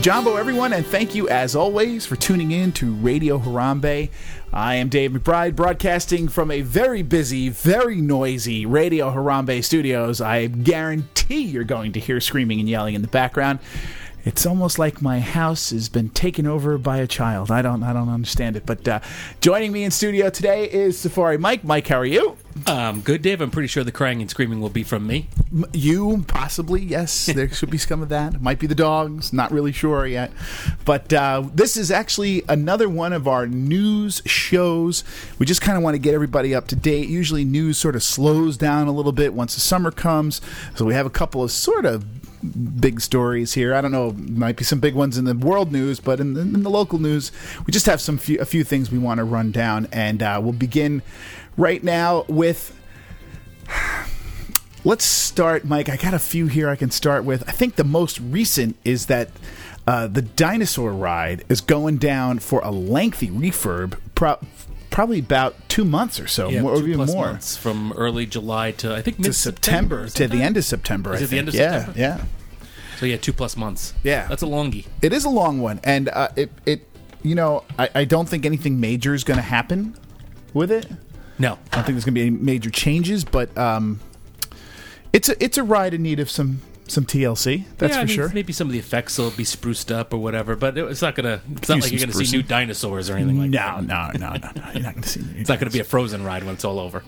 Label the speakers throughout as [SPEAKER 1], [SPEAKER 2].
[SPEAKER 1] Jumbo, everyone, and thank you as always for tuning in to Radio Harambe. I am Dave McBride, broadcasting from a very busy, very noisy Radio Harambe studios. I guarantee you're going to hear screaming and yelling in the background. It's almost like my house has been taken over by a child. I don't, I don't understand it. But uh, joining me in studio today is Safari Mike. Mike, how are you?
[SPEAKER 2] Um, good, Dave. I'm pretty sure the crying and screaming will be from me.
[SPEAKER 1] M- You possibly, yes. There should be some of that. Might be the dogs. Not really sure yet. But uh, this is actually another one of our news shows. We just kind of want to get everybody up to date. Usually, news sort of slows down a little bit once the summer comes. So we have a couple of sort of big stories here. I don't know. Might be some big ones in the world news, but in the, in the local news, we just have some few, a few things we want to run down, and uh, we'll begin right now with. Let's start, Mike. I got a few here I can start with. I think the most recent is that uh, the dinosaur ride is going down for a lengthy refurb, pro- probably about two months or so, Oh, more, or
[SPEAKER 2] two
[SPEAKER 1] even
[SPEAKER 2] plus
[SPEAKER 1] more.
[SPEAKER 2] months from early July to I think
[SPEAKER 1] To
[SPEAKER 2] mid
[SPEAKER 1] September, to the end of September.
[SPEAKER 2] Is
[SPEAKER 1] I
[SPEAKER 2] it the
[SPEAKER 1] think.
[SPEAKER 2] end of
[SPEAKER 1] yeah,
[SPEAKER 2] September?
[SPEAKER 1] Yeah,
[SPEAKER 2] So yeah, two plus months.
[SPEAKER 1] Yeah.
[SPEAKER 2] that's a longie.
[SPEAKER 1] it is a long one, and uh, it it you know I, I don't think anything major is going to happen with it.
[SPEAKER 2] No,
[SPEAKER 1] I don't think there's going to be any major changes, but um, it's a it's a ride in need of some some TLC. That's
[SPEAKER 2] Yeah, I
[SPEAKER 1] for
[SPEAKER 2] mean,
[SPEAKER 1] sure.
[SPEAKER 2] Maybe some of the effects will be spruced up or whatever, but it- it's not gonna. It's not
[SPEAKER 1] Use
[SPEAKER 2] like you're
[SPEAKER 1] some
[SPEAKER 2] gonna see
[SPEAKER 1] sprucing.
[SPEAKER 2] new dinosaurs or anything like that.
[SPEAKER 1] No, no, no, no, no. You're not going to see.
[SPEAKER 2] It's not gonna be a frozen ride when it's all over.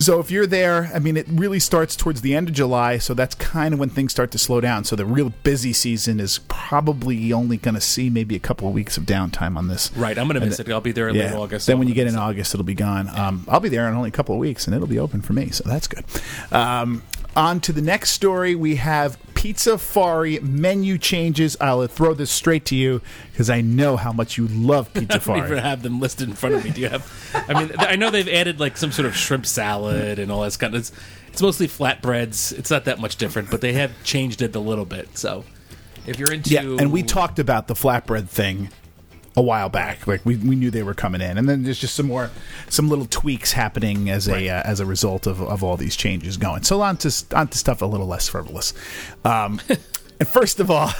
[SPEAKER 1] So if you're there, I mean, it really starts towards the end of July, so that's kind of when things start to slow down. So the real busy season is probably only going to see maybe a couple of weeks of downtime on this.
[SPEAKER 2] Right, I'm gonna miss it. I'll be there in
[SPEAKER 1] Yeah.
[SPEAKER 2] late August.
[SPEAKER 1] Then when you get in August, it'll be gone. Um, I'll be there in only a couple of weeks, and it'll be open for me, so that's good. Um, on to the next story, we have Pizza Fari menu changes. I'll throw this straight to you because I know how much you love Pizza
[SPEAKER 2] I don't even
[SPEAKER 1] Fari.
[SPEAKER 2] have them listed in front of me. Do you have? I mean, th- I know they've added like some sort of shrimp salad and all that kind of. It's, it's mostly flatbreads. It's not that much different, but they have changed it a little bit. So, if you're into,
[SPEAKER 1] Yeah, and we talked about the flatbread thing a while back. Like we, we knew they were coming in, and then there's just some more some little tweaks happening as a uh, as a result of, of all these changes going. So on to on to stuff a little less frivolous. Um, and first of all,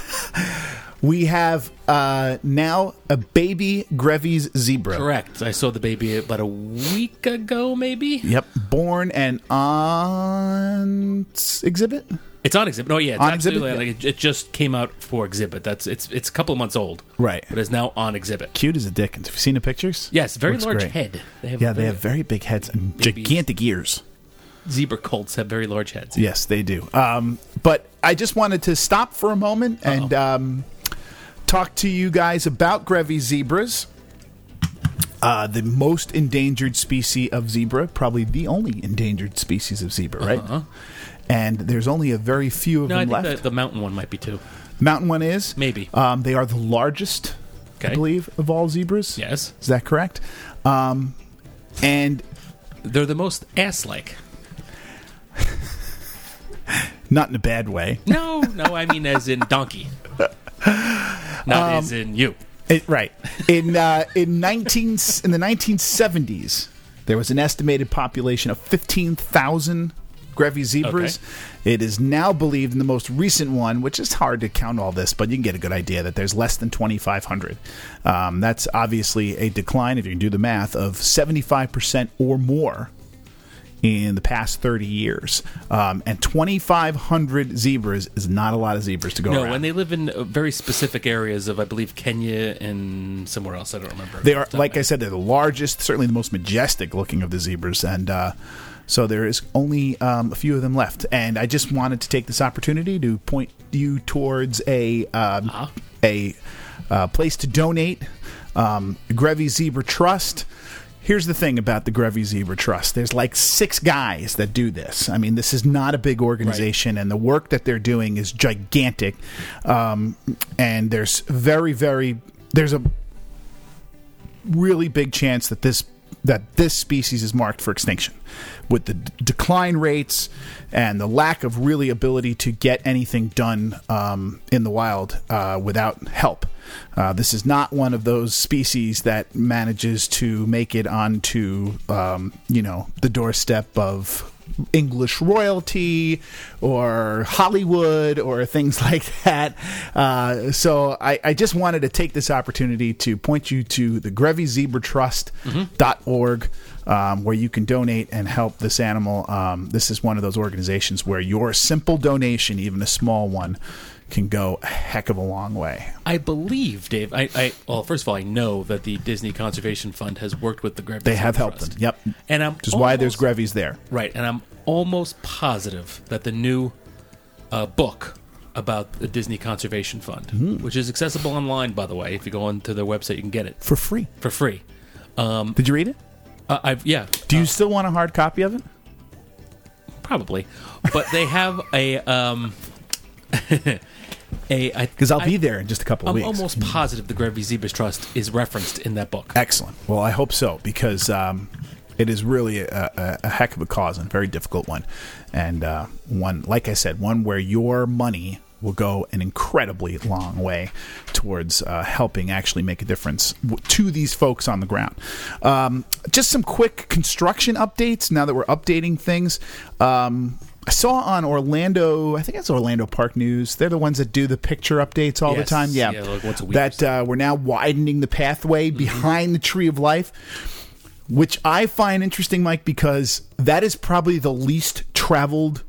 [SPEAKER 1] we have uh, now a baby Grevy's zebra.
[SPEAKER 2] Correct. I saw the baby about a week ago, maybe.
[SPEAKER 1] Yep, born and on exhibit.
[SPEAKER 2] It's on exhibit. Oh yeah, it's
[SPEAKER 1] On
[SPEAKER 2] absolutely
[SPEAKER 1] exhibit?
[SPEAKER 2] like it, it just came out for exhibit. That's it's it's a couple of months old,
[SPEAKER 1] Right.
[SPEAKER 2] But it's now on exhibit.
[SPEAKER 1] Cute as a dickens. Have you seen the pictures?
[SPEAKER 2] Yes, very
[SPEAKER 1] Looks
[SPEAKER 2] large
[SPEAKER 1] great.
[SPEAKER 2] head. They have
[SPEAKER 1] Yeah, they
[SPEAKER 2] very-
[SPEAKER 1] have very big heads and
[SPEAKER 2] Babies.
[SPEAKER 1] gigantic ears.
[SPEAKER 2] zebra colts have very large heads.
[SPEAKER 1] Yes, they do. Um, but I just wanted to stop for a moment and um, talk to you guys about Grevy zebras. Uh, the most endangered species of zebra, probably the only endangered species of zebra, right? And there's only a very few of
[SPEAKER 2] Uh-huh. No, I
[SPEAKER 1] them
[SPEAKER 2] think
[SPEAKER 1] left.
[SPEAKER 2] the, the mountain one might be too.
[SPEAKER 1] Mountain one is
[SPEAKER 2] Maybe.
[SPEAKER 1] Um, they are the largest, I
[SPEAKER 2] Okay.
[SPEAKER 1] believe, of all zebras.
[SPEAKER 2] Yes,
[SPEAKER 1] is that correct? Um, and
[SPEAKER 2] they're the most ass-like.
[SPEAKER 1] not in a bad way.
[SPEAKER 2] No, no, I mean as in donkey,
[SPEAKER 1] Um,
[SPEAKER 2] not as in you.
[SPEAKER 1] It, right. In uh, in nineteen in the nineteen seventies, there was an estimated population of fifteen thousand Grevy zebras. It is now believed in the most recent one, which is hard to count all this, but you can get a good idea that there's less than twenty five hundred. Um, that's obviously a decline if you can do the math of seventy five percent or more in the past 30 years. Um, and 2,500 zebras is not a lot of zebras to go
[SPEAKER 2] No,
[SPEAKER 1] around.
[SPEAKER 2] and they live in uh, very specific areas of, I believe, Kenya and somewhere else. I don't remember.
[SPEAKER 1] They are, like I said, they're the largest, certainly the most majestic looking of the zebras, and uh, so there is only um, a few of them left. And I just wanted to take this opportunity to point you towards a um,
[SPEAKER 2] Ah.
[SPEAKER 1] a uh, place to donate, um, Grevy Zebra Trust. Here's the thing about the Grevy Zebra Trust. There's like six guys that do this. I mean, this is not a big organization, and the work that they're doing is gigantic. Um, and there's very, very there's a really big chance that this that this species is marked for extinction with the d- decline rates and the lack of really ability to get anything done um, in the wild uh, without help uh, this is not one of those species that manages to make it onto um, you know the doorstep of English royalty or Hollywood or things like that. Uh, so I, I just wanted to take this opportunity to point you to the
[SPEAKER 2] Mm-hmm.
[SPEAKER 1] GrevyZebraTrust.org. Um, where you can donate and help this animal. Um, this is one of those organizations where your simple donation, even a small one, can go a heck of a long way.
[SPEAKER 2] I believe, Dave. I, I well, first of all, I know that the Disney Conservation Fund has worked with the Grevy.
[SPEAKER 1] They have helped
[SPEAKER 2] Trust. Oh,
[SPEAKER 1] them. Yep. Which
[SPEAKER 2] and I'm
[SPEAKER 1] is why there's
[SPEAKER 2] almost-
[SPEAKER 1] Grevy's there.
[SPEAKER 2] Right, and I'm almost positive that the new uh, book about the Disney Conservation Fund,
[SPEAKER 1] Hmm.
[SPEAKER 2] which is accessible online, by the way, if you go onto their website, you can get it
[SPEAKER 1] For free.
[SPEAKER 2] for free.
[SPEAKER 1] Did you read it?
[SPEAKER 2] Uh, I've yeah,
[SPEAKER 1] Do you still want a hard copy of it?
[SPEAKER 2] probably, but they have a um, a I
[SPEAKER 1] Because I'll
[SPEAKER 2] I-
[SPEAKER 1] be there in just a couple of
[SPEAKER 2] I'm
[SPEAKER 1] weeks.
[SPEAKER 2] almost positive the Grevy Zebras Trust is referenced in that book.
[SPEAKER 1] Excellent. Well, I hope so because um, it is really a, a, a heck of a cause and a very difficult one, and uh, one like I said, one where your money will go an incredibly long way towards uh, helping actually make a difference w- to these folks on the ground. Um, just some quick construction updates now that we're updating things. Um, I saw on Orlando, I think that's Orlando Park News. They're the ones that do the picture updates all
[SPEAKER 2] Yes.
[SPEAKER 1] the time. Yeah,
[SPEAKER 2] Yeah, like once a week or
[SPEAKER 1] That uh, we're now widening the pathway
[SPEAKER 2] Mm-hmm.
[SPEAKER 1] behind the tree of life which i find interesting mike because that is probably the least traveled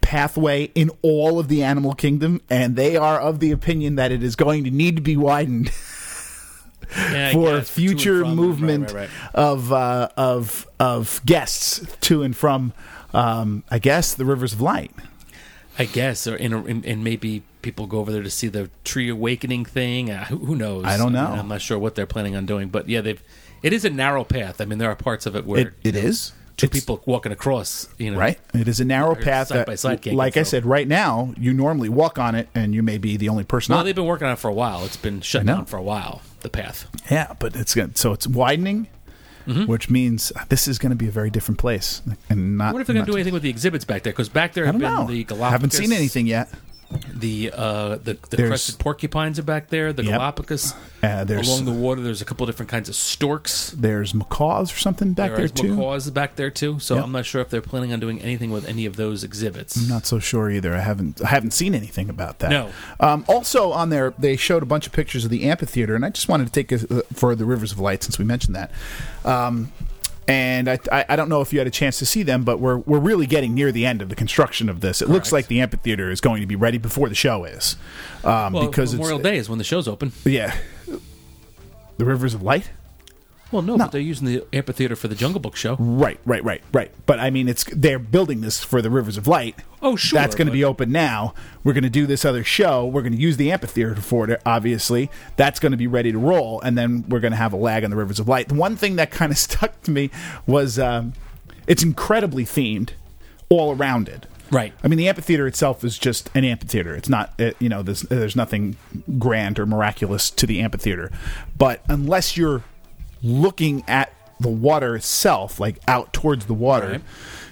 [SPEAKER 1] pathway in all of the animal kingdom and they are of the opinion that it is going to need to be widened
[SPEAKER 2] Yeah,
[SPEAKER 1] for
[SPEAKER 2] I guess, to and
[SPEAKER 1] future
[SPEAKER 2] from, right,
[SPEAKER 1] movement
[SPEAKER 2] right, right.
[SPEAKER 1] of uh, of of guests to and from um, i guess the rivers of light
[SPEAKER 2] I guess, or in, a, in and maybe people go over there to see the tree awakening thing. Uh, who, who knows?
[SPEAKER 1] I don't
[SPEAKER 2] mean,
[SPEAKER 1] know.
[SPEAKER 2] I'm not sure what they're planning on doing, but yeah, they've. It is a narrow path. I mean, there are parts of it where
[SPEAKER 1] it, it is
[SPEAKER 2] two
[SPEAKER 1] It's-
[SPEAKER 2] people walking across. You know,
[SPEAKER 1] Right. It is a narrow
[SPEAKER 2] Or
[SPEAKER 1] path
[SPEAKER 2] side
[SPEAKER 1] that,
[SPEAKER 2] by side can't
[SPEAKER 1] like I
[SPEAKER 2] get through.
[SPEAKER 1] said, right now you normally walk on it, and you may be the only person.
[SPEAKER 2] Well,
[SPEAKER 1] on
[SPEAKER 2] they've
[SPEAKER 1] it.
[SPEAKER 2] been working on it for a while. It's been shut
[SPEAKER 1] I know.
[SPEAKER 2] down for a while. The path.
[SPEAKER 1] Yeah, but it's going so it's widening,
[SPEAKER 2] Mm-hmm.
[SPEAKER 1] which means this is going to be a very different place, and not.
[SPEAKER 2] I wonder if they're going
[SPEAKER 1] not-
[SPEAKER 2] to do anything with the exhibits back there because back there
[SPEAKER 1] I
[SPEAKER 2] have
[SPEAKER 1] don't
[SPEAKER 2] been
[SPEAKER 1] know.
[SPEAKER 2] the Galapagos.
[SPEAKER 1] Haven't seen anything yet.
[SPEAKER 2] The uh, the, the
[SPEAKER 1] There's-
[SPEAKER 2] crested porcupines are back there. The
[SPEAKER 1] Yep.
[SPEAKER 2] Galapagos.
[SPEAKER 1] Uh, there's-
[SPEAKER 2] along the water. There's a couple different kinds of storks.
[SPEAKER 1] There's macaws or something back
[SPEAKER 2] There
[SPEAKER 1] there
[SPEAKER 2] is
[SPEAKER 1] too.
[SPEAKER 2] macaws back there too. So
[SPEAKER 1] Yep.
[SPEAKER 2] I'm not sure if they're planning on doing anything with any of those exhibits.
[SPEAKER 1] Not so sure either. I haven't I haven't seen anything about that.
[SPEAKER 2] No.
[SPEAKER 1] Um, also on there, they showed a bunch of pictures of the amphitheater, and I just wanted to take a, uh, for the Rivers of Light since we mentioned that. Um, and I, I I don't know if you had a chance to see them, but we're we're really getting near the end of the construction of this. It looks
[SPEAKER 2] Correct.
[SPEAKER 1] like the amphitheater is going to be ready before the show is, um,
[SPEAKER 2] Well,
[SPEAKER 1] because
[SPEAKER 2] Memorial
[SPEAKER 1] it's
[SPEAKER 2] Day is when the show's open.
[SPEAKER 1] yeah, the Rivers of Light.
[SPEAKER 2] Well, no, but they're using the amphitheater for the Jungle Book show.
[SPEAKER 1] Right, right, right, right. But I mean, it's they're building this for the Rivers of Light.
[SPEAKER 2] Oh, sure,
[SPEAKER 1] That's going to
[SPEAKER 2] but-
[SPEAKER 1] be open now. We're going to do this other show. We're going to use the amphitheater for it. Obviously, that's going to be ready to roll, and then we're going to have a lag on the Rivers of Light. The one thing that kind of stuck to me was um, it's incredibly themed all around it.
[SPEAKER 2] Right.
[SPEAKER 1] I mean, the amphitheater itself is just an amphitheater. It's not, uh, you know, there's, there's nothing grand or miraculous to the amphitheater. But unless you're looking at the water itself, like out towards the water,
[SPEAKER 2] Right.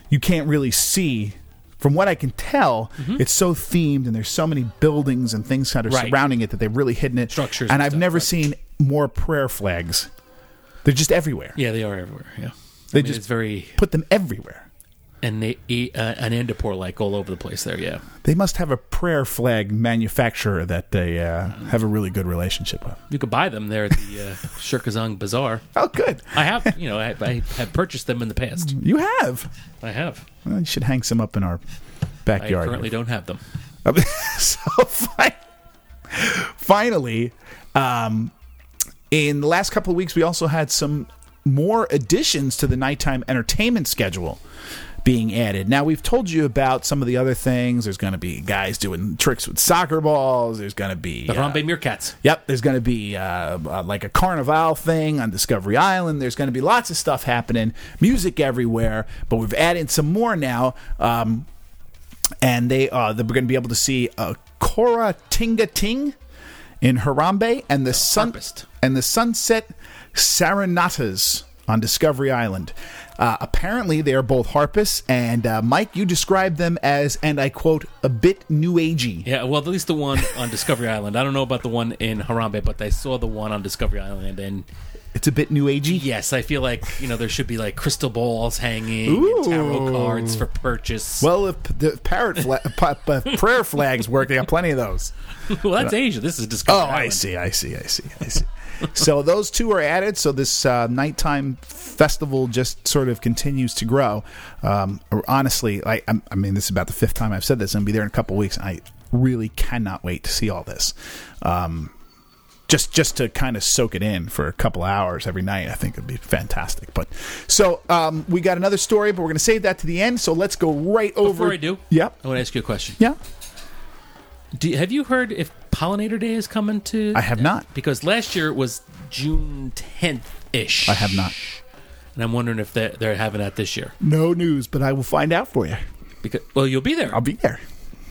[SPEAKER 1] you can't really see. From what I can tell, it's so themed and there's so many buildings and things kind of
[SPEAKER 2] Mm-hmm. Right.
[SPEAKER 1] surrounding it that they've really hidden it.
[SPEAKER 2] Structures
[SPEAKER 1] And
[SPEAKER 2] and
[SPEAKER 1] I've
[SPEAKER 2] stuff,
[SPEAKER 1] never
[SPEAKER 2] right.
[SPEAKER 1] seen more prayer flags. They're just everywhere.
[SPEAKER 2] Yeah, they are everywhere. Yeah,
[SPEAKER 1] They
[SPEAKER 2] I mean,
[SPEAKER 1] just-
[SPEAKER 2] it's very
[SPEAKER 1] Put them everywhere.
[SPEAKER 2] and they eat uh, an Andapur like all over the place there. Yeah,
[SPEAKER 1] They must have a prayer flag manufacturer that they uh, have a really good relationship with.
[SPEAKER 2] you could buy them there at the uh, Shirkazong Bazaar.
[SPEAKER 1] Oh, good.
[SPEAKER 2] I have, you know, I, I have purchased them in the past.
[SPEAKER 1] You have.
[SPEAKER 2] I have.
[SPEAKER 1] Well, you should hang some up in our
[SPEAKER 2] I
[SPEAKER 1] backyard.
[SPEAKER 2] currently don't have them.
[SPEAKER 1] so fi- finally, um, in the last couple of weeks, we also had some more additions to the nighttime entertainment schedule being added. Now we've told you about some of the other things. There's going to be guys doing tricks with soccer balls. There's going to be
[SPEAKER 2] The
[SPEAKER 1] uh,
[SPEAKER 2] Harambe Meerkats.
[SPEAKER 1] Yep, there's going to be uh, uh, like a carnival thing on Discovery Island. There's going to be lots of stuff happening, music everywhere. But we've added some more now, um, and they uh, they're going to be able to see uh, Cora Tinga Ting in Harambe and the sun
[SPEAKER 2] harpist.
[SPEAKER 1] and the Sunset Serenatas on Discovery Island. Uh, apparently, they are both harpists, and uh, Mike, you described them as, and I quote, a bit new agey.
[SPEAKER 2] Yeah, well, at least the one on Discovery Island. I don't know about the one in Harambe, but I saw the one on Discovery Island, and
[SPEAKER 1] It's a bit new agey.
[SPEAKER 2] yes, I feel like you know there should be like crystal balls hanging, and tarot
[SPEAKER 1] Ooh.
[SPEAKER 2] cards for purchase.
[SPEAKER 1] Well, if p- the parrot fla- pa- pa- prayer flags work, they got plenty of those.
[SPEAKER 2] Well, that's Asia. This is Discovery
[SPEAKER 1] uh, Oh,
[SPEAKER 2] Island.
[SPEAKER 1] I see, I see, I see, I see. so those two are added. So this uh, nighttime festival just sort of continues to grow. Um, or honestly, I, I'm- I mean, this is about the fifth time I've said this. I'm gonna be there in a couple weeks. I really cannot wait to see all this. Um, just just to kind of soak it in for a couple hours every night, I think would be fantastic. But so um, we got another story, but we're gonna save that to the end. So let's go right over.
[SPEAKER 2] Before I do,
[SPEAKER 1] Yep.
[SPEAKER 2] I want to ask you a question.
[SPEAKER 1] Yeah.
[SPEAKER 2] Do, have you heard if Pollinator Day is coming to?
[SPEAKER 1] I have not.
[SPEAKER 2] because last year it was June tenth ish.
[SPEAKER 1] I have not.
[SPEAKER 2] and I'm wondering if they're, they're having that this year.
[SPEAKER 1] No news, but I will find out for you.
[SPEAKER 2] Because well, you'll be there.
[SPEAKER 1] I'll be there.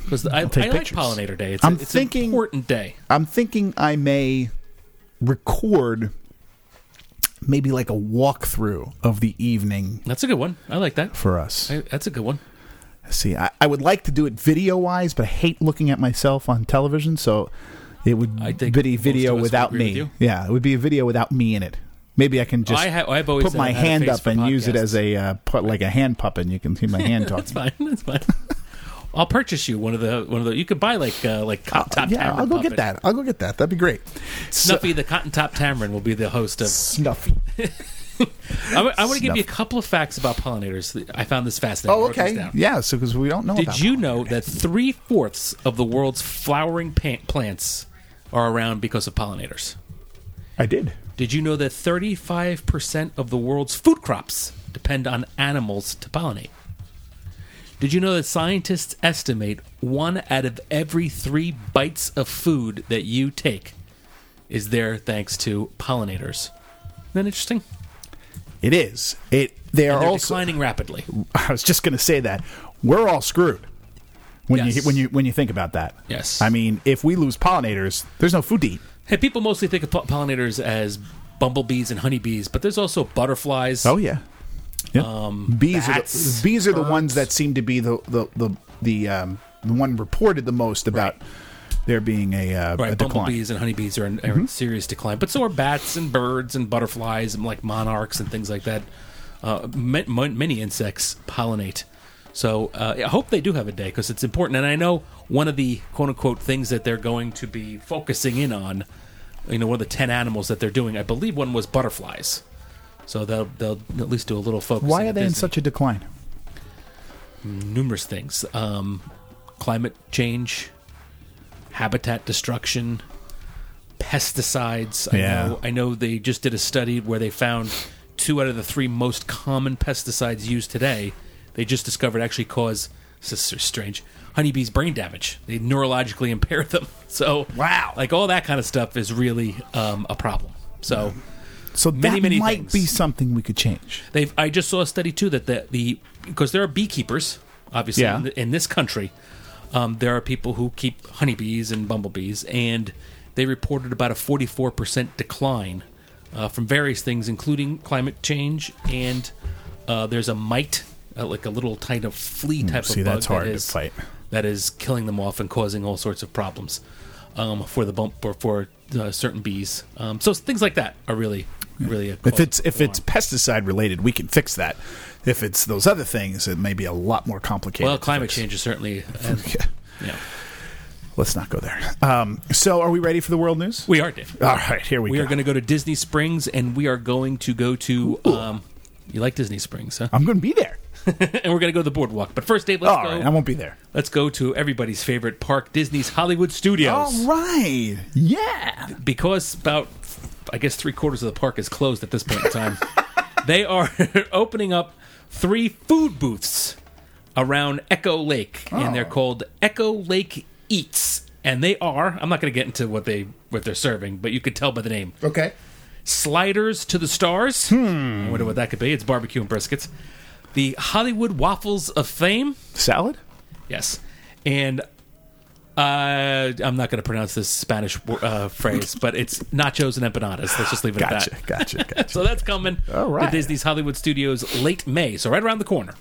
[SPEAKER 2] Because I, I like
[SPEAKER 1] take pictures.
[SPEAKER 2] Pollinator Day. It's, a-
[SPEAKER 1] I'm
[SPEAKER 2] it's
[SPEAKER 1] thinking-
[SPEAKER 2] an important day.
[SPEAKER 1] I'm thinking I may record maybe like a walkthrough of the evening
[SPEAKER 2] That's a good one. I like that.
[SPEAKER 1] for us.
[SPEAKER 2] I, that's a good one.
[SPEAKER 1] See, I, I would like to do it video wise, but I hate looking at myself on television, so it would
[SPEAKER 2] I think
[SPEAKER 1] be
[SPEAKER 2] most
[SPEAKER 1] video
[SPEAKER 2] of us would
[SPEAKER 1] without
[SPEAKER 2] agree with
[SPEAKER 1] me.
[SPEAKER 2] you.
[SPEAKER 1] yeah, it would be a video without me in it. Maybe I can just
[SPEAKER 2] I ha- I've always
[SPEAKER 1] put
[SPEAKER 2] had-
[SPEAKER 1] my
[SPEAKER 2] had a
[SPEAKER 1] hand
[SPEAKER 2] face
[SPEAKER 1] up
[SPEAKER 2] for
[SPEAKER 1] and use it
[SPEAKER 2] podcasts.
[SPEAKER 1] as a uh, put like a hand puppet. and You can see my hand talking.
[SPEAKER 2] That's fine. That's fine. I'll purchase you one of the one of the. You could buy like uh, like co- top.
[SPEAKER 1] yeah,
[SPEAKER 2] Tamarin
[SPEAKER 1] I'll go
[SPEAKER 2] puppet.
[SPEAKER 1] get that. I'll go get that. That'd be great. So-
[SPEAKER 2] Snuffy the Cotton Top Tamarin will be the host of.
[SPEAKER 1] Snuffy.
[SPEAKER 2] I, want to give you a couple of facts about pollinators. I found this fascinating. I
[SPEAKER 1] Oh,
[SPEAKER 2] wrote these
[SPEAKER 1] okay.
[SPEAKER 2] down.
[SPEAKER 1] Yeah, so because we don't know.
[SPEAKER 2] Did
[SPEAKER 1] about
[SPEAKER 2] you know that three fourths of the world's flowering pa- plants are around because of pollinators?
[SPEAKER 1] I did.
[SPEAKER 2] Did you know that 35% of the world's food crops depend on animals to pollinate? Did you know that scientists estimate one out of every three bites of food that you take is there thanks to pollinators? Isn't that interesting?
[SPEAKER 1] It is. It. They are
[SPEAKER 2] They're
[SPEAKER 1] also.
[SPEAKER 2] declining rapidly.
[SPEAKER 1] I was just going to say that we're all screwed when you
[SPEAKER 2] Yes.
[SPEAKER 1] when you when you think about that.
[SPEAKER 2] Yes.
[SPEAKER 1] I mean, if we lose pollinators, there's no food to eat.
[SPEAKER 2] Hey, people mostly think of po- pollinators as bumblebees and honeybees, but there's also butterflies.
[SPEAKER 1] Oh, yeah. Yeah.
[SPEAKER 2] Um,
[SPEAKER 1] bees
[SPEAKER 2] bats,
[SPEAKER 1] are the, bees are the
[SPEAKER 2] birds.
[SPEAKER 1] ones that seem to be the the the the, um, the one reported the most about there being a, uh, a
[SPEAKER 2] Right,
[SPEAKER 1] decline. Mm-hmm.
[SPEAKER 2] bumblebees and honeybees are in, are in serious decline, but so are bats and birds and butterflies and like monarchs and things like that. Uh, ma- ma- many insects pollinate, so uh, I hope they do have a day because it's important. And I know one of the quote unquote things that they're going to be focusing in on, you know, one of the ten animals that they're doing. I believe one was butterflies, so they'll they'll at least do a little focus.
[SPEAKER 1] Why are they in such a decline?
[SPEAKER 2] numerous things? Um, climate change, habitat destruction, pesticides. I
[SPEAKER 1] Yeah.
[SPEAKER 2] know, I know they just did a study where they found two out of the three most common pesticides used today. They just discovered actually cause this is strange honeybees brain damage. They neurologically impair them. So
[SPEAKER 1] Wow.
[SPEAKER 2] like all that kind of stuff is really um, a problem. So.
[SPEAKER 1] So
[SPEAKER 2] Many,
[SPEAKER 1] that
[SPEAKER 2] many
[SPEAKER 1] might
[SPEAKER 2] things.
[SPEAKER 1] be something we could change.
[SPEAKER 2] They've. I just saw a study too that the the because there are beekeepers obviously
[SPEAKER 1] Yeah.
[SPEAKER 2] in, th- in this country. Um, there are people who keep honeybees and bumblebees, and they reported about a forty four percent decline uh, from various things, including climate change and uh, there's a mite, uh, like a little kind of flea type
[SPEAKER 1] Hmm, see,
[SPEAKER 2] of bug
[SPEAKER 1] that's hard
[SPEAKER 2] that
[SPEAKER 1] to
[SPEAKER 2] is
[SPEAKER 1] fight.
[SPEAKER 2] that is killing them off and causing all sorts of problems um, for the bump or for uh, certain bees. Um, so things like that are really really a
[SPEAKER 1] If
[SPEAKER 2] cause
[SPEAKER 1] it's if
[SPEAKER 2] for
[SPEAKER 1] it's
[SPEAKER 2] alarm.
[SPEAKER 1] pesticide related, we can fix that. If it's those other things, it may be a lot more complicated.
[SPEAKER 2] well,
[SPEAKER 1] to
[SPEAKER 2] climate
[SPEAKER 1] fix.
[SPEAKER 2] change is certainly. And,
[SPEAKER 1] Yeah.
[SPEAKER 2] yeah.
[SPEAKER 1] Let's not go there. Um, so, are we ready for the world news?
[SPEAKER 2] We are, Dave.
[SPEAKER 1] All right, here we,
[SPEAKER 2] We
[SPEAKER 1] go.
[SPEAKER 2] are going to go to Disney Springs, and we are going to go to. Um, you like Disney Springs, huh?
[SPEAKER 1] I'm going to be there.
[SPEAKER 2] and we're going to go to the boardwalk. But first, Dave, let's
[SPEAKER 1] All right,
[SPEAKER 2] go.
[SPEAKER 1] I won't be there.
[SPEAKER 2] Let's go to everybody's favorite park, Disney's Hollywood
[SPEAKER 1] All
[SPEAKER 2] Studios.
[SPEAKER 1] right. Yeah.
[SPEAKER 2] Because about, I guess, three quarters of the park is closed at this point in time. they are opening up three food booths around Echo Lake, and they're called Echo Lake Eats. And they are, I'm not going to get into what they what they're serving, but you could tell by the name.
[SPEAKER 1] Okay.
[SPEAKER 2] Sliders to the Stars. Hmm. I wonder what that could be. It's barbecue and briskets. The Hollywood Waffles of Fame.
[SPEAKER 1] Salad?
[SPEAKER 2] Yes. And uh, I'm not going to pronounce this Spanish wo- uh, phrase, but it's nachos and empanadas. Let's just leave it
[SPEAKER 1] Gotcha.
[SPEAKER 2] at that.
[SPEAKER 1] Gotcha. Gotcha.
[SPEAKER 2] So that's coming
[SPEAKER 1] All right.
[SPEAKER 2] to Disney's Hollywood Studios late May. So right around the corner.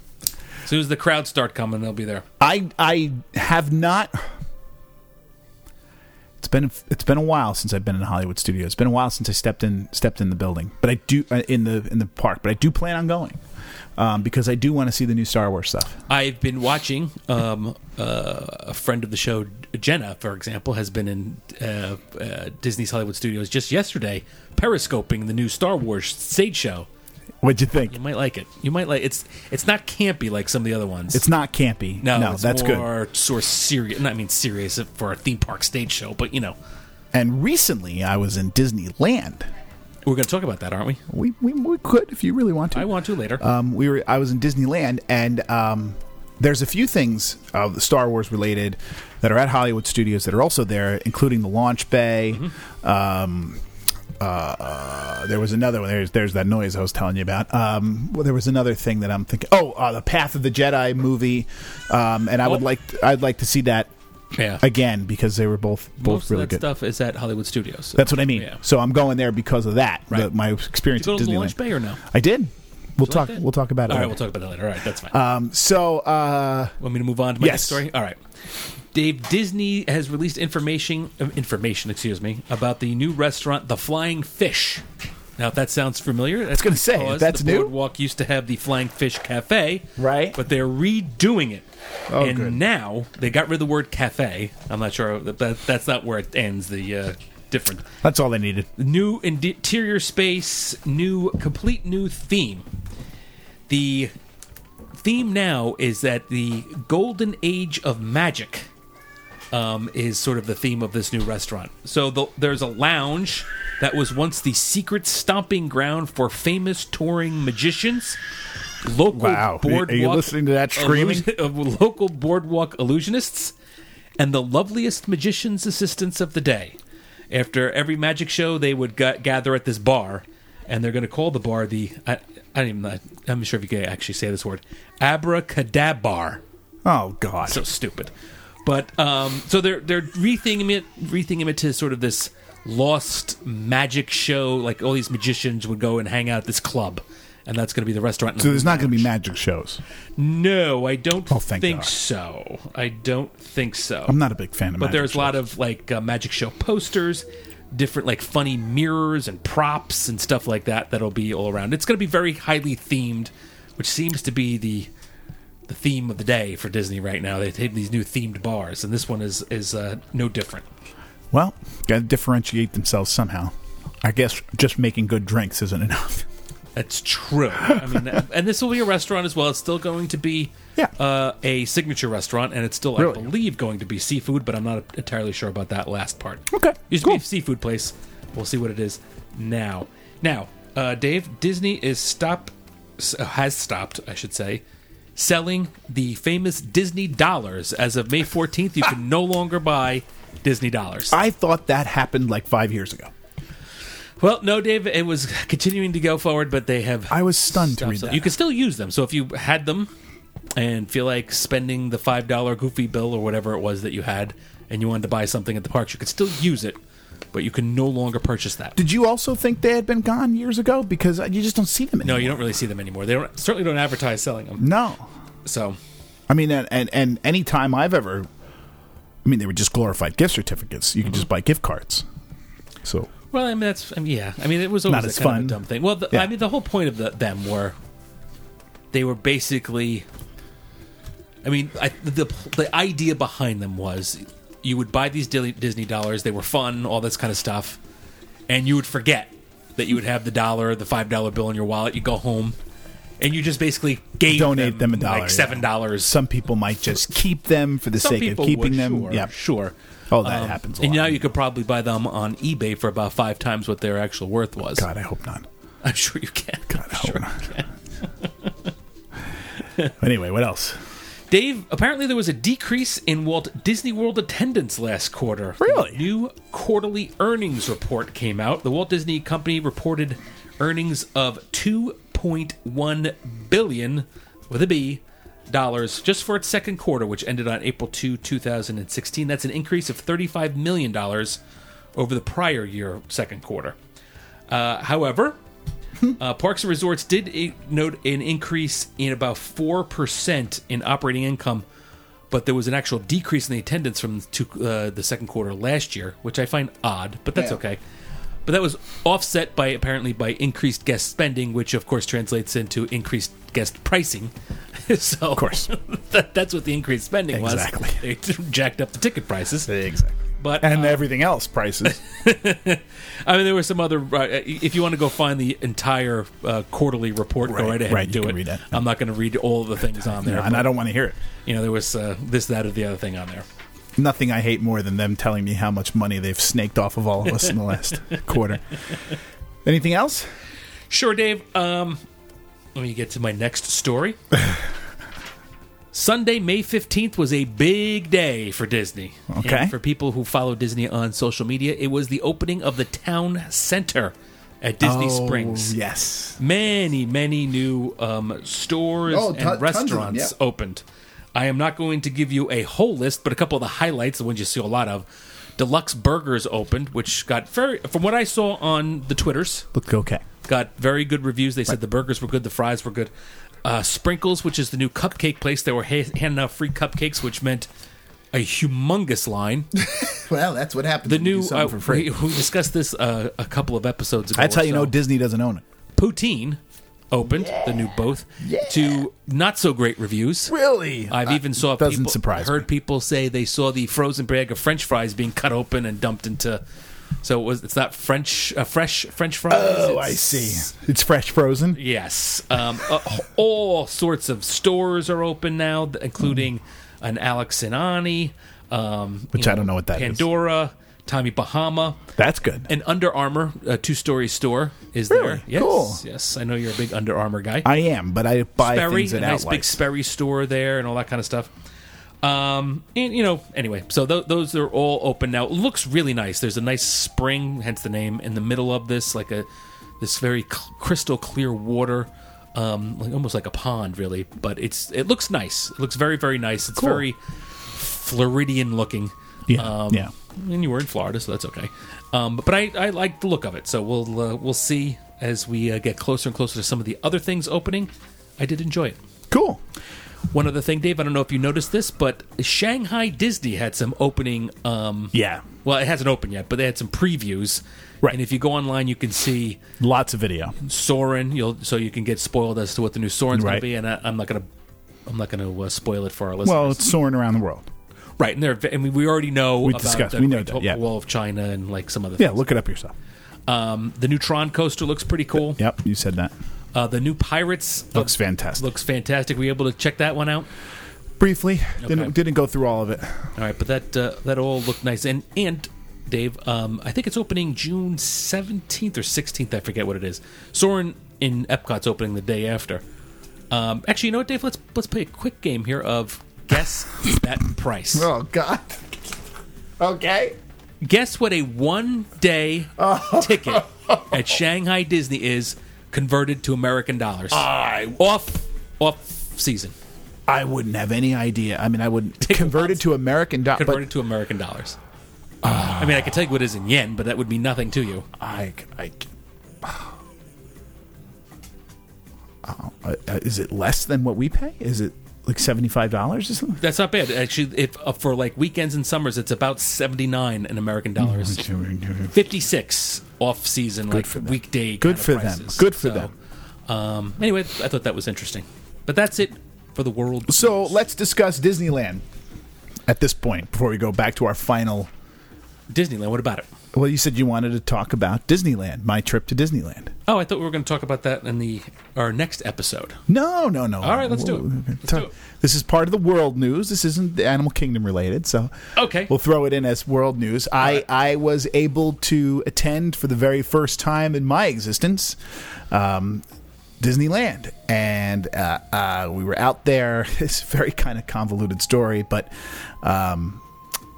[SPEAKER 2] As soon as the crowds start coming, they'll be there.
[SPEAKER 1] I I have not. It's been it's been a while since I've been in a Hollywood studio. It's been a while since I stepped in stepped in the building, but I do uh, in the in the park. But I do plan on going um, because I do want to see the new Star Wars stuff.
[SPEAKER 2] I've been watching um, uh, a friend of the show, Jenna, for example, has been in uh, uh, Disney's Hollywood Studios just yesterday, periscoping the new Star Wars stage show.
[SPEAKER 1] What'd you think?
[SPEAKER 2] You might like it. You might like it's. It's not campy like some of the other ones.
[SPEAKER 1] It's not campy.
[SPEAKER 2] no, it's
[SPEAKER 1] that's good.
[SPEAKER 2] more sort of serious. I mean, serious for a theme park stage show, but you know,
[SPEAKER 1] And recently, I was in Disneyland.
[SPEAKER 2] we're going to talk about that, aren't we?
[SPEAKER 1] We, we we could if you really want to.
[SPEAKER 2] I want to later.
[SPEAKER 1] um, we were I was in Disneyland and um, there's a few things of the Star Wars related that are at Hollywood Studios that are also there, including the launch bay.
[SPEAKER 2] Mm-hmm.
[SPEAKER 1] Um, uh, there was another one. There's there's that noise I was telling you about. Um, well, there was another thing that I'm thinking. Oh, uh, the Path of the Jedi movie, um, and I would
[SPEAKER 2] Oh.
[SPEAKER 1] like I'd like to see that
[SPEAKER 2] yeah,
[SPEAKER 1] again because they were both both
[SPEAKER 2] most
[SPEAKER 1] really
[SPEAKER 2] of that
[SPEAKER 1] good.
[SPEAKER 2] stuff is at Hollywood Studios.
[SPEAKER 1] That's what I mean.
[SPEAKER 2] Yeah.
[SPEAKER 1] So I'm going there because of that.
[SPEAKER 2] Right.
[SPEAKER 1] the- my
[SPEAKER 2] Did
[SPEAKER 1] experience
[SPEAKER 2] you go
[SPEAKER 1] at
[SPEAKER 2] to the
[SPEAKER 1] Disneyland.
[SPEAKER 2] launch bay or no?
[SPEAKER 1] I did. We'll talk.
[SPEAKER 2] Like that?
[SPEAKER 1] we'll talk about it.
[SPEAKER 2] All right,
[SPEAKER 1] later.
[SPEAKER 2] we'll talk about that later. All right, that's fine.
[SPEAKER 1] Um, so uh,
[SPEAKER 2] Want me to move on to my
[SPEAKER 1] Yes.
[SPEAKER 2] next story? All right. Dave Disney has released information uh, information, excuse me, about the new restaurant, The Flying Fish. Now, if that sounds familiar, that's
[SPEAKER 1] gonna say,
[SPEAKER 2] because
[SPEAKER 1] that's
[SPEAKER 2] the
[SPEAKER 1] new?
[SPEAKER 2] Boardwalk used to have the Flying Fish Cafe,
[SPEAKER 1] Right.
[SPEAKER 2] But they're redoing it,
[SPEAKER 1] Oh,
[SPEAKER 2] and
[SPEAKER 1] good.
[SPEAKER 2] now they got rid of the word cafe. I'm not sure that, that that's not where it ends. The uh, different
[SPEAKER 1] that's all they needed.
[SPEAKER 2] new in- interior space, new complete new theme. The theme now is that the golden age of magic um, is sort of the theme of this new restaurant. So the, there's a lounge that was once the secret stomping ground for famous touring magicians. Local
[SPEAKER 1] Wow. Are you- are
[SPEAKER 2] boardwalk
[SPEAKER 1] you listening to that screaming?
[SPEAKER 2] illusion- of local boardwalk illusionists and the loveliest magician's assistants of the day. After every magic show, they would ga- gather at this bar, and they're going to call the bar the I, I don't even know, I'm not sure if you can actually say this word abracadabar.
[SPEAKER 1] Oh God.
[SPEAKER 2] So stupid, but um, so they're they're retheming it, retheming it to sort of this lost magic show. Like all these magicians would go and hang out at this club, and that's going to be the restaurant.
[SPEAKER 1] so there's not going to be magic shows.
[SPEAKER 2] no, I don't
[SPEAKER 1] Oh, thank
[SPEAKER 2] think
[SPEAKER 1] God.
[SPEAKER 2] so. I don't think so.
[SPEAKER 1] I'm not a big fan of.
[SPEAKER 2] But
[SPEAKER 1] magic
[SPEAKER 2] there's a lot of like uh, magic show posters, different like funny mirrors and props and stuff like that that'll be all around. It's going to be very highly themed, which seems to be the the theme of the day for Disney right now. They have these new themed bars, and this one is is uh, no different.
[SPEAKER 1] shows. Well, got to differentiate themselves somehow. I guess just making good drinks isn't enough.
[SPEAKER 2] That's true. I mean, and this will be a restaurant as well. It's still going to be
[SPEAKER 1] Yeah.
[SPEAKER 2] uh, a signature restaurant, and it's still,
[SPEAKER 1] Really?
[SPEAKER 2] I believe, going to be seafood. But I'm not entirely sure about that last part.
[SPEAKER 1] Okay,
[SPEAKER 2] used
[SPEAKER 1] cool.
[SPEAKER 2] to be a seafood place. We'll see what it is now. Now, uh, Dave, Disney is stop s- uh, has stopped, I should say, selling the famous Disney dollars. As of May 14th, you can no longer buy Disney dollars.
[SPEAKER 1] I thought that happened like five years ago.
[SPEAKER 2] Well, no, Dave, it was continuing to go forward, but they have.
[SPEAKER 1] I was stunned to
[SPEAKER 2] stopped
[SPEAKER 1] read
[SPEAKER 2] selling-
[SPEAKER 1] that.
[SPEAKER 2] You can still use them. So if you had them and feel like spending the five dollar goofy bill or whatever it was that you had, and you wanted to buy something at the parks, you could still use it, but you can no longer purchase that.
[SPEAKER 1] Did you also think they had been gone years ago? Because uh, you just don't see them
[SPEAKER 2] No,
[SPEAKER 1] anymore.
[SPEAKER 2] you don't really see them anymore. They don't certainly don't advertise selling them.
[SPEAKER 1] No.
[SPEAKER 2] So
[SPEAKER 1] I mean, and, and and any time I've
[SPEAKER 2] Mm-hmm.
[SPEAKER 1] ever, I mean, they were just glorified gift certificates. You could just buy gift cards. So
[SPEAKER 2] Well, I mean that's I mean, yeah. I mean it was always
[SPEAKER 1] Not as
[SPEAKER 2] that kind
[SPEAKER 1] fun.
[SPEAKER 2] of a dumb thing. Well, the,
[SPEAKER 1] Yeah.
[SPEAKER 2] I mean the whole point of the, them were they were basically. I mean, I, the the idea behind them was you would buy these Dil- Disney dollars. They were fun, all this kind of stuff, and you would forget that you would have the dollar, the five dollar bill in your wallet. You go home, and you just basically gave
[SPEAKER 1] Donate them a dollar, yeah.
[SPEAKER 2] like seven dollars.
[SPEAKER 1] Some people might just keep them for the
[SPEAKER 2] Some
[SPEAKER 1] sake of
[SPEAKER 2] people
[SPEAKER 1] keeping
[SPEAKER 2] would,
[SPEAKER 1] them.
[SPEAKER 2] Sure,
[SPEAKER 1] yeah,
[SPEAKER 2] sure. Um,
[SPEAKER 1] Oh, that happens a
[SPEAKER 2] and
[SPEAKER 1] lot.
[SPEAKER 2] now you could probably buy them on eBay for about five times what their actual worth was.
[SPEAKER 1] God, I hope not.
[SPEAKER 2] I'm sure you can.
[SPEAKER 1] God, I hope not. anyway, what else?
[SPEAKER 2] Dave, apparently there was a decrease in Walt Disney World attendance last quarter.
[SPEAKER 1] Really?
[SPEAKER 2] The new quarterly earnings report came out. The Walt Disney Company reported earnings of 2.1 billion with a B dollars just for its second quarter which ended on April 2, 2016. That's an increase of 35 million dollars over the prior year second quarter. Uh, however, uh, Parks and Resorts did i- note an increase in about 4% in operating income, but there was an actual decrease in the attendance from to, uh, the second quarter last year, which I find odd, but that's
[SPEAKER 1] Yeah.
[SPEAKER 2] okay. But that was offset by apparently by increased guest spending, which of course translates into increased guest pricing. so of
[SPEAKER 1] course.
[SPEAKER 2] that, that's what the increased spending
[SPEAKER 1] Exactly.
[SPEAKER 2] was. They jacked up the ticket prices,
[SPEAKER 1] Exactly.
[SPEAKER 2] but
[SPEAKER 1] And everything else, prices.
[SPEAKER 2] I mean, there were some other. Uh, if you want to go find the entire uh, quarterly report,
[SPEAKER 1] Right,
[SPEAKER 2] go right ahead
[SPEAKER 1] right,
[SPEAKER 2] and
[SPEAKER 1] you
[SPEAKER 2] do
[SPEAKER 1] can
[SPEAKER 2] it.
[SPEAKER 1] read that.
[SPEAKER 2] I'm not going to read all the things on there.
[SPEAKER 1] and I don't want to hear it.
[SPEAKER 2] You know, there was uh, this, that, or the other thing on there.
[SPEAKER 1] Nothing I hate more than them telling me how much money they've snaked off of all of us in the last quarter. Anything else?
[SPEAKER 2] Sure, Dave. Um, let me get to my next story. Sunday, May 15th was a big day for Disney.
[SPEAKER 1] Okay.
[SPEAKER 2] And for people who follow Disney on social media, it was the opening of the town center at Disney
[SPEAKER 1] Oh,
[SPEAKER 2] Springs.
[SPEAKER 1] Yes.
[SPEAKER 2] many many new um, stores
[SPEAKER 1] Oh, ton- tons of
[SPEAKER 2] and
[SPEAKER 1] them,
[SPEAKER 2] restaurants
[SPEAKER 1] yeah.
[SPEAKER 2] opened i am not going to give you a whole list but a couple of the highlights the ones you see a lot of deluxe burgers opened which got very from what i saw on the twitters
[SPEAKER 1] Look okay.
[SPEAKER 2] got very good reviews they said the burgers were good the fries were good uh, sprinkles which is the new cupcake place they were ha- handing out free cupcakes which meant a humongous line
[SPEAKER 1] Well, that's what happened.
[SPEAKER 2] the new uh, we, we discussed this uh, a couple of episodes ago
[SPEAKER 1] That's how
[SPEAKER 2] or
[SPEAKER 1] you know
[SPEAKER 2] so.
[SPEAKER 1] Disney doesn't own it.
[SPEAKER 2] Poutine opened the new both to not so great reviews.
[SPEAKER 1] Really? Uh,
[SPEAKER 2] I've even saw
[SPEAKER 1] doesn't
[SPEAKER 2] people,
[SPEAKER 1] surprise
[SPEAKER 2] heard
[SPEAKER 1] me.
[SPEAKER 2] people say they saw the frozen bag of French fries being cut open and dumped into. So it was it's not French uh, fresh French fries.
[SPEAKER 1] Oh,
[SPEAKER 2] it's-
[SPEAKER 1] I see. It's fresh frozen.
[SPEAKER 2] Yes, um, uh, all sorts of stores are open now, th- including an Alex and Ani, um,
[SPEAKER 1] Which
[SPEAKER 2] you
[SPEAKER 1] I don't know what that is.
[SPEAKER 2] Pandora, Tommy Bahama,
[SPEAKER 1] That's good.
[SPEAKER 2] an Under Armour uh, two-story store is
[SPEAKER 1] Really?
[SPEAKER 2] there. Yes,
[SPEAKER 1] Cool.
[SPEAKER 2] yes, I know you're a big Under Armour guy.
[SPEAKER 1] I am, but I buy
[SPEAKER 2] Sperry,
[SPEAKER 1] things
[SPEAKER 2] a
[SPEAKER 1] at
[SPEAKER 2] nice big
[SPEAKER 1] Outlife.
[SPEAKER 2] Sperry store there, and all that kind of stuff. Um, and you know, anyway, so th- those are all open now. It looks really nice. There's a nice spring, hence the name, in the middle of this, like a this very cl- crystal clear water, um, like, almost like a pond, really. But it's it looks nice. It looks very very nice. It's
[SPEAKER 1] Cool.
[SPEAKER 2] very Floridian looking.
[SPEAKER 1] Yeah,
[SPEAKER 2] um,
[SPEAKER 1] yeah.
[SPEAKER 2] And you were in Florida, so that's okay. Um, but I, I like the look of it, so we'll uh, we'll see as we uh, get closer and closer to some of the other things opening. I did enjoy it.
[SPEAKER 1] Cool.
[SPEAKER 2] One other thing, Dave, I don't know if you noticed this, but Shanghai Disney had some opening. Um,
[SPEAKER 1] Yeah.
[SPEAKER 2] Well, it hasn't opened yet, but they had some previews.
[SPEAKER 1] Right.
[SPEAKER 2] And if you go online, you can see
[SPEAKER 1] Lots of video.
[SPEAKER 2] Soren. You'll so you can get spoiled as to what the new Soren's
[SPEAKER 1] Right.
[SPEAKER 2] going to be. And I, I'm not going to. I'm not going to uh, spoil it for our listeners.
[SPEAKER 1] Well, it's soaring around the world.
[SPEAKER 2] right, and there, and we- we already know
[SPEAKER 1] We
[SPEAKER 2] about
[SPEAKER 1] discussed-
[SPEAKER 2] the
[SPEAKER 1] we know
[SPEAKER 2] Great
[SPEAKER 1] that, yeah.
[SPEAKER 2] Wall of China and like some other
[SPEAKER 1] Yeah,
[SPEAKER 2] things.
[SPEAKER 1] look it up yourself.
[SPEAKER 2] Um, the Neutron coaster looks pretty cool.
[SPEAKER 1] Yep, you said that.
[SPEAKER 2] Uh, the new Pirates
[SPEAKER 1] Looks fantastic.
[SPEAKER 2] Looks fantastic. Were you able to check that one out?
[SPEAKER 1] Briefly, didn't
[SPEAKER 2] Okay.
[SPEAKER 1] didn't go through all of it.
[SPEAKER 2] All right, but that uh, that all looked nice. And and Dave, um, I think it's opening June seventeenth or sixteenth. I forget what it is. Soren in Epcot's opening the day after. Um, actually, you know what, Dave? Let's let's play a quick game here of guess that price.
[SPEAKER 1] Oh God. Okay.
[SPEAKER 2] Guess what a one day
[SPEAKER 1] Oh.
[SPEAKER 2] ticket at Shanghai Disney is converted to American dollars
[SPEAKER 1] I
[SPEAKER 2] off off season
[SPEAKER 1] I wouldn't have any idea. I mean, I wouldn't convert it to American dollar.
[SPEAKER 2] converted to American dollars. I mean, I could tell you what it is in yen, but that would mean nothing to you.
[SPEAKER 1] But I, I, uh, oh, uh, is it less than what we pay? Is it like seventy-five dollars or something.
[SPEAKER 2] That's not bad. Actually, if uh, for like weekends and summers, it's about seventy nine in American dollars. Fifty six off season, like
[SPEAKER 1] for them.
[SPEAKER 2] weekday.
[SPEAKER 1] Mm-hmm. Good
[SPEAKER 2] kind of
[SPEAKER 1] for them.
[SPEAKER 2] prices.
[SPEAKER 1] Good for them.
[SPEAKER 2] Um, anyway, I thought that was interesting. But that's it for the world.
[SPEAKER 1] So let's discuss Disneyland at this point before we go back to our final.
[SPEAKER 2] Disneyland. What about it?
[SPEAKER 1] Well, you said you wanted to talk about Disneyland, my trip to Disneyland.
[SPEAKER 2] Oh, I thought we were going to talk about that in the our next episode.
[SPEAKER 1] No, no, no.
[SPEAKER 2] All right, let's do it.
[SPEAKER 1] We'll-
[SPEAKER 2] Let's
[SPEAKER 1] talk-
[SPEAKER 2] do it.
[SPEAKER 1] This is part of the world news. This isn't the Animal Kingdom related, so
[SPEAKER 2] Okay.
[SPEAKER 1] we'll throw it in as world news. I I was able to attend for the very first time in my existence. Um, Disneyland, and uh, uh, we were out there. It's a very kind of convoluted story, but um,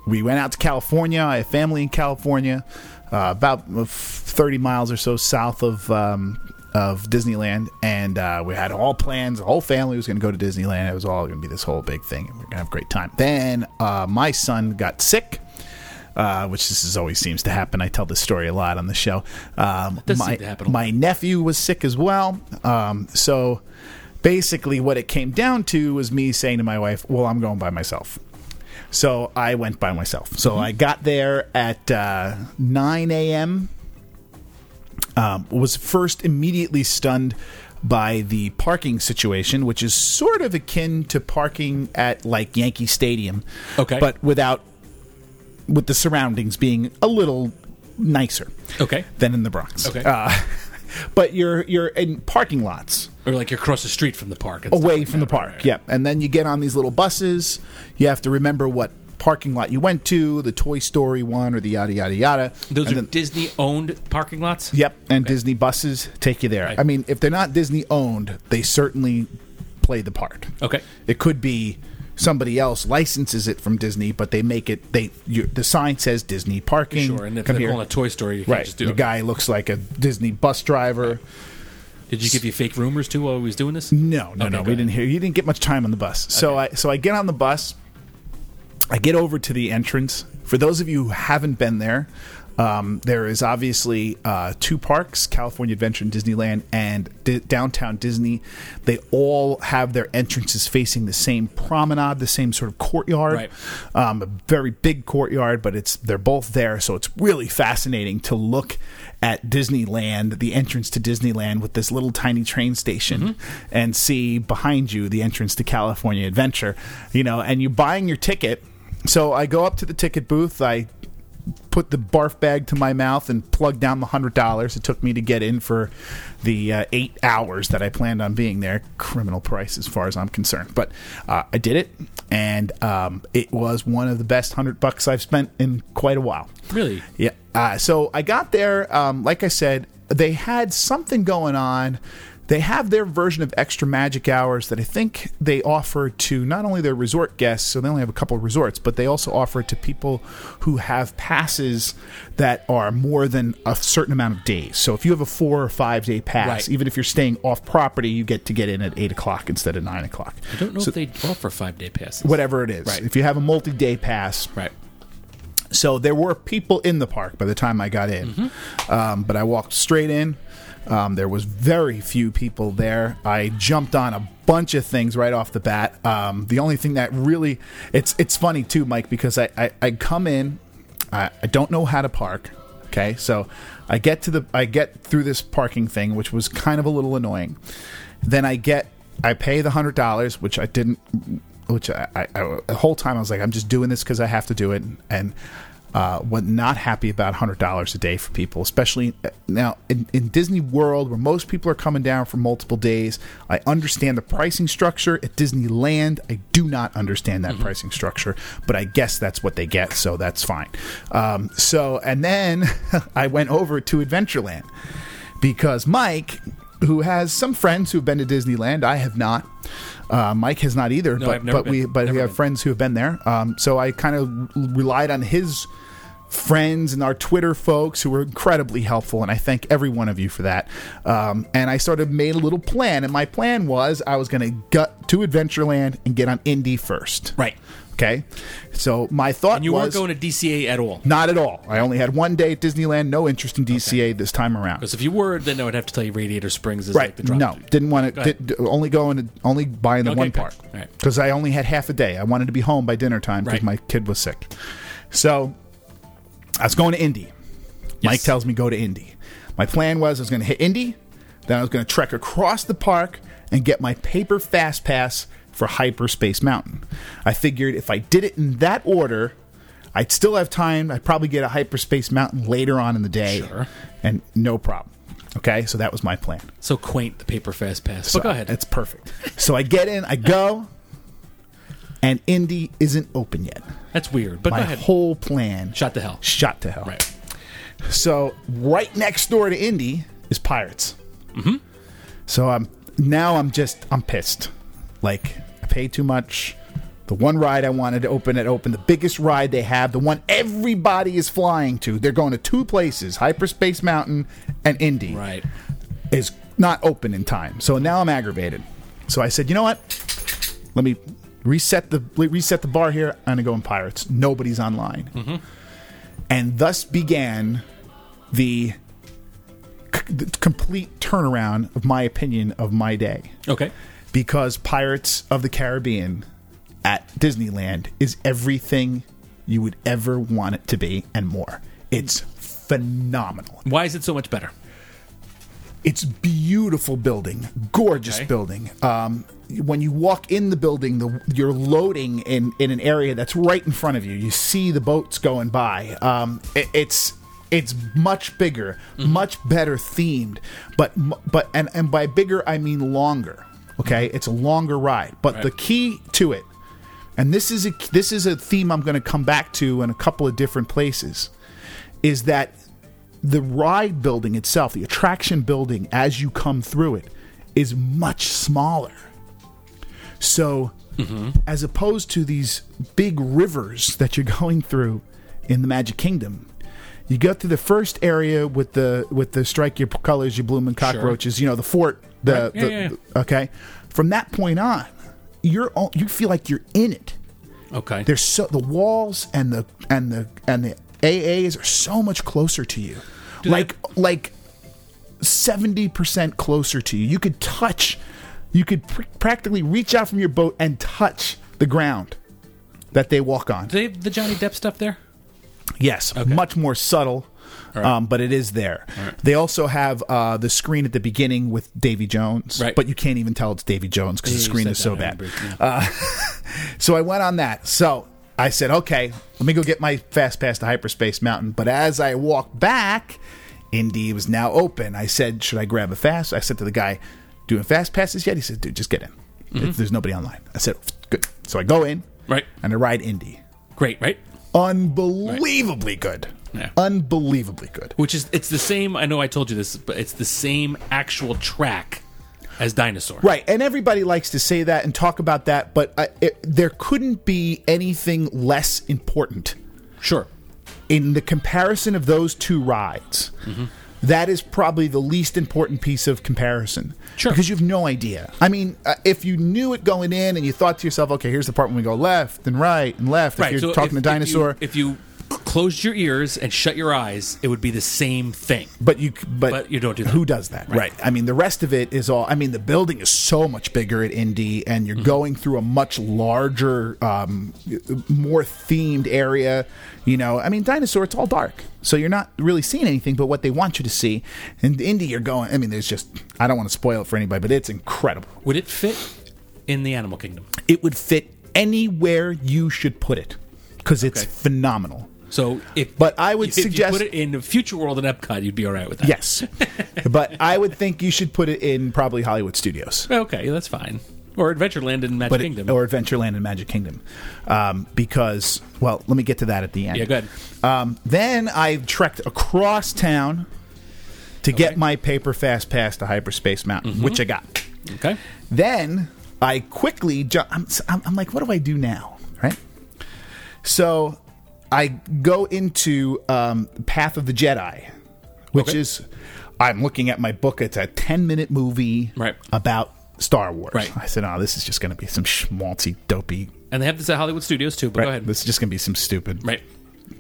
[SPEAKER 1] we went out to California. I have family in California, uh, about uh, f- 30 miles or so south of um, of Disneyland, and uh, we had all plans. The whole family was going to go to Disneyland. It was all going to be this whole big thing, and we are going to have a great time. Then uh, my son got sick. Uh, which this is always seems to happen. I tell this story a lot on the show. Um,
[SPEAKER 2] does
[SPEAKER 1] my,
[SPEAKER 2] seem to happen a lot.
[SPEAKER 1] my nephew was sick as well. Um, so basically, what it came down to was me saying to my wife, Well, I'm going by myself. So I went by myself.
[SPEAKER 2] Mm-hmm.
[SPEAKER 1] So I got there at uh, 9 a.m. Um, was first immediately stunned by the parking situation, which is sort of akin to parking at like Yankee Stadium.
[SPEAKER 2] Okay.
[SPEAKER 1] But without, with the surroundings being a little nicer
[SPEAKER 2] Okay.
[SPEAKER 1] than in the Bronx.
[SPEAKER 2] Oh. Okay.
[SPEAKER 1] Uh, but you're you're in parking lots
[SPEAKER 2] Or like you're across the street from the park. and stuff
[SPEAKER 1] away
[SPEAKER 2] like
[SPEAKER 1] from the
[SPEAKER 2] that, right,
[SPEAKER 1] park.
[SPEAKER 2] right, right.
[SPEAKER 1] Yep. And then you get on these little buses. You have to remember what parking lot you went to, the Toy Story one or the yada yada yada.
[SPEAKER 2] Those
[SPEAKER 1] And
[SPEAKER 2] are
[SPEAKER 1] then-
[SPEAKER 2] Disney owned parking lots.
[SPEAKER 1] Yep, and Disney buses take you there.
[SPEAKER 2] Right.
[SPEAKER 1] I mean, if they're not Disney owned, they certainly play the part.
[SPEAKER 2] Okay.
[SPEAKER 1] It could be somebody else licenses it from Disney, but they make it. They you, the sign says Disney parking.
[SPEAKER 2] Sure. And if
[SPEAKER 1] Come
[SPEAKER 2] they're
[SPEAKER 1] here.
[SPEAKER 2] calling a Toy Story, you
[SPEAKER 1] right,
[SPEAKER 2] can just do
[SPEAKER 1] the
[SPEAKER 2] it.
[SPEAKER 1] guy looks like a Disney bus driver.
[SPEAKER 2] Did you give you fake rumors too while he was doing this?
[SPEAKER 1] No, no, no.
[SPEAKER 2] Okay, go
[SPEAKER 1] We
[SPEAKER 2] ahead.
[SPEAKER 1] didn't hear. You didn't get much time on the bus. So I so I get on the bus. I get over to the entrance. For those of you who haven't been there, um, there is obviously uh, two parks: California Adventure and Disneyland, and D- Downtown Disney. They all have their entrances facing the same promenade, the same sort of courtyard.
[SPEAKER 2] Right.
[SPEAKER 1] Um, a very big courtyard, but it's they're both there, so it's really fascinating to look at Disneyland, the entrance to Disneyland, with this little tiny train station, and see behind you the entrance to California Adventure. You know, and you're buying your ticket. So I go up to the ticket booth. I put the barf bag to my mouth and plug down the hundred dollars it took me to get in for the uh, eight hours that I planned on being there. Criminal price, as far as I'm concerned, but uh, I did it, and um, it was one of the best hundred bucks I've spent in quite a while.
[SPEAKER 2] Really?
[SPEAKER 1] Yeah. Uh, so I got there. Um, like I said, they had something going on. They have their version of extra magic hours that I think they offer to not only their resort guests, so they only have a couple of resorts, but they also offer it to people who have passes that are more than a certain amount of days. So if you have a four or five day pass,
[SPEAKER 2] Right.
[SPEAKER 1] even if you're staying off property, you get to get in at eight o'clock instead of nine o'clock.
[SPEAKER 2] I don't know if they offer five day passes.
[SPEAKER 1] Whatever it is.
[SPEAKER 2] Right.
[SPEAKER 1] If you have a multi day pass,
[SPEAKER 2] Right.
[SPEAKER 1] so there were people in the park by the time I got in, um, but I walked straight in. Um, there was very few people there. I jumped on a bunch of things right off the bat. Um, the only thing that really it's it's funny too, Mike, because I I, I come in, I, I don't know how to park. Okay, so I get to the I get through this parking thing, which was kind of a little annoying. Then I get I pay the hundred dollars, which I didn't. Which I, I, I the whole time I was like, I'm just doing this because I have to do it, and uh, was not happy about hundred dollars a day for people, especially uh, now in, in Disney World where most people are coming down for multiple days. I understand the pricing structure at Disneyland. I do not understand
[SPEAKER 2] Mm-hmm.
[SPEAKER 1] that pricing structure, but I guess that's what they get, so that's fine. Um, so and then I went over to Adventureland because Mike, who has some friends who've been to Disneyland, I have not. Uh, Mike has not either,
[SPEAKER 2] No,
[SPEAKER 1] but
[SPEAKER 2] I've never
[SPEAKER 1] but we
[SPEAKER 2] been.
[SPEAKER 1] but we
[SPEAKER 2] Never
[SPEAKER 1] have
[SPEAKER 2] been.
[SPEAKER 1] friends who have been there. Um, so I kind of relied on his friends and our Twitter folks who were incredibly helpful, and I thank every one of you for that. Um, and I sort of made a little plan, and my plan was I was going to gut to Adventureland and get on Indy first.
[SPEAKER 2] Right.
[SPEAKER 1] Okay. So my thought
[SPEAKER 2] And you
[SPEAKER 1] was
[SPEAKER 2] weren't going to DCA at all.
[SPEAKER 1] not at all. I only had one day at Disneyland. No interest in DCA this time around.
[SPEAKER 2] Because if you were, then I would have to tell you Radiator Springs is like the drop.
[SPEAKER 1] no, didn't want to.
[SPEAKER 2] ahead.
[SPEAKER 1] Did, only going to only buying the
[SPEAKER 2] Okay,
[SPEAKER 1] one
[SPEAKER 2] good.
[SPEAKER 1] park
[SPEAKER 2] All right.
[SPEAKER 1] because I only had half a day. I wanted to be home by dinner time because
[SPEAKER 2] Right.
[SPEAKER 1] my kid was sick. So I was going to Indy. Mike tells me go to Indy. My plan was I was going to hit Indy, then I was going to trek across the park and get my paper fast pass for Hyperspace Mountain. I figured if I did it in that order, I'd still have time. I'd probably get a Hyperspace Mountain later on in the day,
[SPEAKER 2] Sure.
[SPEAKER 1] and no problem. Okay, so that was my plan.
[SPEAKER 2] So quaint, the paper fast pass.
[SPEAKER 1] So
[SPEAKER 2] but go ahead.
[SPEAKER 1] It's perfect. So I get in, I go, and Indy isn't open yet.
[SPEAKER 2] That's weird. But
[SPEAKER 1] My
[SPEAKER 2] go ahead.
[SPEAKER 1] whole plan
[SPEAKER 2] Shot to hell.
[SPEAKER 1] shot to hell.
[SPEAKER 2] Right.
[SPEAKER 1] So right next door to Indy is Pirates. Mm-hmm. So I'm now I'm just I'm pissed. Like I paid too much. The one ride I wanted to open it opened. The biggest ride they have, the one everybody is flying to. They're going to two places: Hyperspace Mountain and Indy
[SPEAKER 2] Right.
[SPEAKER 1] is not open in time. So now I'm aggravated. So I said, you know what? Let me reset the reset the bar here. I'm gonna go in Pirates. Nobody's online, and thus began the, c- the complete turnaround of my opinion of my day
[SPEAKER 2] Okay.
[SPEAKER 1] because Pirates of the Caribbean at Disneyland is everything you would ever want it to be and more. It's phenomenal.
[SPEAKER 2] Why is it so much better?
[SPEAKER 1] It's beautiful building, gorgeous
[SPEAKER 2] Okay.
[SPEAKER 1] building. Um, when you walk in the building, the, you're loading in, in an area that's right in front of you. You see the boats going by. Um, it- it's it's much bigger,
[SPEAKER 2] Mm-hmm.
[SPEAKER 1] much better themed, but mu- but and and by bigger I mean longer. Okay, it's a longer ride, but the
[SPEAKER 2] Mm-hmm. Right.
[SPEAKER 1] key to it, and this is a this is a theme I'm going to come back to in a couple of different places, is that the ride building itself, the attraction building as you come through it, is much smaller. So, as opposed to these big rivers that you're going through in the Magic Kingdom, you go through the first area with the with the strike your colors, you blooming cockroaches, you know the fort, the,
[SPEAKER 2] Right. Yeah,
[SPEAKER 1] the-
[SPEAKER 2] yeah, yeah.
[SPEAKER 1] the- okay. From that point on, you're all, you feel like you're in it.
[SPEAKER 2] Okay.
[SPEAKER 1] There's so the walls and the and the and the AAs are so much closer to you. like like 70% closer to you. You could touch you could pr- practically reach out from your boat and touch the ground that they walk on.
[SPEAKER 2] Do they have the Johnny Depp stuff there?
[SPEAKER 1] Yes, much more subtle, um, but it is there. They also have uh, the screen at the beginning with Davy Jones,
[SPEAKER 2] Right.
[SPEAKER 1] but you can't even tell it's Davy Jones because the
[SPEAKER 2] You
[SPEAKER 1] screen
[SPEAKER 2] said
[SPEAKER 1] is
[SPEAKER 2] that,
[SPEAKER 1] so
[SPEAKER 2] I
[SPEAKER 1] bad. Uh,
[SPEAKER 2] remember, yeah.
[SPEAKER 1] So I went on that. So I said, okay, let me go get my fast pass to Hyperspace Mountain. But as I walked back, Indy was now open. I said, should I grab a fast? I said to the guy, doing fast passes yet? He said, dude, just get in.
[SPEAKER 2] Mm-hmm.
[SPEAKER 1] It's- There's nobody online. I said, good. So I go in
[SPEAKER 2] Right.
[SPEAKER 1] and I ride Indy.
[SPEAKER 2] Great, right?
[SPEAKER 1] Unbelievably good.
[SPEAKER 2] Yeah.
[SPEAKER 1] Unbelievably good.
[SPEAKER 2] Which is it's the same I know I told you this, but it's the same actual track as Dinosaur.
[SPEAKER 1] Right, and everybody likes to say that and talk about that, but I, it, there couldn't be anything less important
[SPEAKER 2] Sure.
[SPEAKER 1] in the comparison of those two rides,
[SPEAKER 2] Mm-hmm.
[SPEAKER 1] that is probably the least important piece of comparison.
[SPEAKER 2] Sure.
[SPEAKER 1] Because you have no idea. I mean, uh, if you knew it going in and you thought to yourself, okay, here's the part when we go left and right and left, if
[SPEAKER 2] Right.
[SPEAKER 1] you're
[SPEAKER 2] so
[SPEAKER 1] talking
[SPEAKER 2] if-
[SPEAKER 1] to dinosaur.
[SPEAKER 2] If you, if you closed your ears and shut your eyes, it would be the same thing.
[SPEAKER 1] but you, c- but,
[SPEAKER 2] But you don't do that.
[SPEAKER 1] Who does that, right. I mean, the rest of it is all. I mean, the building is so much bigger at Indy, and
[SPEAKER 2] Mm-hmm.
[SPEAKER 1] you're going through a much larger, um, more themed area. You know, I mean, dinosaur. It's all dark, so you're not really seeing anything but what they want you to see. And Indy, you're going. I mean, there's just. I don't want to spoil it for anybody, but it's incredible.
[SPEAKER 2] Would it fit in the Animal Kingdom?
[SPEAKER 1] It would fit anywhere you should put it because it's
[SPEAKER 2] Okay.
[SPEAKER 1] phenomenal.
[SPEAKER 2] So if
[SPEAKER 1] But I would
[SPEAKER 2] if
[SPEAKER 1] suggest-
[SPEAKER 2] you put it in the future world in Epcot, you'd be all right with that.
[SPEAKER 1] Yes, but I would think you should put it in probably Hollywood Studios.
[SPEAKER 2] Oh, Okay, that's fine. Or Adventureland in Magic
[SPEAKER 1] but it-
[SPEAKER 2] Kingdom.
[SPEAKER 1] or Adventureland and Magic Kingdom, um, because well, let me get to that at the end.
[SPEAKER 2] yeah, go ahead.
[SPEAKER 1] Um, then I trekked across town to get
[SPEAKER 2] Okay. Mm-hmm.
[SPEAKER 1] my paper fast pass to Hyperspace Mountain, which I got.
[SPEAKER 2] Okay.
[SPEAKER 1] Then I quickly ju- I'm, I'm, I'm like, what do I do now? Right. So I go into um, Path of the Jedi, which
[SPEAKER 2] Okay.
[SPEAKER 1] is I'm looking at my book. It's a 10 minute movie
[SPEAKER 2] Right.
[SPEAKER 1] about Star Wars.
[SPEAKER 2] Right.
[SPEAKER 1] I said, oh, this is just going to be some schmaltzy, dopey.
[SPEAKER 2] And they have this at Hollywood Studios too. But go ahead.
[SPEAKER 1] This is just going to be some stupid,
[SPEAKER 2] Right.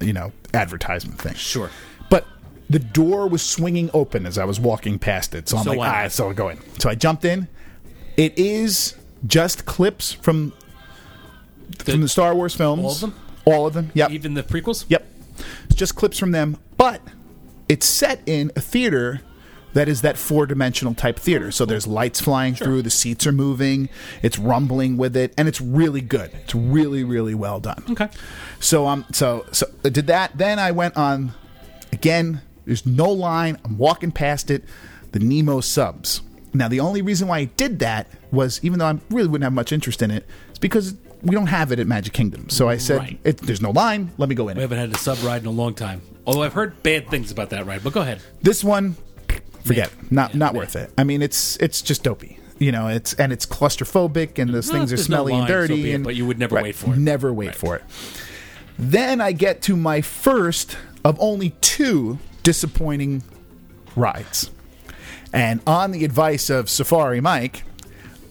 [SPEAKER 1] you know, advertisement thing.
[SPEAKER 2] Sure.
[SPEAKER 1] But the door was swinging open as I was walking past it. So I'm
[SPEAKER 2] So
[SPEAKER 1] like,
[SPEAKER 2] why
[SPEAKER 1] all
[SPEAKER 2] not?
[SPEAKER 1] right, so I'll go in. So I jumped in. It is just clips from
[SPEAKER 2] The-
[SPEAKER 1] from the Star Wars films.
[SPEAKER 2] all of them?
[SPEAKER 1] All of them. Yep.
[SPEAKER 2] Even the prequels.
[SPEAKER 1] Yep. It's just clips from them, but it's set in a theater that is that four dimensional type theater. So there's lights flying through, the seats are moving, it's rumbling with it, and it's really good. It's really, really well done.
[SPEAKER 2] Okay.
[SPEAKER 1] So um so so I did that. Then I went on again, there's no line, I'm walking past it, the Nemo subs. Now the only reason why I did that was even though I really wouldn't have much interest in it, it's because we don't have it at Magic Kingdom. So I said,
[SPEAKER 2] Right.
[SPEAKER 1] it, there's no line, let me go in.
[SPEAKER 2] We haven't had a sub ride in a long time. Although I've heard bad things about that ride. But go ahead.
[SPEAKER 1] This one, forget
[SPEAKER 2] Meh.
[SPEAKER 1] it. not
[SPEAKER 2] Yeah,
[SPEAKER 1] not
[SPEAKER 2] meh.
[SPEAKER 1] worth it. I mean, it's it's just dopey. You know, it's and it's claustrophobic, and those
[SPEAKER 2] Well,
[SPEAKER 1] things are
[SPEAKER 2] if there's no
[SPEAKER 1] smelly and
[SPEAKER 2] line, so
[SPEAKER 1] dirty.
[SPEAKER 2] be it,
[SPEAKER 1] and
[SPEAKER 2] but you would never
[SPEAKER 1] Right,
[SPEAKER 2] wait for it.
[SPEAKER 1] Never wait
[SPEAKER 2] Right.
[SPEAKER 1] for it. Then I get to my first of only two disappointing rides, and on the advice of Safari Mike,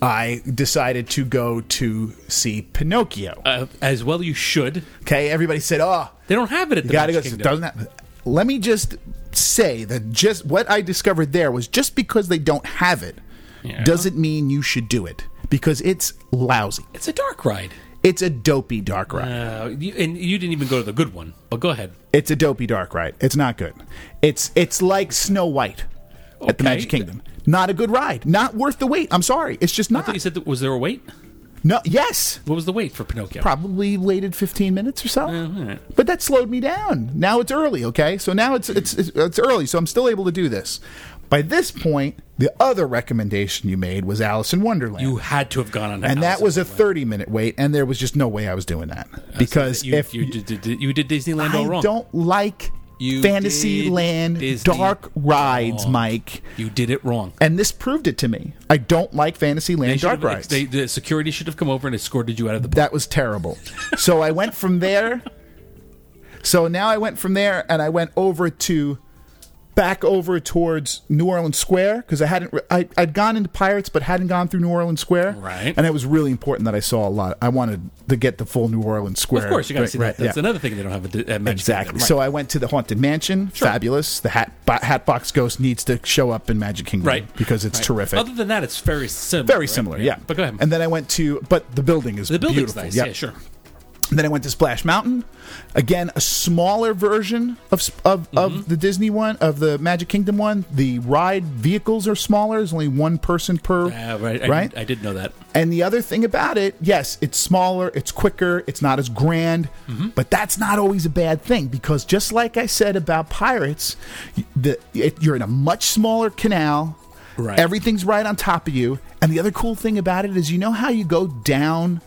[SPEAKER 1] I decided to go to see Pinocchio.
[SPEAKER 2] Uh, as well, you should.
[SPEAKER 1] Okay, everybody said, "Oh,
[SPEAKER 2] They don't have it at the
[SPEAKER 1] gotta
[SPEAKER 2] Magic
[SPEAKER 1] go.
[SPEAKER 2] Kingdom.
[SPEAKER 1] Doesn't that, let me just say that just what I discovered there was just because they don't have it
[SPEAKER 2] Yeah.
[SPEAKER 1] doesn't mean you should do it because it's lousy.
[SPEAKER 2] It's a dark ride.
[SPEAKER 1] It's a dopey dark ride.
[SPEAKER 2] Uh, you, and you didn't even go to the good one. But go ahead.
[SPEAKER 1] It's a dopey dark ride. It's not good. It's it's like Snow White at the
[SPEAKER 2] Okay.
[SPEAKER 1] Magic Kingdom. Not a good ride. Not worth the wait. I'm sorry. It's just
[SPEAKER 2] I thought
[SPEAKER 1] not.
[SPEAKER 2] you said that, was there a wait?
[SPEAKER 1] No. Yes.
[SPEAKER 2] What was the wait for Pinocchio?
[SPEAKER 1] Probably waited 15 minutes or so. But that slowed me down. Now it's early, okay? So now it's, it's it's it's early, so I'm still able to do this. By this point, the other recommendation you made was Alice in Wonderland.
[SPEAKER 2] you had to have gone on.
[SPEAKER 1] and
[SPEAKER 2] Alice
[SPEAKER 1] that was
[SPEAKER 2] in
[SPEAKER 1] a 30 minute wait and there was just no way I was doing that. Because
[SPEAKER 2] Wonderland. you,
[SPEAKER 1] if
[SPEAKER 2] you did, did- did- you did Disneyland all
[SPEAKER 1] I
[SPEAKER 2] wrong.
[SPEAKER 1] don't like
[SPEAKER 2] You
[SPEAKER 1] Fantasyland
[SPEAKER 2] did Disney
[SPEAKER 1] dark rides,
[SPEAKER 2] wrong.
[SPEAKER 1] Mike.
[SPEAKER 2] You did it wrong.
[SPEAKER 1] And this proved it to me. I don't like
[SPEAKER 2] They
[SPEAKER 1] Fantasyland
[SPEAKER 2] should
[SPEAKER 1] dark
[SPEAKER 2] have-
[SPEAKER 1] rides.
[SPEAKER 2] they- the security should have come over and escorted you out of the.
[SPEAKER 1] that was terrible. So I went from there. So now I went from there and I went over to back over towards New Orleans Square because I hadn't re- I, I'd gone into Pirates but hadn't gone through New Orleans Square.
[SPEAKER 2] Right.
[SPEAKER 1] And it was really important that I saw a lot. I wanted to get the full New Orleans Square.
[SPEAKER 2] Of course, you got to
[SPEAKER 1] Right,
[SPEAKER 2] see
[SPEAKER 1] right,
[SPEAKER 2] that. That's
[SPEAKER 1] yeah.
[SPEAKER 2] another thing they don't have at, at Magic
[SPEAKER 1] Exactly.
[SPEAKER 2] Kingdom.
[SPEAKER 1] So I went to the Haunted Mansion. Fabulous. The hat bo- Hatbox Ghost needs to show up in Magic Kingdom
[SPEAKER 2] Right.
[SPEAKER 1] because it's
[SPEAKER 2] Right.
[SPEAKER 1] terrific.
[SPEAKER 2] Other than that, it's very similar.
[SPEAKER 1] Very
[SPEAKER 2] right?
[SPEAKER 1] similar, yeah.
[SPEAKER 2] But go ahead.
[SPEAKER 1] And then I went to, but the building is
[SPEAKER 2] the building's
[SPEAKER 1] beautiful.
[SPEAKER 2] nice.
[SPEAKER 1] Yep.
[SPEAKER 2] Yeah, sure.
[SPEAKER 1] Then I went to Splash Mountain, again a smaller version of sp- of,
[SPEAKER 2] Mm-hmm.
[SPEAKER 1] of the Disney one, of the Magic Kingdom one. The ride vehicles are smaller; there's only one person per.
[SPEAKER 2] Yeah, Uh, right. I,
[SPEAKER 1] Right?
[SPEAKER 2] I did know that.
[SPEAKER 1] And the other thing about it, yes, it's smaller, it's quicker, it's not as grand,
[SPEAKER 2] Mm-hmm.
[SPEAKER 1] but that's not always a bad thing because just like I said about Pirates, y- the, it, you're in a much smaller canal.
[SPEAKER 2] Right.
[SPEAKER 1] Everything's right on top of you. And the other cool thing about it is you know how you go down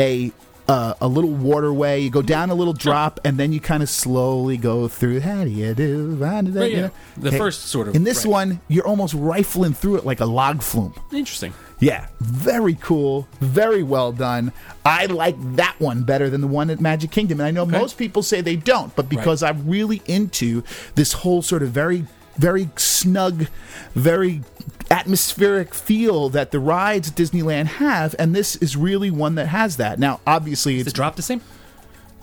[SPEAKER 1] a uh, a little waterway, you go
[SPEAKER 2] Mm-hmm.
[SPEAKER 1] down a little drop, and then you kind of slowly go through. How do you do? How do
[SPEAKER 2] Right,
[SPEAKER 1] you
[SPEAKER 2] yeah.
[SPEAKER 1] know?
[SPEAKER 2] The first sort of-
[SPEAKER 1] In this
[SPEAKER 2] right.
[SPEAKER 1] one, you're almost rifling through it like a log flume.
[SPEAKER 2] Interesting.
[SPEAKER 1] Yeah, very cool, very well done. I like that one better than the one at Magic Kingdom. And I know most people say they don't, but because I'm really into this whole sort of very, very snug, very atmospheric feel that the rides at Disneyland have, and this is really one that has that. Now, obviously,
[SPEAKER 2] Is
[SPEAKER 1] it's
[SPEAKER 2] the drop the same?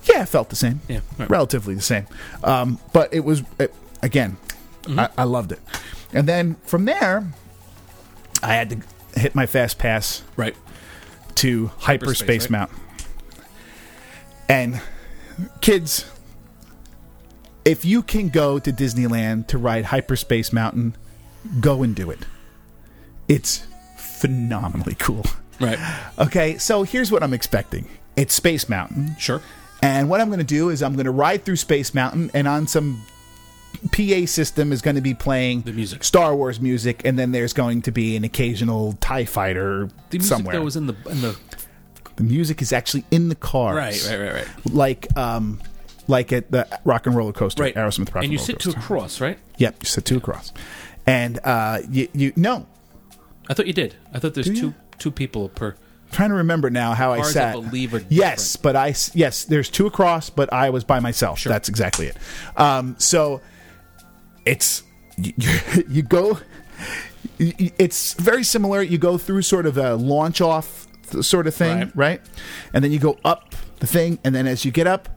[SPEAKER 1] yeah, it felt the same.
[SPEAKER 2] Yeah, right.
[SPEAKER 1] relatively the same. Um, but it was it, again, I, I loved it. And then from there, I had to hit my fast pass
[SPEAKER 2] Right.
[SPEAKER 1] to Hyperspace,
[SPEAKER 2] Hyperspace, right?
[SPEAKER 1] Mountain. And kids, if you can go to Disneyland to ride Hyperspace Mountain, go and do it. It's phenomenally cool.
[SPEAKER 2] Right.
[SPEAKER 1] Okay, so here's what I'm expecting. It's Space Mountain.
[SPEAKER 2] Sure.
[SPEAKER 1] And what I'm going to do is I'm going to ride through Space Mountain, and on some PA system is going to be playing the
[SPEAKER 2] music.
[SPEAKER 1] Star Wars music, and then there's going to be an occasional Tie Fighter
[SPEAKER 2] The music
[SPEAKER 1] somewhere.
[SPEAKER 2] though was in the in the
[SPEAKER 1] the music is actually in the cars,
[SPEAKER 2] right, right, right, right.
[SPEAKER 1] Like, um, like at the Rock and Roller Coaster,
[SPEAKER 2] Right.
[SPEAKER 1] Aerosmith Rock and,
[SPEAKER 2] and you
[SPEAKER 1] Roller
[SPEAKER 2] sit to
[SPEAKER 1] Coaster.
[SPEAKER 2] a cross, right?
[SPEAKER 1] yep, you sit two across, and uh, you, you no,
[SPEAKER 2] I thought you did. I thought there's
[SPEAKER 1] Do you?
[SPEAKER 2] two two people per.
[SPEAKER 1] trying to remember now how I
[SPEAKER 2] Ours, I
[SPEAKER 1] sat.
[SPEAKER 2] believe, are
[SPEAKER 1] yes, but I s- yes, there's two across, but I was by myself. That's exactly it. Um, so it's you, you go. y- y- It's very similar. You go through sort of a launch off th- sort of thing,
[SPEAKER 2] Right.
[SPEAKER 1] right? And then you go up the thing, and then as you get up,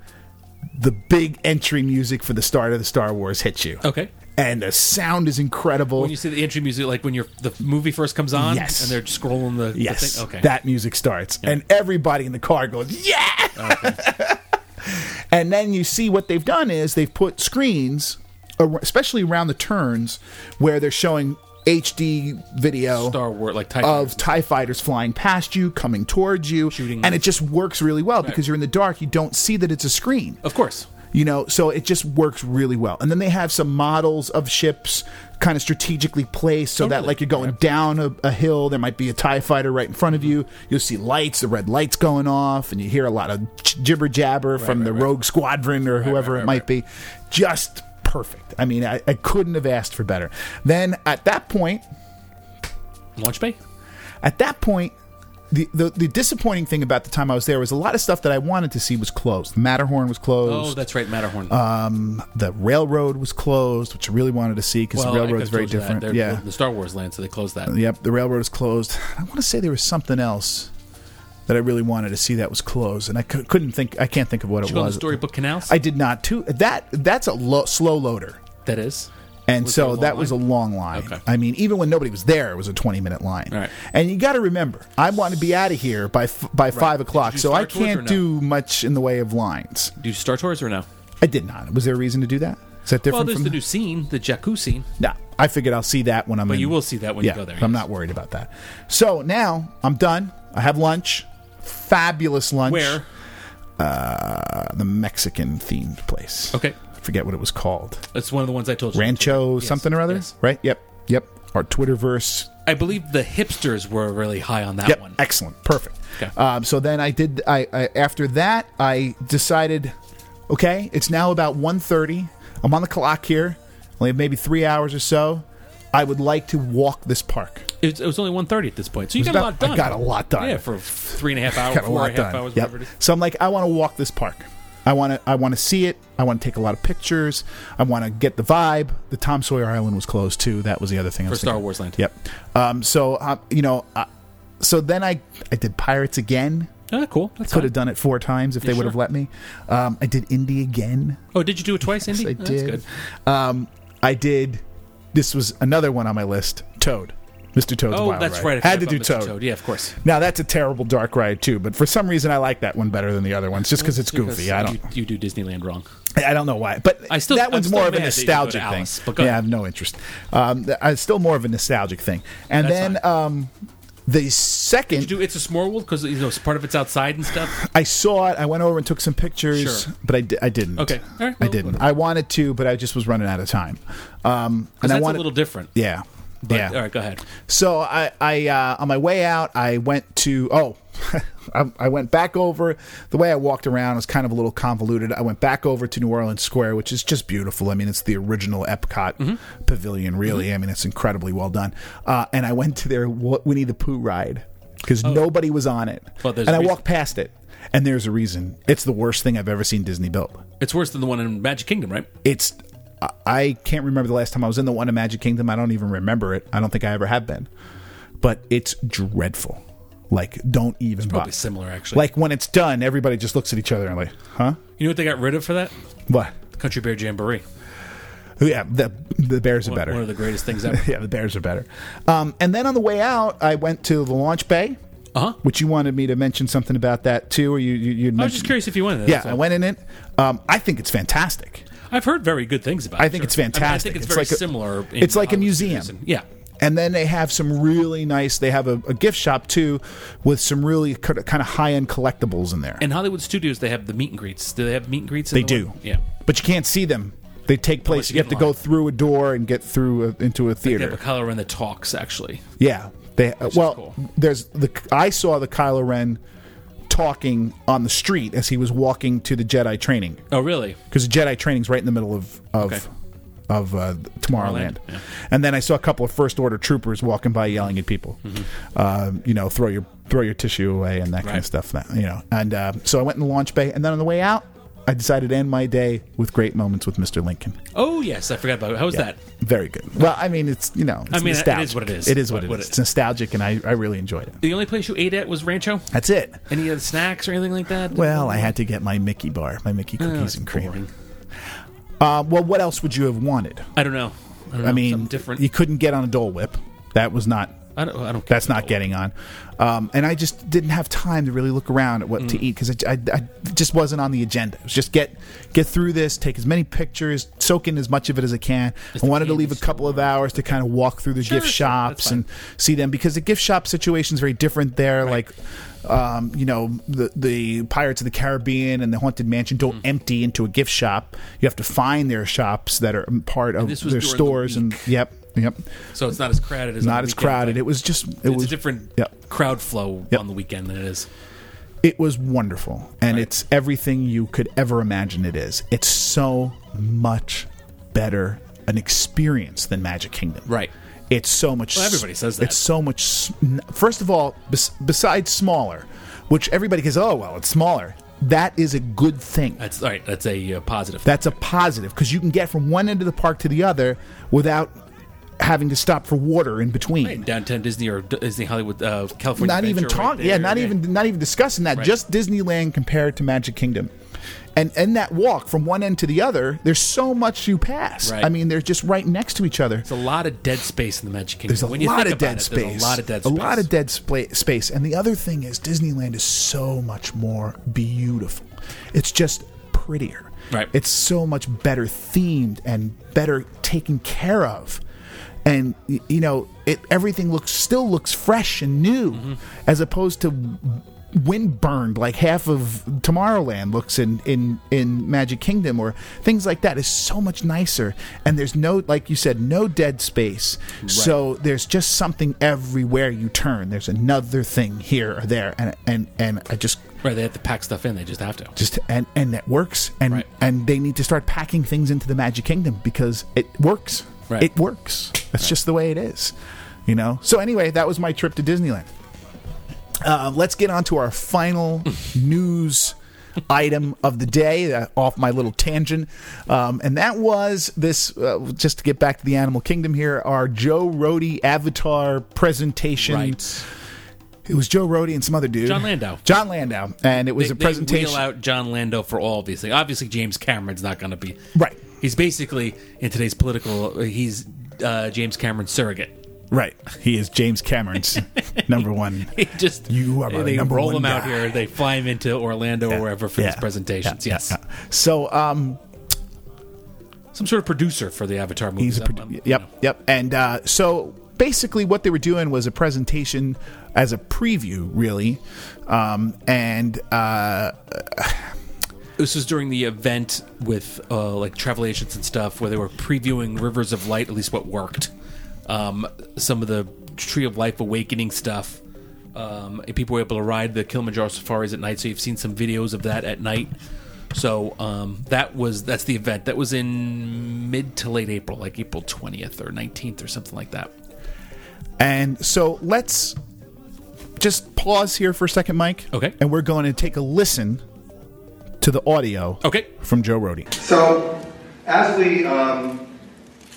[SPEAKER 1] the big entry music for the start of the Star Wars hits you.
[SPEAKER 2] Okay.
[SPEAKER 1] And the sound is incredible.
[SPEAKER 2] When you see the entry music, like when your the movie first comes on,
[SPEAKER 1] Yes.
[SPEAKER 2] and they're scrolling the, the
[SPEAKER 1] Yes.
[SPEAKER 2] thing. Okay.
[SPEAKER 1] That music starts. And everybody in the car goes, yeah. and then you see what they've done is they've put screens, ar- especially around the turns, where they're showing HD video
[SPEAKER 2] Star Wars, like type
[SPEAKER 1] of TIE fighters flying past you, coming towards you.
[SPEAKER 2] Shooting
[SPEAKER 1] And it just works really well because you're in the dark. You don't see that it's a screen.
[SPEAKER 2] Of course.
[SPEAKER 1] You know, so it just works really well. And then they have some models of ships kind of strategically placed so
[SPEAKER 2] Oh,
[SPEAKER 1] that,
[SPEAKER 2] really?
[SPEAKER 1] like, you're going down a, a hill, there might be a TIE fighter right in front of you. You'll see lights, the red lights going off, and you hear a lot of j- jibber jabber from
[SPEAKER 2] right,
[SPEAKER 1] the
[SPEAKER 2] right.
[SPEAKER 1] rogue squadron or whoever
[SPEAKER 2] right,
[SPEAKER 1] it
[SPEAKER 2] right,
[SPEAKER 1] might
[SPEAKER 2] right.
[SPEAKER 1] be. Just perfect. I mean, I, I couldn't have asked for better. Then at that point,
[SPEAKER 2] Launch Bay?
[SPEAKER 1] at that point, the, the, the disappointing thing about the time I was there was a lot of stuff that I wanted to see was closed. Matterhorn was closed.
[SPEAKER 2] Oh, that's right, Matterhorn.
[SPEAKER 1] Uh, the railroad was closed, which I really wanted to see because
[SPEAKER 2] Well,
[SPEAKER 1] the
[SPEAKER 2] I
[SPEAKER 1] railroad's
[SPEAKER 2] could've
[SPEAKER 1] very
[SPEAKER 2] told you that.
[SPEAKER 1] different.
[SPEAKER 2] They're-
[SPEAKER 1] Yeah.
[SPEAKER 2] The Star Wars land, so they closed that.
[SPEAKER 1] Yep, the railroad is closed. I want to say there was something else that I really wanted to see that was closed, and I cou- couldn't think. I can't think of what it
[SPEAKER 2] Did you go on the
[SPEAKER 1] was.
[SPEAKER 2] storybook canals?
[SPEAKER 1] I did not. Too that that's a lo- slow loader,
[SPEAKER 2] that is.
[SPEAKER 1] and
[SPEAKER 2] Was it a
[SPEAKER 1] so
[SPEAKER 2] long
[SPEAKER 1] that was a
[SPEAKER 2] line?
[SPEAKER 1] long line.
[SPEAKER 2] Okay.
[SPEAKER 1] I mean, even when nobody was there, it was a twenty minute line.
[SPEAKER 2] Right.
[SPEAKER 1] And you got to remember, I want to be out of here by f- by five o'clock,
[SPEAKER 2] you
[SPEAKER 1] so I
[SPEAKER 2] Star Tours or
[SPEAKER 1] can't
[SPEAKER 2] no?
[SPEAKER 1] do much in the way of lines.
[SPEAKER 2] Do you Star Tours or no?
[SPEAKER 1] I did not. Was there a reason to do that? Is that different
[SPEAKER 2] Well, there's
[SPEAKER 1] from
[SPEAKER 2] the new scene, the Jakku scene.
[SPEAKER 1] No, I figured I'll see that when I'm. But
[SPEAKER 2] you will see that when you go there,
[SPEAKER 1] I'm
[SPEAKER 2] yes.
[SPEAKER 1] not worried about that. So now I'm done. I have lunch, fabulous lunch.
[SPEAKER 2] Where?
[SPEAKER 1] Uh, the Mexican themed place.
[SPEAKER 2] Okay.
[SPEAKER 1] I forget what it was called.
[SPEAKER 2] That's one of the ones I told you.
[SPEAKER 1] Rancho
[SPEAKER 2] Yes,
[SPEAKER 1] something or other.
[SPEAKER 2] yes.
[SPEAKER 1] Right. Yep. Yep. Our Twitterverse.
[SPEAKER 2] I believe the hipsters were really high on that
[SPEAKER 1] Yep.
[SPEAKER 2] one.
[SPEAKER 1] Excellent. Perfect.
[SPEAKER 2] Okay.
[SPEAKER 1] Um, so then I did. I, I after that I decided. Okay, it's now about 1.30. I'm on the clock here. Only have maybe three hours or so. I would like to walk this park.
[SPEAKER 2] It, it was only 1.30 at this point, so you
[SPEAKER 1] It
[SPEAKER 2] got
[SPEAKER 1] was
[SPEAKER 2] a lot
[SPEAKER 1] about-
[SPEAKER 2] done.
[SPEAKER 1] I got a lot done.
[SPEAKER 2] Yeah, for three and a half hours,
[SPEAKER 1] got a
[SPEAKER 2] four
[SPEAKER 1] lot
[SPEAKER 2] and a half
[SPEAKER 1] done.
[SPEAKER 2] hours,
[SPEAKER 1] Yep.
[SPEAKER 2] whatever it is.
[SPEAKER 1] So I'm like, I want to walk this park. I want to. I want to see it. I want to take a lot of pictures. I want to get the vibe. The Tom Sawyer Island was closed too. That was the other thing I
[SPEAKER 2] For
[SPEAKER 1] was
[SPEAKER 2] Star
[SPEAKER 1] thinking.
[SPEAKER 2] Wars Land.
[SPEAKER 1] Yep. Um, so uh, you know, uh, so then I I did Pirates again.
[SPEAKER 2] Ah, cool. That's
[SPEAKER 1] Could
[SPEAKER 2] fine.
[SPEAKER 1] have done it four times if they would have
[SPEAKER 2] sure.
[SPEAKER 1] let me. Um, I did Indy again.
[SPEAKER 2] Oh, did you do it twice, Indy?
[SPEAKER 1] Yes, I
[SPEAKER 2] Oh,
[SPEAKER 1] did.
[SPEAKER 2] That's good.
[SPEAKER 1] Um, I did. This was another one on my list. Toad, Mr. Toad's
[SPEAKER 2] Oh,
[SPEAKER 1] Wild
[SPEAKER 2] that's
[SPEAKER 1] Ride.
[SPEAKER 2] right. I
[SPEAKER 1] Had to
[SPEAKER 2] forgot
[SPEAKER 1] do
[SPEAKER 2] about Mr.
[SPEAKER 1] Toad.
[SPEAKER 2] Yeah, of course.
[SPEAKER 1] Now that's a terrible dark ride too, but for some reason I like that one better than the other ones, just because it's goofy.
[SPEAKER 2] Because
[SPEAKER 1] I don't,
[SPEAKER 2] You, you do Disneyland wrong.
[SPEAKER 1] I don't know why, but
[SPEAKER 2] I still-
[SPEAKER 1] that
[SPEAKER 2] I'm
[SPEAKER 1] one's
[SPEAKER 2] still
[SPEAKER 1] more of a
[SPEAKER 2] mad that you didn't go to
[SPEAKER 1] nostalgic thing.
[SPEAKER 2] Alice, but go
[SPEAKER 1] yeah, I
[SPEAKER 2] ahead.
[SPEAKER 1] have no interest. Um, th- it's still more of a nostalgic thing. And
[SPEAKER 2] That's
[SPEAKER 1] then um, the second
[SPEAKER 2] You do It's a S'more World because you know part of it's outside and stuff.
[SPEAKER 1] I saw it, I went over and took some pictures,
[SPEAKER 2] Sure.
[SPEAKER 1] but I, di- I didn't.
[SPEAKER 2] Okay. All right,
[SPEAKER 1] I
[SPEAKER 2] well,
[SPEAKER 1] didn't.
[SPEAKER 2] whatever.
[SPEAKER 1] I wanted to, but I just was running out of time. Um, and
[SPEAKER 2] Because
[SPEAKER 1] I
[SPEAKER 2] that's
[SPEAKER 1] wanted,
[SPEAKER 2] a little different.
[SPEAKER 1] yeah,
[SPEAKER 2] But,
[SPEAKER 1] yeah.
[SPEAKER 2] All right, go ahead.
[SPEAKER 1] So I, I uh, on my way out, I went to oh, I, I went back over. The way I walked around was kind of a little convoluted. I went back over to New Orleans Square, which is just beautiful. I mean, it's the original Epcot
[SPEAKER 2] Mm-hmm.
[SPEAKER 1] Pavilion, really. I mean, it's incredibly well done. Uh, and I went to their Wa- Winnie the Pooh ride because nobody was on it,
[SPEAKER 2] Oh. Well, there's
[SPEAKER 1] and I
[SPEAKER 2] a reason.
[SPEAKER 1] walked past it. And there's a reason. It's the worst thing I've ever seen Disney build.
[SPEAKER 2] It's worse than the one in Magic Kingdom, right?
[SPEAKER 1] It's I- I can't remember the last time I was in the one in Magic Kingdom. I don't even remember it. I don't think I ever have been. But it's dreadful. Like, don't even
[SPEAKER 2] Probably
[SPEAKER 1] bother.
[SPEAKER 2] similar, actually.
[SPEAKER 1] Like when it's done, everybody just looks at each other and like, huh?
[SPEAKER 2] you know what they got rid of for that?
[SPEAKER 1] What? Oh,
[SPEAKER 2] The Country Bear Jamboree.
[SPEAKER 1] Yeah, the the bears are
[SPEAKER 2] One,
[SPEAKER 1] better.
[SPEAKER 2] one of the greatest things ever.
[SPEAKER 1] yeah, the bears are better. Um, and then on the way out, I went to the launch bay,
[SPEAKER 2] Uh huh.
[SPEAKER 1] which you wanted me to mention something about that too, or you you you'd mentioned.
[SPEAKER 2] I was just curious if you went. there,
[SPEAKER 1] Yeah,
[SPEAKER 2] that's
[SPEAKER 1] I
[SPEAKER 2] all.
[SPEAKER 1] went in it. Um, I think it's fantastic.
[SPEAKER 2] I've heard very good things about.
[SPEAKER 1] I
[SPEAKER 2] it,
[SPEAKER 1] think
[SPEAKER 2] sure.
[SPEAKER 1] it's
[SPEAKER 2] I mean,
[SPEAKER 1] fantastic.
[SPEAKER 2] I, think it's,
[SPEAKER 1] It's
[SPEAKER 2] very
[SPEAKER 1] like a-
[SPEAKER 2] similar. in
[SPEAKER 1] it's like a
[SPEAKER 2] Hollywood
[SPEAKER 1] museum.
[SPEAKER 2] comparison. Yeah.
[SPEAKER 1] and then they have some really nice they have a, a gift shop too with some really kind of high-end collectibles in there
[SPEAKER 2] In Hollywood studios, they have the meet and greets. Do they have meet and greets? in
[SPEAKER 1] they
[SPEAKER 2] the
[SPEAKER 1] do
[SPEAKER 2] one? Yeah.
[SPEAKER 1] but you can't see them they take place
[SPEAKER 2] Unless you
[SPEAKER 1] you have
[SPEAKER 2] get
[SPEAKER 1] to
[SPEAKER 2] in
[SPEAKER 1] go
[SPEAKER 2] line.
[SPEAKER 1] through a door and get through a, into a
[SPEAKER 2] They have
[SPEAKER 1] theater
[SPEAKER 2] a color in the talks actually.
[SPEAKER 1] yeah they uh,
[SPEAKER 2] is
[SPEAKER 1] well
[SPEAKER 2] cool.
[SPEAKER 1] there's the i saw the kylo ren talking on the street as he was walking to the jedi training
[SPEAKER 2] Oh, really?
[SPEAKER 1] because the Jedi training's right in the middle of of
[SPEAKER 2] Okay.
[SPEAKER 1] of uh, Tomorrowland,
[SPEAKER 2] Tomorrowland, yeah. Mm-hmm.
[SPEAKER 1] and then I saw a couple of First Order troopers walking by yelling at people, Um, you know, throw your throw your tissue away and that kind of
[SPEAKER 2] Right.
[SPEAKER 1] stuff. That, you know, and uh, so I went in the launch bay, and then on the way out, I decided to end my day with great moments with Mr. Lincoln.
[SPEAKER 2] Oh yes, I forgot about. How was that?
[SPEAKER 1] Very good. Well, I mean, it's you know, it's
[SPEAKER 2] I mean, it is
[SPEAKER 1] nostalgic.
[SPEAKER 2] what it is.
[SPEAKER 1] It is what, it
[SPEAKER 2] What
[SPEAKER 1] is.
[SPEAKER 2] it-
[SPEAKER 1] It's nostalgic, and I, I really enjoyed it.
[SPEAKER 2] The only place you ate at was Rancho.
[SPEAKER 1] That's it.
[SPEAKER 2] Any other snacks or anything like that?
[SPEAKER 1] Well, I had to get my Mickey bar, my Mickey
[SPEAKER 2] Oh,
[SPEAKER 1] cookies
[SPEAKER 2] it's
[SPEAKER 1] and cream.
[SPEAKER 2] boring.
[SPEAKER 1] Uh, well, what else would you have wanted?
[SPEAKER 2] I don't know. I, don't know,
[SPEAKER 1] I mean,
[SPEAKER 2] something different.
[SPEAKER 1] you couldn't get on a Dole Whip. That was not.
[SPEAKER 2] I don't. I don't.
[SPEAKER 1] That's
[SPEAKER 2] care.
[SPEAKER 1] not getting on. Um, and I just didn't have time to really look around at what
[SPEAKER 2] Mm.
[SPEAKER 1] to eat because I, I just wasn't on the agenda. It was just get get through this, take as many pictures, soak in as much of it as I can. I
[SPEAKER 2] the
[SPEAKER 1] wanted to
[SPEAKER 2] candy
[SPEAKER 1] leave a couple of
[SPEAKER 2] store.
[SPEAKER 1] hours to kind of walk through the
[SPEAKER 2] Sure,
[SPEAKER 1] gift
[SPEAKER 2] sure, that's
[SPEAKER 1] shops
[SPEAKER 2] fine.
[SPEAKER 1] and see them because the gift shop situation is very different there. Like, um, you know, the the Pirates of the Caribbean and the Haunted Mansion don't
[SPEAKER 2] Mm.
[SPEAKER 1] empty into a gift shop. You have to find their shops that are part of
[SPEAKER 2] this was
[SPEAKER 1] their
[SPEAKER 2] during the
[SPEAKER 1] stores and yep, yep
[SPEAKER 2] So it's not as crowded as on
[SPEAKER 1] not
[SPEAKER 2] the
[SPEAKER 1] as
[SPEAKER 2] weekend,
[SPEAKER 1] crowded.
[SPEAKER 2] but
[SPEAKER 1] It was just it
[SPEAKER 2] it's
[SPEAKER 1] was
[SPEAKER 2] a different
[SPEAKER 1] Yeah,
[SPEAKER 2] crowd flow
[SPEAKER 1] Yep.
[SPEAKER 2] on the weekend than it is.
[SPEAKER 1] it was wonderful, and it's everything you could ever imagine. It is. It's so much better an experience than Magic Kingdom.
[SPEAKER 2] Right.
[SPEAKER 1] It's so much.
[SPEAKER 2] Well, everybody says that.
[SPEAKER 1] It's so much. s- n- First of all, bes- besides smaller, which everybody goes, oh well, it's smaller. That is a good thing.
[SPEAKER 2] That's all right. That's a uh, positive.
[SPEAKER 1] That's a positive because you can get from one end of the park to the other without having to stop for water in between.
[SPEAKER 2] Right, downtown Disney or D- Disney Hollywood, uh, California.
[SPEAKER 1] not even
[SPEAKER 2] Adventure
[SPEAKER 1] talking.
[SPEAKER 2] right
[SPEAKER 1] yeah,
[SPEAKER 2] there,
[SPEAKER 1] not even not even discussing that.
[SPEAKER 2] Right.
[SPEAKER 1] Just Disneyland compared to Magic Kingdom, and and that walk from one end to the other. There's so much you pass.
[SPEAKER 2] Right.
[SPEAKER 1] I mean, they're just right next to each other.
[SPEAKER 2] There's a lot of dead space in the Magic Kingdom.
[SPEAKER 1] There's a
[SPEAKER 2] When you
[SPEAKER 1] lot of
[SPEAKER 2] think about
[SPEAKER 1] dead
[SPEAKER 2] it,
[SPEAKER 1] space.
[SPEAKER 2] There's a lot of dead
[SPEAKER 1] A
[SPEAKER 2] space.
[SPEAKER 1] lot of dead spla- space. And the other thing is, Disneyland is so much more beautiful. It's just prettier.
[SPEAKER 2] Right.
[SPEAKER 1] It's so much better themed and better taken care of. And y- you know, it everything looks still looks fresh and new, as opposed to wind burned like half of Tomorrowland looks in in in Magic Kingdom or things like that is so much nicer. And there's no like you said, no dead space. So there's just something everywhere you turn. There's another thing here or there, and and and I just
[SPEAKER 2] Right, they have to pack stuff in. They just have to.
[SPEAKER 1] just and and that works and
[SPEAKER 2] Right.
[SPEAKER 1] and they need to start packing things into the magic kingdom because it works
[SPEAKER 2] Right.
[SPEAKER 1] it works that's just the way it is you know so anyway that was my trip to disneyland uh, let's get on to our final news item of the day uh, off my little tangent um, and that was this uh, just to get back to the animal kingdom here our joe Rohde avatar presentation
[SPEAKER 2] Right.
[SPEAKER 1] it was joe Rohde and some other dude
[SPEAKER 2] John Landau.
[SPEAKER 1] john landau and it was
[SPEAKER 2] They,
[SPEAKER 1] a presentation
[SPEAKER 2] they wheel out John Lando for all of these things. Obviously, James Cameron's not going to be
[SPEAKER 1] Right.
[SPEAKER 2] He's basically in today's political. He's uh, James Cameron's surrogate.
[SPEAKER 1] Right. He is James Cameron's number one.
[SPEAKER 2] He just
[SPEAKER 1] You are my
[SPEAKER 2] they
[SPEAKER 1] number
[SPEAKER 2] roll
[SPEAKER 1] one
[SPEAKER 2] him out
[SPEAKER 1] guy.
[SPEAKER 2] here. They fly him into Orlando or wherever for these presentations.
[SPEAKER 1] Yeah,
[SPEAKER 2] yes,
[SPEAKER 1] yeah, yeah. So um,
[SPEAKER 2] some sort of producer for the Avatar movies. Um,
[SPEAKER 1] he's a
[SPEAKER 2] I'm-
[SPEAKER 1] produ-
[SPEAKER 2] I'm-
[SPEAKER 1] yep, yep. And uh, so basically, what they were doing was a presentation as a preview, really. Um, and uh,
[SPEAKER 2] This was during the event with uh, like travel agents and stuff, where they were previewing Rivers of Light, at least what worked. Um, some of the Tree of Life Awakening stuff. Um, and people were able to ride the Kilimanjaro safaris at night, so you've seen some videos of that at night. So um, that was that's the event that was in mid to late April, like April twentieth or nineteenth or something like that.
[SPEAKER 1] and so let's just pause here for a second, Mike.
[SPEAKER 2] Okay.
[SPEAKER 1] And we're going to take a listen to the audio
[SPEAKER 2] Okay,
[SPEAKER 1] from Joe Rohde.
[SPEAKER 3] So, as we um,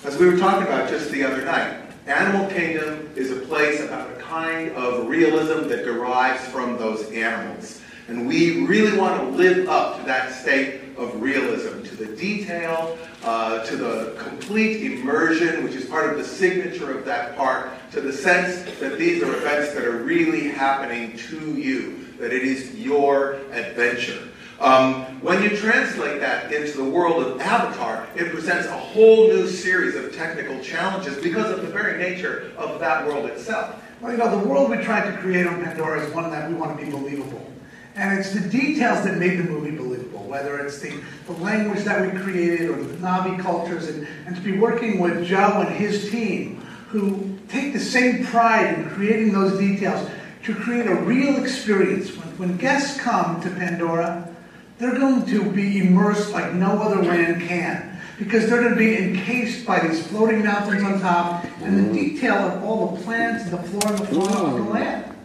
[SPEAKER 3] as we were talking about just the other night, Animal Kingdom is a place about a kind of realism that derives from those animals, and we really want to live up to that state of realism, to the detail, uh, to the complete immersion, which is part of the signature of that park, to the sense that these are events that are really happening to you, that it is your adventure. Um, when you translate that into the world of Avatar, it presents a whole new series of technical challenges because of the very nature of that world itself.
[SPEAKER 4] Well, you know, the world we tried to create on Pandora is one that we want to be believable. And it's the details that make the movie believable, whether it's the, the language that we created or the Navi cultures, and, and to be working with Joe and his team, who take the same pride in creating those details to create a real experience. When, when guests come to Pandora, they're going to be immersed like no other land can because they're going to be encased by these floating mountains on top and the detail of all the plants and the flora and the fauna of the land.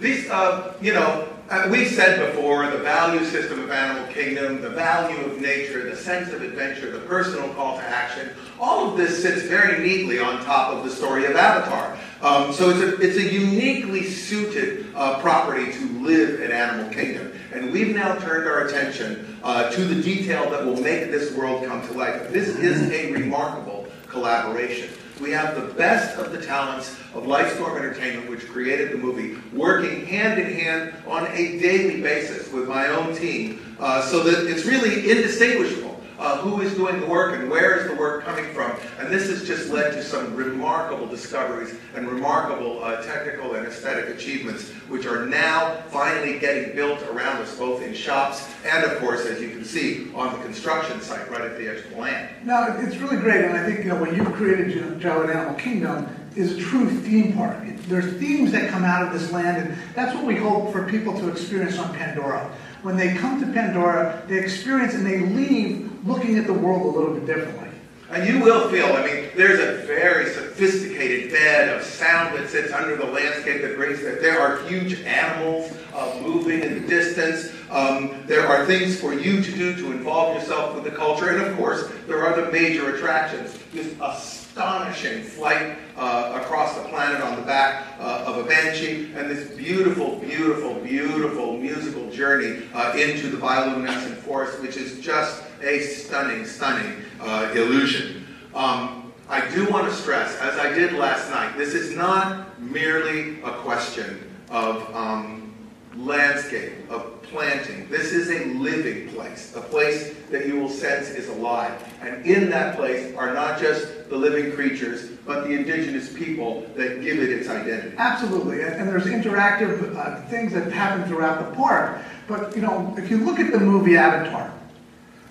[SPEAKER 3] These, uh, you know, uh, we've said before the value system of Animal Kingdom, the value of nature, the sense of adventure, the personal call to action. All of this sits very neatly on top of the story of Avatar. Um, so it's a, it's a uniquely suited uh, property to live in Animal Kingdom. And we've now turned our attention uh, to the detail that will make this world come to life. This is a remarkable collaboration. We have the best of the talents of Lightstorm Entertainment, which created the movie, working hand in hand on a daily basis with my own team, uh, so that it's really indistinguishable uh, who is doing the work and where is the work coming from. And this has just led to some remarkable discoveries and remarkable uh, technical and aesthetic achievements, which are now finally getting built around us, both in shops and, of course, as you can see, on the construction site right at the edge of the land.
[SPEAKER 4] No, it- it's really great, and I think you know what you've created, you know, Joe, at Animal Kingdom is a true theme park. It- There's themes that come out of this land, and that's what we hope for people to experience on Pandora. When they come to Pandora, they experience and they leave looking at the world a little bit differently.
[SPEAKER 3] And you will feel, I mean, there's a very sophisticated bed of sound that sits under the landscape that brings that. There are huge animals uh, moving in the distance. Um, there are things for you to do to involve yourself with the culture. And of course, there are the major attractions. This astonishing flight uh, across the planet on the back uh, of a banshee, and this beautiful, beautiful, beautiful musical journey uh, into the bioluminescent forest, which is just a stunning, stunning uh, illusion. Um, I do want to stress, as I did last night, this is not merely a question of um, landscape, of planting. This is a living place, a place that you will sense is alive. And in that place are not just the living creatures, but the indigenous people that give it its identity.
[SPEAKER 4] Absolutely, and, and there's interactive uh, things that happen throughout the park. But you know, if you look at the movie Avatar,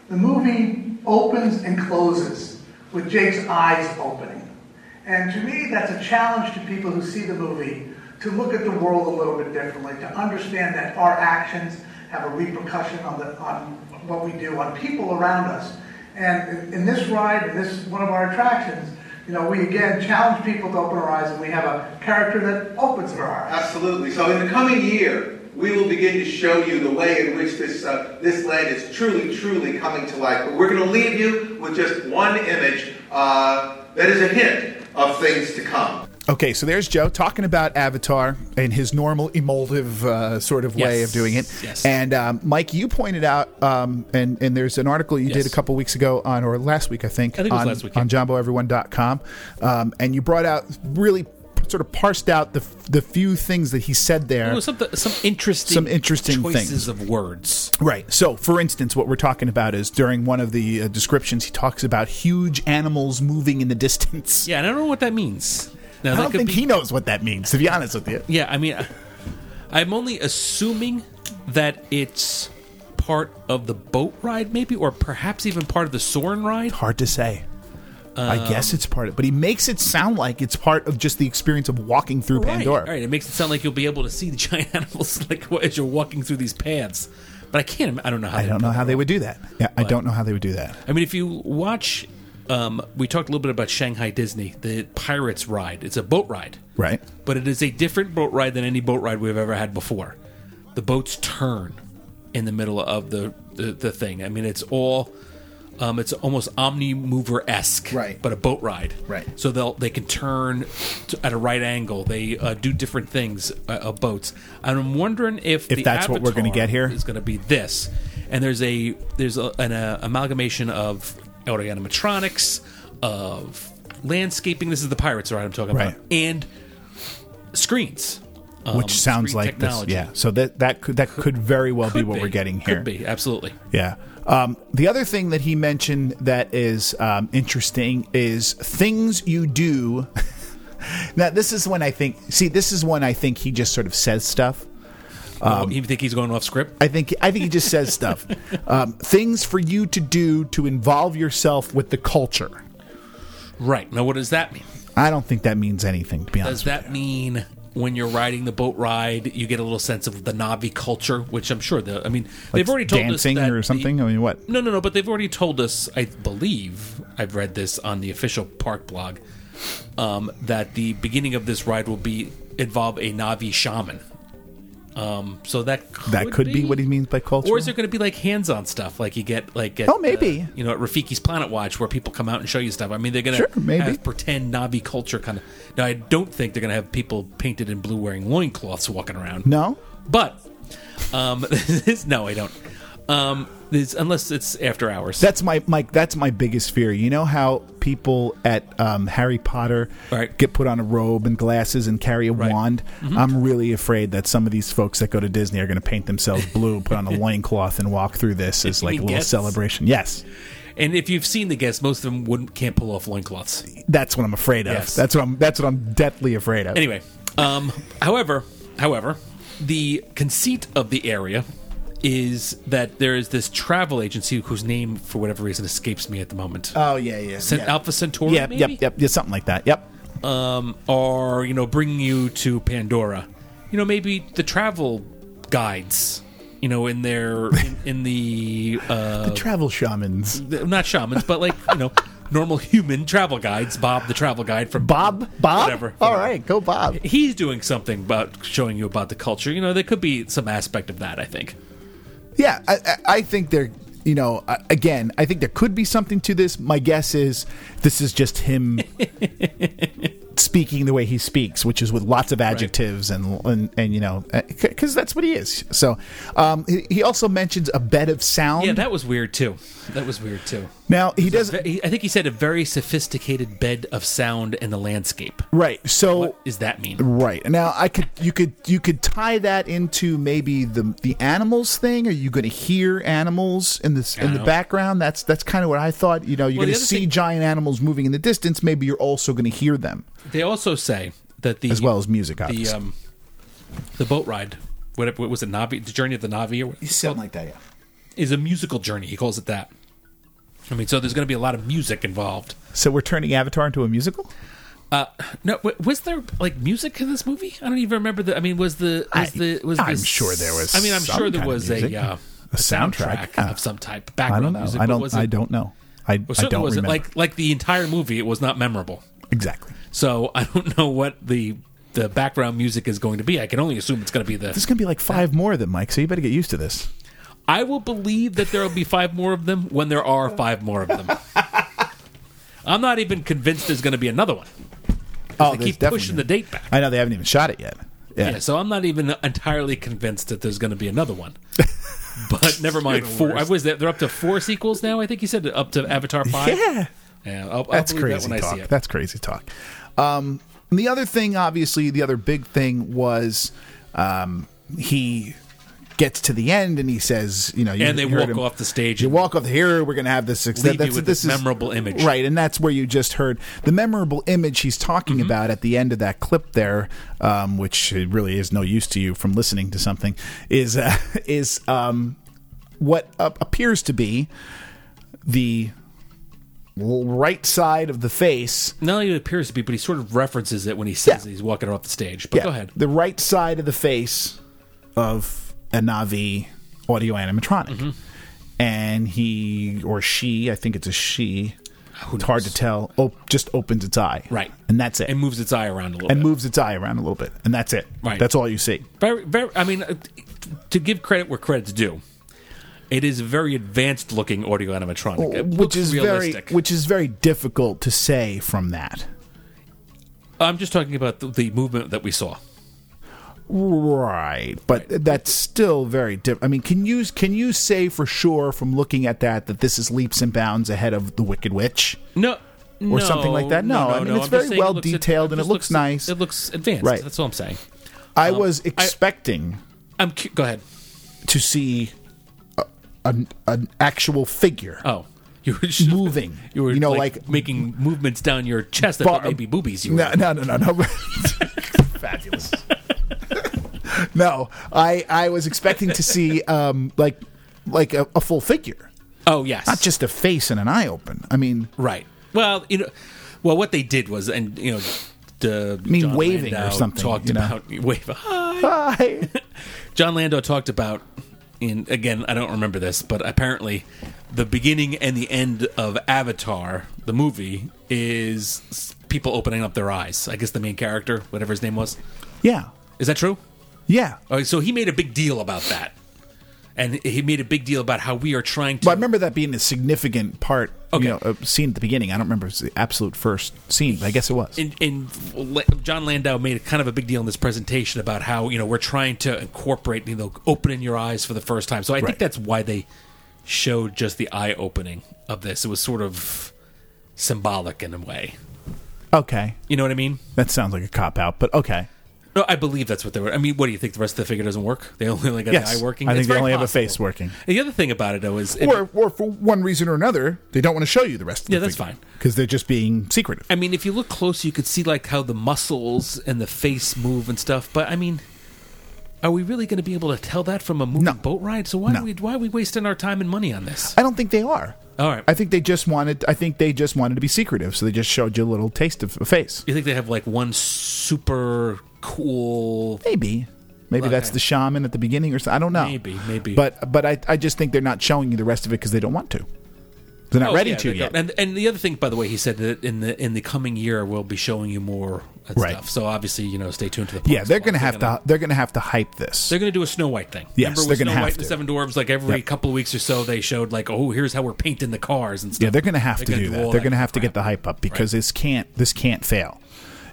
[SPEAKER 4] the movie opens and closes with Jake's eyes opening, and to me, that's a challenge to people who see the movie to look at the world a little bit differently, to understand that our actions have a repercussion on the on what we do on people around us. And in- in this ride, in this one of our attractions. You know, we again challenge people to open their eyes, and we have a character that opens their eyes.
[SPEAKER 3] Absolutely. So in the coming year, we will begin to show you the way in which this, uh, this land is truly, truly coming to life. But we're going to leave you with just one image uh, that is a hint of things to come.
[SPEAKER 1] Okay, so there's Joe talking about Avatar in his normal emotive uh, sort of way
[SPEAKER 2] Yes,
[SPEAKER 1] of doing it.
[SPEAKER 2] yes.
[SPEAKER 1] And um, Mike, you pointed out, um, and and there's an article you did
[SPEAKER 2] Yes.
[SPEAKER 1] a couple weeks ago on, or last week, I think,
[SPEAKER 2] I think it was
[SPEAKER 1] on,
[SPEAKER 2] last week, yeah.
[SPEAKER 1] on jumboeveryone.com, um, and you brought out really sort of parsed out the the few things that he said there.
[SPEAKER 2] Well, some, some interesting,
[SPEAKER 1] Some interesting
[SPEAKER 2] choices
[SPEAKER 1] things.
[SPEAKER 2] of words.
[SPEAKER 1] Right. So, for instance, what we're talking about is during one of the uh, descriptions, he talks about huge animals moving in the distance.
[SPEAKER 2] Yeah, and I don't know what that means. Now,
[SPEAKER 1] I
[SPEAKER 2] that
[SPEAKER 1] don't
[SPEAKER 2] could
[SPEAKER 1] think
[SPEAKER 2] be-
[SPEAKER 1] he knows what that means, to be honest with you.
[SPEAKER 2] Yeah, I mean, I- I'm only assuming that it's part of the boat ride, maybe, or perhaps even part of the Soren ride.
[SPEAKER 1] Hard to say.
[SPEAKER 2] Um,
[SPEAKER 1] I guess it's part of, but he makes it sound like it's part of just the experience of walking through Pandora.
[SPEAKER 2] Right, right. It makes it sound like you'll be able to see the giant animals like as you're walking through these paths. But I can't. im- I don't know how.
[SPEAKER 1] I don't know how they would do that. Yeah, I don't know how they would do that.
[SPEAKER 2] I mean, if you watch, um, we talked a little bit about Shanghai Disney, the Pirates ride. It's a boat ride,
[SPEAKER 1] Right.
[SPEAKER 2] but it is a different boat ride than any boat ride we've ever had before. The boats turn in the middle of the the, the thing. I mean, it's all. Um, it's almost omni mover esque,
[SPEAKER 1] Right.
[SPEAKER 2] But a boat ride,
[SPEAKER 1] Right.
[SPEAKER 2] So they'll they can turn to, at a right angle. They uh, do different things uh, uh, boats. And I'm wondering if
[SPEAKER 1] If
[SPEAKER 2] the
[SPEAKER 1] that's what we're gonna
[SPEAKER 2] Avatar
[SPEAKER 1] get here?
[SPEAKER 2] is going to be this. And there's a there's a, an uh, amalgamation of auto animatronics of landscaping. This is the pirates ride I'm talking
[SPEAKER 1] Right.
[SPEAKER 2] about, and screens, um,
[SPEAKER 1] Which sounds
[SPEAKER 2] screen
[SPEAKER 1] like this. Yeah. So that that could that could very well be
[SPEAKER 2] Could
[SPEAKER 1] what we're getting here.
[SPEAKER 2] Could be absolutely.
[SPEAKER 1] Yeah. Um, the other thing that he mentioned that is um, interesting is things you do. now, this is when I think. See, this is when I think he just sort of says stuff.
[SPEAKER 2] Um, you think he's going off script?
[SPEAKER 1] I think I think he just says stuff. Um, things for you to do to involve yourself with the culture.
[SPEAKER 2] Right. Now, what does that mean?
[SPEAKER 1] I don't think that means anything. To be
[SPEAKER 2] Does
[SPEAKER 1] honest,
[SPEAKER 2] that mean when you're riding the boat ride, you get a little sense of the Navi culture, which I'm sure the I mean they've already told
[SPEAKER 1] dancing
[SPEAKER 2] us that
[SPEAKER 1] or
[SPEAKER 2] the-
[SPEAKER 1] something. I mean, what?
[SPEAKER 2] no, no, no, but they've already told us. I believe I've read this on the official park blog um, that the beginning of this ride will be involve a Navi shaman. Um, so that could
[SPEAKER 1] That could be what he means by culture.
[SPEAKER 2] Or is there going to be like hands-on stuff, like you get like at,
[SPEAKER 1] Oh, maybe.
[SPEAKER 2] uh, you know at Rafiki's Planet Watch where people come out and show you stuff? I mean, they're going
[SPEAKER 1] Sure,
[SPEAKER 2] to
[SPEAKER 1] maybe.
[SPEAKER 2] have pretend Navi culture kind of. Now, I don't think they're going to have people painted in blue wearing loincloths walking around.
[SPEAKER 1] No?
[SPEAKER 2] but um, this- no, I don't. Um, this, unless it's after hours.
[SPEAKER 1] That's my, my that's my biggest fear. You know how people at um, Harry Potter
[SPEAKER 2] Right. Mm-hmm.
[SPEAKER 1] get put on a robe and glasses and carry a wand. I'm really afraid that some of these folks that go to Disney are going to paint themselves blue, put on a loincloth, and walk through this as like a little
[SPEAKER 2] Yes.
[SPEAKER 1] celebration. Yes,
[SPEAKER 2] and if you've seen the guests, most of them wouldn't can't pull off loincloths.
[SPEAKER 1] that's what I'm afraid of.
[SPEAKER 2] Yes.
[SPEAKER 1] That's what I'm that's what I'm deathly afraid of.
[SPEAKER 2] Anyway, um, however, however, the conceit of the area is that there is this travel agency whose name, for whatever reason, escapes me at the moment.
[SPEAKER 1] Oh yeah, yeah.
[SPEAKER 2] Cent-
[SPEAKER 1] yeah.
[SPEAKER 2] Alpha Centauri,
[SPEAKER 1] Yep,
[SPEAKER 2] maybe?
[SPEAKER 1] yep, yep, yeah, something like that. Yep.
[SPEAKER 2] Um, or you know, bring you to Pandora. You know, maybe the travel guides. You know, in their in, in the uh,
[SPEAKER 1] Travel shamans.
[SPEAKER 2] th- not shamans, but like you know, normal human travel guides. Bob, the travel guide from
[SPEAKER 1] Bob, Bob.
[SPEAKER 2] whatever.
[SPEAKER 1] All
[SPEAKER 2] whatever.
[SPEAKER 1] right, go Bob.
[SPEAKER 2] he's doing something about showing you about the culture. You know, there could be some aspect of that. I think.
[SPEAKER 1] Yeah, I, I- I think there. You know, I- again, I think there could be something to this. My guess is this is just him speaking the way he speaks, which is with lots of adjectives and and and you know, because that's what he is. So, um, he, he also mentions a bed of sound.
[SPEAKER 2] Yeah, that was weird too. That was weird too.
[SPEAKER 1] now he doesn't.
[SPEAKER 2] Ve- I think he said a very sophisticated bed of sound and the landscape.
[SPEAKER 1] Right. So.
[SPEAKER 2] What does that mean?
[SPEAKER 1] Right now, I could you could you could tie that into maybe the the animals thing. Are you going to hear animals in this in the
[SPEAKER 2] know.
[SPEAKER 1] background? That's that's kind of what I thought. You know, you're
[SPEAKER 2] Well, the
[SPEAKER 1] going to
[SPEAKER 2] other
[SPEAKER 1] see
[SPEAKER 2] thing-
[SPEAKER 1] giant animals moving in the distance. Maybe you're also going to hear them
[SPEAKER 2] They also say that the
[SPEAKER 1] as well as music.
[SPEAKER 2] the
[SPEAKER 1] Obviously,
[SPEAKER 2] um the boat ride. What, what was it? Navi, the journey of the Navi, or what it's called?
[SPEAKER 1] something like that. Yeah.
[SPEAKER 2] is a musical journey. He calls it that. I mean, so there's going to be a lot of music involved.
[SPEAKER 1] So we're turning Avatar into a musical.
[SPEAKER 2] No, w- was there like music in this movie? I don't even remember. The I mean, was the
[SPEAKER 1] I-
[SPEAKER 2] was the was
[SPEAKER 1] I'm
[SPEAKER 2] the,
[SPEAKER 1] sure there was
[SPEAKER 2] I mean, I'm
[SPEAKER 1] some
[SPEAKER 2] sure there
[SPEAKER 1] kind of
[SPEAKER 2] was a
[SPEAKER 1] music.
[SPEAKER 2] uh,
[SPEAKER 1] A soundtrack, uh,
[SPEAKER 2] of some type.
[SPEAKER 1] I
[SPEAKER 2] Background
[SPEAKER 1] don't know.
[SPEAKER 2] music.
[SPEAKER 1] I
[SPEAKER 2] but
[SPEAKER 1] don't.
[SPEAKER 2] Was it,
[SPEAKER 1] I don't know. I,
[SPEAKER 2] Well,
[SPEAKER 1] I
[SPEAKER 2] certainly
[SPEAKER 1] don't
[SPEAKER 2] wasn't
[SPEAKER 1] remember
[SPEAKER 2] like like the entire movie. It was not memorable.
[SPEAKER 1] exactly.
[SPEAKER 2] So I don't know what the the background music is going to be. I can only assume it's going to be
[SPEAKER 1] There's
[SPEAKER 2] the.
[SPEAKER 1] going to be like five more of them, Mike. So you better get used to this.
[SPEAKER 2] I will believe that there will be five more of them when there are five more of them. I'm not even convinced there's going to be another one.
[SPEAKER 1] Oh, there's
[SPEAKER 2] They keep
[SPEAKER 1] definitely
[SPEAKER 2] pushing
[SPEAKER 1] gonna-
[SPEAKER 2] the date back.
[SPEAKER 1] I know they haven't even shot it yet. Yeah.
[SPEAKER 2] Yeah, so I'm not even entirely convinced that there's going to be another one. But never mind. Four. I was they're up to four sequels now. I think you said up to Avatar five.
[SPEAKER 1] Yeah.
[SPEAKER 2] yeah. I'll, I'll
[SPEAKER 1] That's
[SPEAKER 2] believe
[SPEAKER 1] crazy
[SPEAKER 2] that when
[SPEAKER 1] talk.
[SPEAKER 2] I see it.
[SPEAKER 1] That's crazy talk. Um, and the other thing, obviously, the other big thing was um, he gets to the end and he says, you know, you
[SPEAKER 2] And they
[SPEAKER 1] you heard
[SPEAKER 2] walk
[SPEAKER 1] him-
[SPEAKER 2] off the stage
[SPEAKER 1] You
[SPEAKER 2] and-
[SPEAKER 1] walk off the here. We're going to have this.
[SPEAKER 2] Leave you with this memorable image.
[SPEAKER 1] right? And that's where you just heard the memorable image he's talking
[SPEAKER 2] Mm-hmm.
[SPEAKER 1] about at the end of that clip there, um, which it really is no use to you from listening to something. Is uh, is um, what uh, appears to be the right side of the face.
[SPEAKER 2] Not only it appears to be, but he sort of references it when he says
[SPEAKER 1] Yeah.
[SPEAKER 2] he's walking off the stage. But go ahead.
[SPEAKER 1] The right side of the face of a Navi audio animatronic.
[SPEAKER 2] Mm-hmm.
[SPEAKER 1] And he or she, I think it's a she.
[SPEAKER 2] Ah, Who
[SPEAKER 1] it's hard to
[SPEAKER 2] knows?
[SPEAKER 1] tell. Op- just opens its eye,
[SPEAKER 2] Right.
[SPEAKER 1] And that's it.
[SPEAKER 2] And moves its eye around a little
[SPEAKER 1] and
[SPEAKER 2] bit.
[SPEAKER 1] moves its eye around a little bit, and that's it.
[SPEAKER 2] Right.
[SPEAKER 1] That's all you see.
[SPEAKER 2] very, very. I mean, uh, to give credit where credit's due, it is a very advanced looking audio animatronic, It
[SPEAKER 1] Which
[SPEAKER 2] looks
[SPEAKER 1] is
[SPEAKER 2] realistic.
[SPEAKER 1] very, which is very difficult to say from that.
[SPEAKER 2] I'm just talking about the, the movement that we saw.
[SPEAKER 1] Right, but that's still very different. I mean, can you can you say for sure from looking at that that this is leaps and bounds ahead of the Wicked Witch?
[SPEAKER 2] No.
[SPEAKER 1] Or something like that? No, I mean, it's
[SPEAKER 2] I'm just
[SPEAKER 1] very
[SPEAKER 2] saying
[SPEAKER 1] well
[SPEAKER 2] looks-
[SPEAKER 1] detailed and it
[SPEAKER 2] just
[SPEAKER 1] looks nice.
[SPEAKER 2] It looks advanced.
[SPEAKER 1] Right.
[SPEAKER 2] That's all I'm saying.
[SPEAKER 1] I
[SPEAKER 2] Um,
[SPEAKER 1] was expecting
[SPEAKER 2] I'm cu- go ahead.
[SPEAKER 1] to see a, an an actual figure.
[SPEAKER 2] Oh, you were just-
[SPEAKER 1] Moving.
[SPEAKER 2] You were
[SPEAKER 1] You know,
[SPEAKER 2] like,
[SPEAKER 1] like-
[SPEAKER 2] making movements down your chest that
[SPEAKER 1] Bar-
[SPEAKER 2] thought maybe boobies. You were.
[SPEAKER 1] no, no, no, no, no. Fabulous. no, I I was expecting to see um like like a, a full figure,
[SPEAKER 2] Oh yes.
[SPEAKER 1] not just a face and an eye open. I mean,
[SPEAKER 2] right. Well, you know, well, what they did was, and you know, the
[SPEAKER 1] mean,
[SPEAKER 2] John
[SPEAKER 1] waving or
[SPEAKER 2] Landau
[SPEAKER 1] something,
[SPEAKER 2] talked
[SPEAKER 1] you know?
[SPEAKER 2] about wave. Hi.
[SPEAKER 1] hi.
[SPEAKER 2] John Lando talked about in again, I don't remember this, but apparently the beginning and the end of Avatar, the movie, is s- people opening up their eyes. I guess the main character, whatever his name was.
[SPEAKER 1] yeah.
[SPEAKER 2] Is that true?
[SPEAKER 1] Yeah.
[SPEAKER 2] All right, so he made a big deal about that, and he made a big deal about how we are trying to.
[SPEAKER 1] But I remember that being a significant part,
[SPEAKER 2] Okay.
[SPEAKER 1] you know, a scene at the beginning. I don't remember if it was the absolute first scene, but I guess it was.
[SPEAKER 2] and, and La- John Landau made a kind of a big deal in this presentation about how you know we're trying to incorporate you know opening your eyes for the first time. So I
[SPEAKER 1] Right.
[SPEAKER 2] think that's why they showed just the eye opening of this. It was sort of symbolic in a way.
[SPEAKER 1] okay.
[SPEAKER 2] You know what I mean?
[SPEAKER 1] That sounds like a cop out, but okay.
[SPEAKER 2] No, I believe that's what they were. I mean, what do you think? The rest of the figure doesn't work. They only like got
[SPEAKER 1] Yes.
[SPEAKER 2] the eye working.
[SPEAKER 1] I think
[SPEAKER 2] It's
[SPEAKER 1] they
[SPEAKER 2] very
[SPEAKER 1] only have a
[SPEAKER 2] possible.
[SPEAKER 1] face working.
[SPEAKER 2] The other thing about it though is,
[SPEAKER 1] Or, or for one reason or another, they don't want to show you the rest of the
[SPEAKER 2] Yeah, that's fine.
[SPEAKER 1] Because they're just being secretive.
[SPEAKER 2] I mean, if you look close, you could see like how the muscles and the face move and stuff. But I mean, are we really going to be able to tell that from a moving
[SPEAKER 1] No.
[SPEAKER 2] boat ride? So why
[SPEAKER 1] No.
[SPEAKER 2] are we why are we wasting our time and money on this?
[SPEAKER 1] I don't think they are.
[SPEAKER 2] All right.
[SPEAKER 1] I think they just wanted. I think they just wanted to be secretive, so they just showed you a little taste of a face.
[SPEAKER 2] you think they have like one super cool?
[SPEAKER 1] Maybe, maybe that's
[SPEAKER 2] Okay.
[SPEAKER 1] the shaman at the beginning, or something. I don't know.
[SPEAKER 2] Maybe, maybe.
[SPEAKER 1] But but I I just think they're not showing you the rest of it because they don't want to. They're not
[SPEAKER 2] Oh,
[SPEAKER 1] ready
[SPEAKER 2] yeah,
[SPEAKER 1] to
[SPEAKER 2] they
[SPEAKER 1] yet.
[SPEAKER 2] don't. And and the other thing, by the way, he said that in the in the coming year we'll be showing you more and
[SPEAKER 1] Right.
[SPEAKER 2] stuff. So obviously, you know, stay tuned to the.
[SPEAKER 1] yeah, they're
[SPEAKER 2] podcast.
[SPEAKER 1] going to have
[SPEAKER 2] gonna-
[SPEAKER 1] to. They're going to have to hype this.
[SPEAKER 2] They're going to do a Snow White thing.
[SPEAKER 1] Yes,
[SPEAKER 2] Remember with
[SPEAKER 1] they're gonna
[SPEAKER 2] Snow
[SPEAKER 1] have
[SPEAKER 2] White and
[SPEAKER 1] to.
[SPEAKER 2] the Seven Dwarves. Like every
[SPEAKER 1] Yep.
[SPEAKER 2] couple of weeks or so, they showed like, oh, here's how we're painting the cars and stuff.
[SPEAKER 1] Yeah, they're going to have to
[SPEAKER 2] gonna
[SPEAKER 1] do
[SPEAKER 2] all
[SPEAKER 1] that. They're going to have to
[SPEAKER 2] crap.
[SPEAKER 1] get the hype up because this can't this can't fail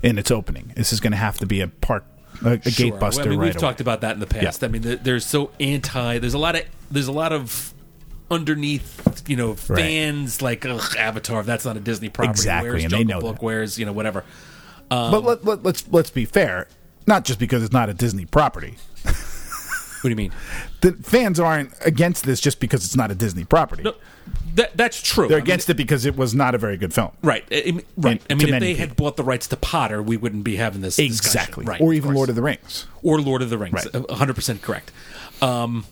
[SPEAKER 1] in its opening. This is going to have to be a park a, a
[SPEAKER 2] Sure.
[SPEAKER 1] gatebuster
[SPEAKER 2] I mean,
[SPEAKER 1] right
[SPEAKER 2] we've talked about that in the past.
[SPEAKER 1] Yeah.
[SPEAKER 2] I mean, th- there's so anti. There's a lot of there's a lot of underneath, you know,
[SPEAKER 1] Right.
[SPEAKER 2] fans like ugh, Avatar. If that's not a Disney property,
[SPEAKER 1] Exactly,
[SPEAKER 2] Where's
[SPEAKER 1] and they
[SPEAKER 2] Jungle
[SPEAKER 1] know
[SPEAKER 2] Book?
[SPEAKER 1] that.
[SPEAKER 2] Where's you know whatever?
[SPEAKER 1] but let, let, let's let's be fair. Not just because it's not a Disney property.
[SPEAKER 2] What do you mean?
[SPEAKER 1] The fans aren't against this just because it's not a Disney property.
[SPEAKER 2] No, that that's true.
[SPEAKER 1] They're
[SPEAKER 2] I mean,
[SPEAKER 1] against it because it was not a very good film.
[SPEAKER 2] Right, I- I mean- right.
[SPEAKER 1] And
[SPEAKER 2] I
[SPEAKER 1] to
[SPEAKER 2] mean, if
[SPEAKER 1] many
[SPEAKER 2] they had bought the rights to Potter, we wouldn't be having this discussion.
[SPEAKER 1] Exactly.
[SPEAKER 2] Right,
[SPEAKER 1] or
[SPEAKER 2] of
[SPEAKER 1] even
[SPEAKER 2] course.
[SPEAKER 1] Lord of the Rings.
[SPEAKER 2] or Lord of the Rings.
[SPEAKER 1] Right.
[SPEAKER 2] One hundred percent correct. Um,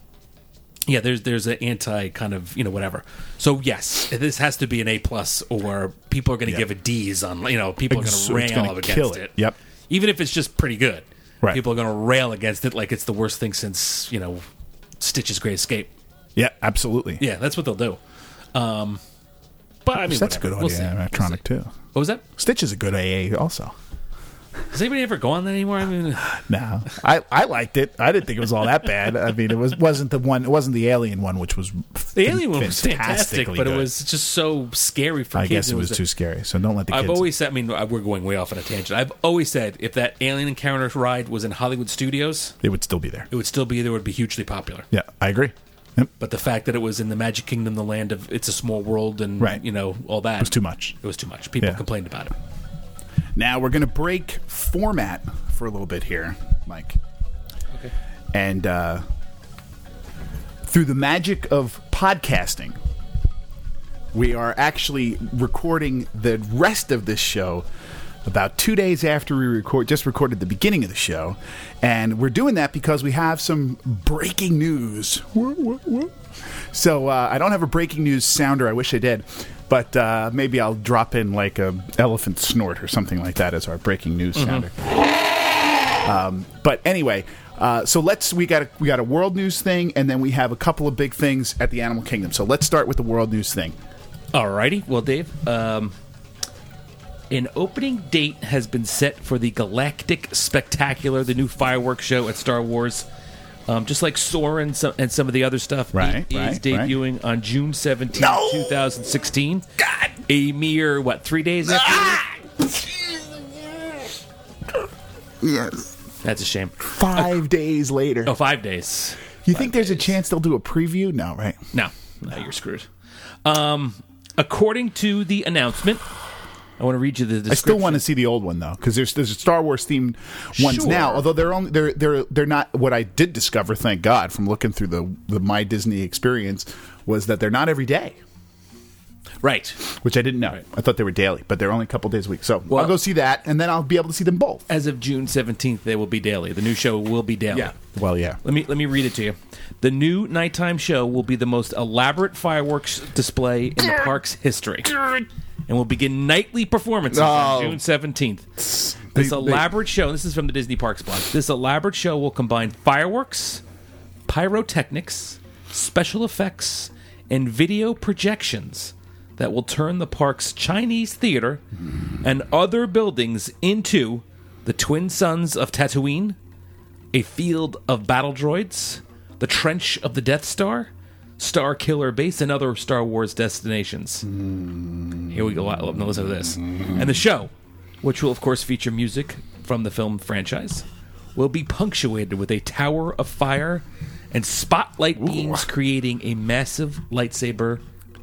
[SPEAKER 2] yeah, there's there's an anti kind of you know whatever. So yes, this has to be an A plus, or people are going to
[SPEAKER 1] Yeah.
[SPEAKER 2] give it D's on you know people are
[SPEAKER 1] Ex-
[SPEAKER 2] going
[SPEAKER 1] it's
[SPEAKER 2] to rail
[SPEAKER 1] gonna
[SPEAKER 2] against
[SPEAKER 1] kill
[SPEAKER 2] it.
[SPEAKER 1] it. Yep.
[SPEAKER 2] Even if it's just pretty good,
[SPEAKER 1] Right.
[SPEAKER 2] People are going to rail against it like it's the worst thing since you know Stitch's Great Escape.
[SPEAKER 1] Yeah, absolutely.
[SPEAKER 2] Yeah, that's what they'll do. Um, but I mean,
[SPEAKER 1] That's a good
[SPEAKER 2] whatever.
[SPEAKER 1] audio
[SPEAKER 2] We'll see.
[SPEAKER 1] animatronic
[SPEAKER 2] We'll see.
[SPEAKER 1] too.
[SPEAKER 2] What was that?
[SPEAKER 1] Stitch is a good AA also.
[SPEAKER 2] Does anybody ever go on that anymore? I mean,
[SPEAKER 1] No, I, I liked it. I didn't think it was all that bad. I mean, it was wasn't the one. It wasn't the alien one, which was
[SPEAKER 2] the alien one was fantastic, but it
[SPEAKER 1] good.
[SPEAKER 2] was just so scary for
[SPEAKER 1] I
[SPEAKER 2] kids.
[SPEAKER 1] guess it was,
[SPEAKER 2] a-
[SPEAKER 1] too scary. So don't let the kids.
[SPEAKER 2] I've always said, I mean, I- we're going way off on a tangent. I've always said if that Alien Encounter ride was in Hollywood studios,
[SPEAKER 1] it would still be there.
[SPEAKER 2] it would still be there, it would be hugely popular.
[SPEAKER 1] Yeah, I agree. Yep. It
[SPEAKER 2] But the fact that it was in the Magic Kingdom, the land of It's a Small World, and,
[SPEAKER 1] Right.
[SPEAKER 2] you know, all that. It
[SPEAKER 1] was too much.
[SPEAKER 2] It was too much. People
[SPEAKER 1] Yeah.
[SPEAKER 2] complained about it.
[SPEAKER 1] Now we're gonna break format for a little bit here, Mike.
[SPEAKER 2] Okay.
[SPEAKER 1] and uh, through the magic of podcasting, we are actually recording the rest of this show about two days after we record just recorded the beginning of the show, and we're doing that because we have some breaking news. Whoa, whoa, whoa. So uh, I don't have a breaking news sounder. I wish I did. But uh, maybe I'll drop in like a elephant snort or something like that as our breaking news sounder. But anyway, uh, so let's we got a, we got a world news thing, and then we have a couple of big things at the animal kingdom. So let's start with the world news thing.
[SPEAKER 2] Alrighty. Well, Dave, um, an opening date has been set for the Galactic Spectacular, the new fireworks show at Star Wars. Um, just like Soren and some, and some of the other stuff,
[SPEAKER 1] Right,
[SPEAKER 2] it is
[SPEAKER 1] right, right.
[SPEAKER 2] debuting on June seventeenth,
[SPEAKER 1] No!
[SPEAKER 2] 2016. God! A mere, what, three days after?
[SPEAKER 1] Ah! Yes.
[SPEAKER 2] That's a shame.
[SPEAKER 1] Five days later,
[SPEAKER 2] Oh, five days.
[SPEAKER 1] you think there's a chance they'll do a preview? No, right?
[SPEAKER 2] No, no, you're screwed. Um, according to the announcement, I want to read you the description.
[SPEAKER 1] I still want to see the old one though, because there's there's Star Wars themed ones
[SPEAKER 2] Sure.
[SPEAKER 1] now. Although they're only they're they're they're not what I did discover. Thank God from looking through the the My Disney experience was that they're not every day,
[SPEAKER 2] right.
[SPEAKER 1] which I didn't know. I thought they were daily, but they're only a couple days a week. So
[SPEAKER 2] Well-
[SPEAKER 1] I'll go see that, and then I'll be able to see them both.
[SPEAKER 2] As of June seventeenth, they will be daily. The new show will be daily.
[SPEAKER 1] Well, yeah.
[SPEAKER 2] Let me let me read it to you. The new nighttime show will be the most elaborate fireworks display in the park's history, and will begin nightly performances on
[SPEAKER 1] Oh.
[SPEAKER 2] June seventeenth.
[SPEAKER 1] They-
[SPEAKER 2] This
[SPEAKER 1] they-
[SPEAKER 2] elaborate show, and this is from the Disney Parks blog. This elaborate show will combine fireworks, pyrotechnics, special effects, and video projections that will turn the park's Chinese theater and other buildings into the Twin Sons of Tatooine, A Field of Battle Droids, The Trench of the Death Star, Star Killer Base, and other Star Wars destinations. Here we go. I love to listen to this.
[SPEAKER 1] Mm-hmm.
[SPEAKER 2] And the show, which will of course feature music from the film franchise, will be punctuated with a tower of fire and spotlight beams creating a massive lightsaber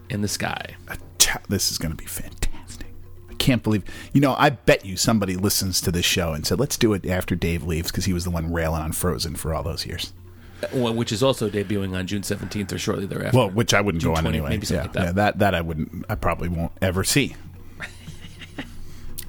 [SPEAKER 2] in the sky.
[SPEAKER 1] Ta- This is going to be fantastic. I can't believe. You know, I bet you somebody listens to this show and said, "Let's do it after Dave leaves," because he was the one railing on Frozen for all those years.
[SPEAKER 2] Uh, Well, which is also debuting on June 17th or shortly thereafter.
[SPEAKER 1] Well, which I wouldn't
[SPEAKER 2] June
[SPEAKER 1] go on
[SPEAKER 2] 20th,
[SPEAKER 1] anyway.
[SPEAKER 2] maybe
[SPEAKER 1] yeah,
[SPEAKER 2] something like that.
[SPEAKER 1] yeah, that that I wouldn't. I probably won't ever see.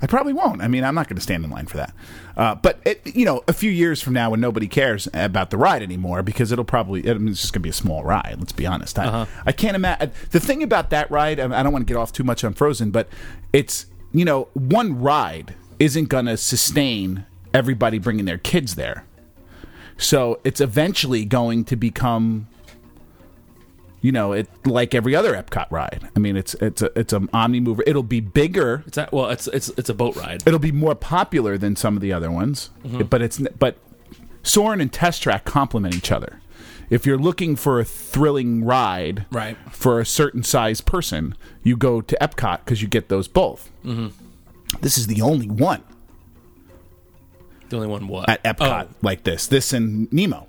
[SPEAKER 1] I probably won't. I mean, I'm not going to stand in line for that. Uh, but it, you know, a few years from now, when nobody cares about the ride anymore, because it'll probably I mean, it's just going to be a small ride. Let's be honest. I,
[SPEAKER 2] Uh-huh.
[SPEAKER 1] I can't imagine the thing about that ride. I I don't want to get off too much on Frozen, but it's you know, one ride isn't going to sustain everybody bringing their kids there. So it's eventually going to become you know, it like every other Epcot ride. I mean, it's it's a it's an omni mover. It'll be bigger.
[SPEAKER 2] It's not, well, it's it's it's a boat ride.
[SPEAKER 1] It'll be more popular than some of the other ones.
[SPEAKER 2] Mm-hmm.
[SPEAKER 1] But it's but Soren and Test Track complement each other. If you're looking for a thrilling ride
[SPEAKER 2] Right.
[SPEAKER 1] for a certain size person, you go to Epcot because you get those both. Mm-hmm. This is the only one
[SPEAKER 2] The only one what
[SPEAKER 1] at Epcot
[SPEAKER 2] Oh,
[SPEAKER 1] like this. This and Nemo.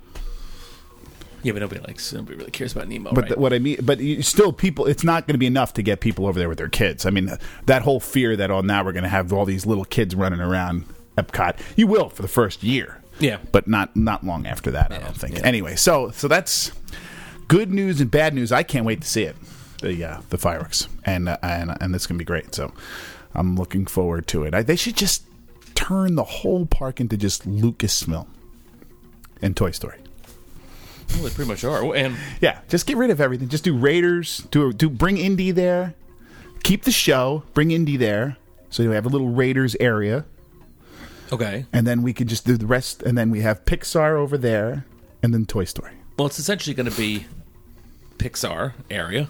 [SPEAKER 2] yeah, but nobody likes nobody really cares about Nemo.
[SPEAKER 1] But
[SPEAKER 2] right?
[SPEAKER 1] th- what I mean, but you, still, people, it's not going to be enough to get people over there with their kids. I mean, th- that whole fear that oh, now we're going to have all these little kids running around Epcot. You will for the first year,
[SPEAKER 2] Yeah.
[SPEAKER 1] but not not long after that. I don't think. Anyway, so so that's good news and bad news. I can't wait to see it. The uh, the fireworks and uh, and and it's going to be great. So I'm looking forward to it. I, they should just turn the whole park into just Lucasfilm and Toy Story.
[SPEAKER 2] Well, they pretty much are. Well, And
[SPEAKER 1] Yeah, just get rid of everything. Just do Raiders. Do do bring Indy there. Keep the show. Bring Indy there. So you have a little Raiders area,
[SPEAKER 2] okay,
[SPEAKER 1] and then we could just do the rest. And then we have Pixar over there, and then Toy Story.
[SPEAKER 2] well, it's essentially going to be Pixar area,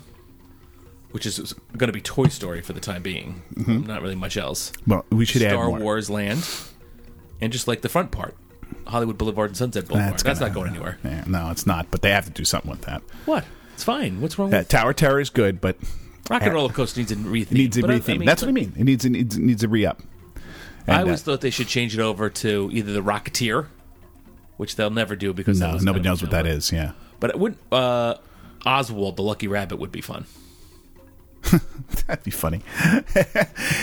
[SPEAKER 2] which is going to be Toy Story for the time being. Not really much else.
[SPEAKER 1] Well, Mm-hmm. we should add
[SPEAKER 2] Star
[SPEAKER 1] more.
[SPEAKER 2] Wars Land, and just like the front part, Hollywood Boulevard and Sunset Boulevard. That's,
[SPEAKER 1] gonna-
[SPEAKER 2] not going anywhere.
[SPEAKER 1] Yeah, no, it's not. But they have to do something with that.
[SPEAKER 2] What? It's fine. What's wrong
[SPEAKER 1] Yeah,
[SPEAKER 2] with
[SPEAKER 1] Tower Terror is good, but
[SPEAKER 2] Rock and Roller Coaster needs a retheme.
[SPEAKER 1] it needs a
[SPEAKER 2] but I- I
[SPEAKER 1] retheme.
[SPEAKER 2] mean,
[SPEAKER 1] That's
[SPEAKER 2] but-
[SPEAKER 1] what I mean. uh, It needs it needs it needs a re up.
[SPEAKER 2] I always thought they should change it over to either the Rocketeer, which they'll never do because that
[SPEAKER 1] no,
[SPEAKER 2] was
[SPEAKER 1] nobody
[SPEAKER 2] kind of
[SPEAKER 1] knows
[SPEAKER 2] a
[SPEAKER 1] what that
[SPEAKER 2] failure.
[SPEAKER 1] is. Yeah,
[SPEAKER 2] But it would uh, Oswald the Lucky Rabbit would be fun.
[SPEAKER 1] That'd be funny.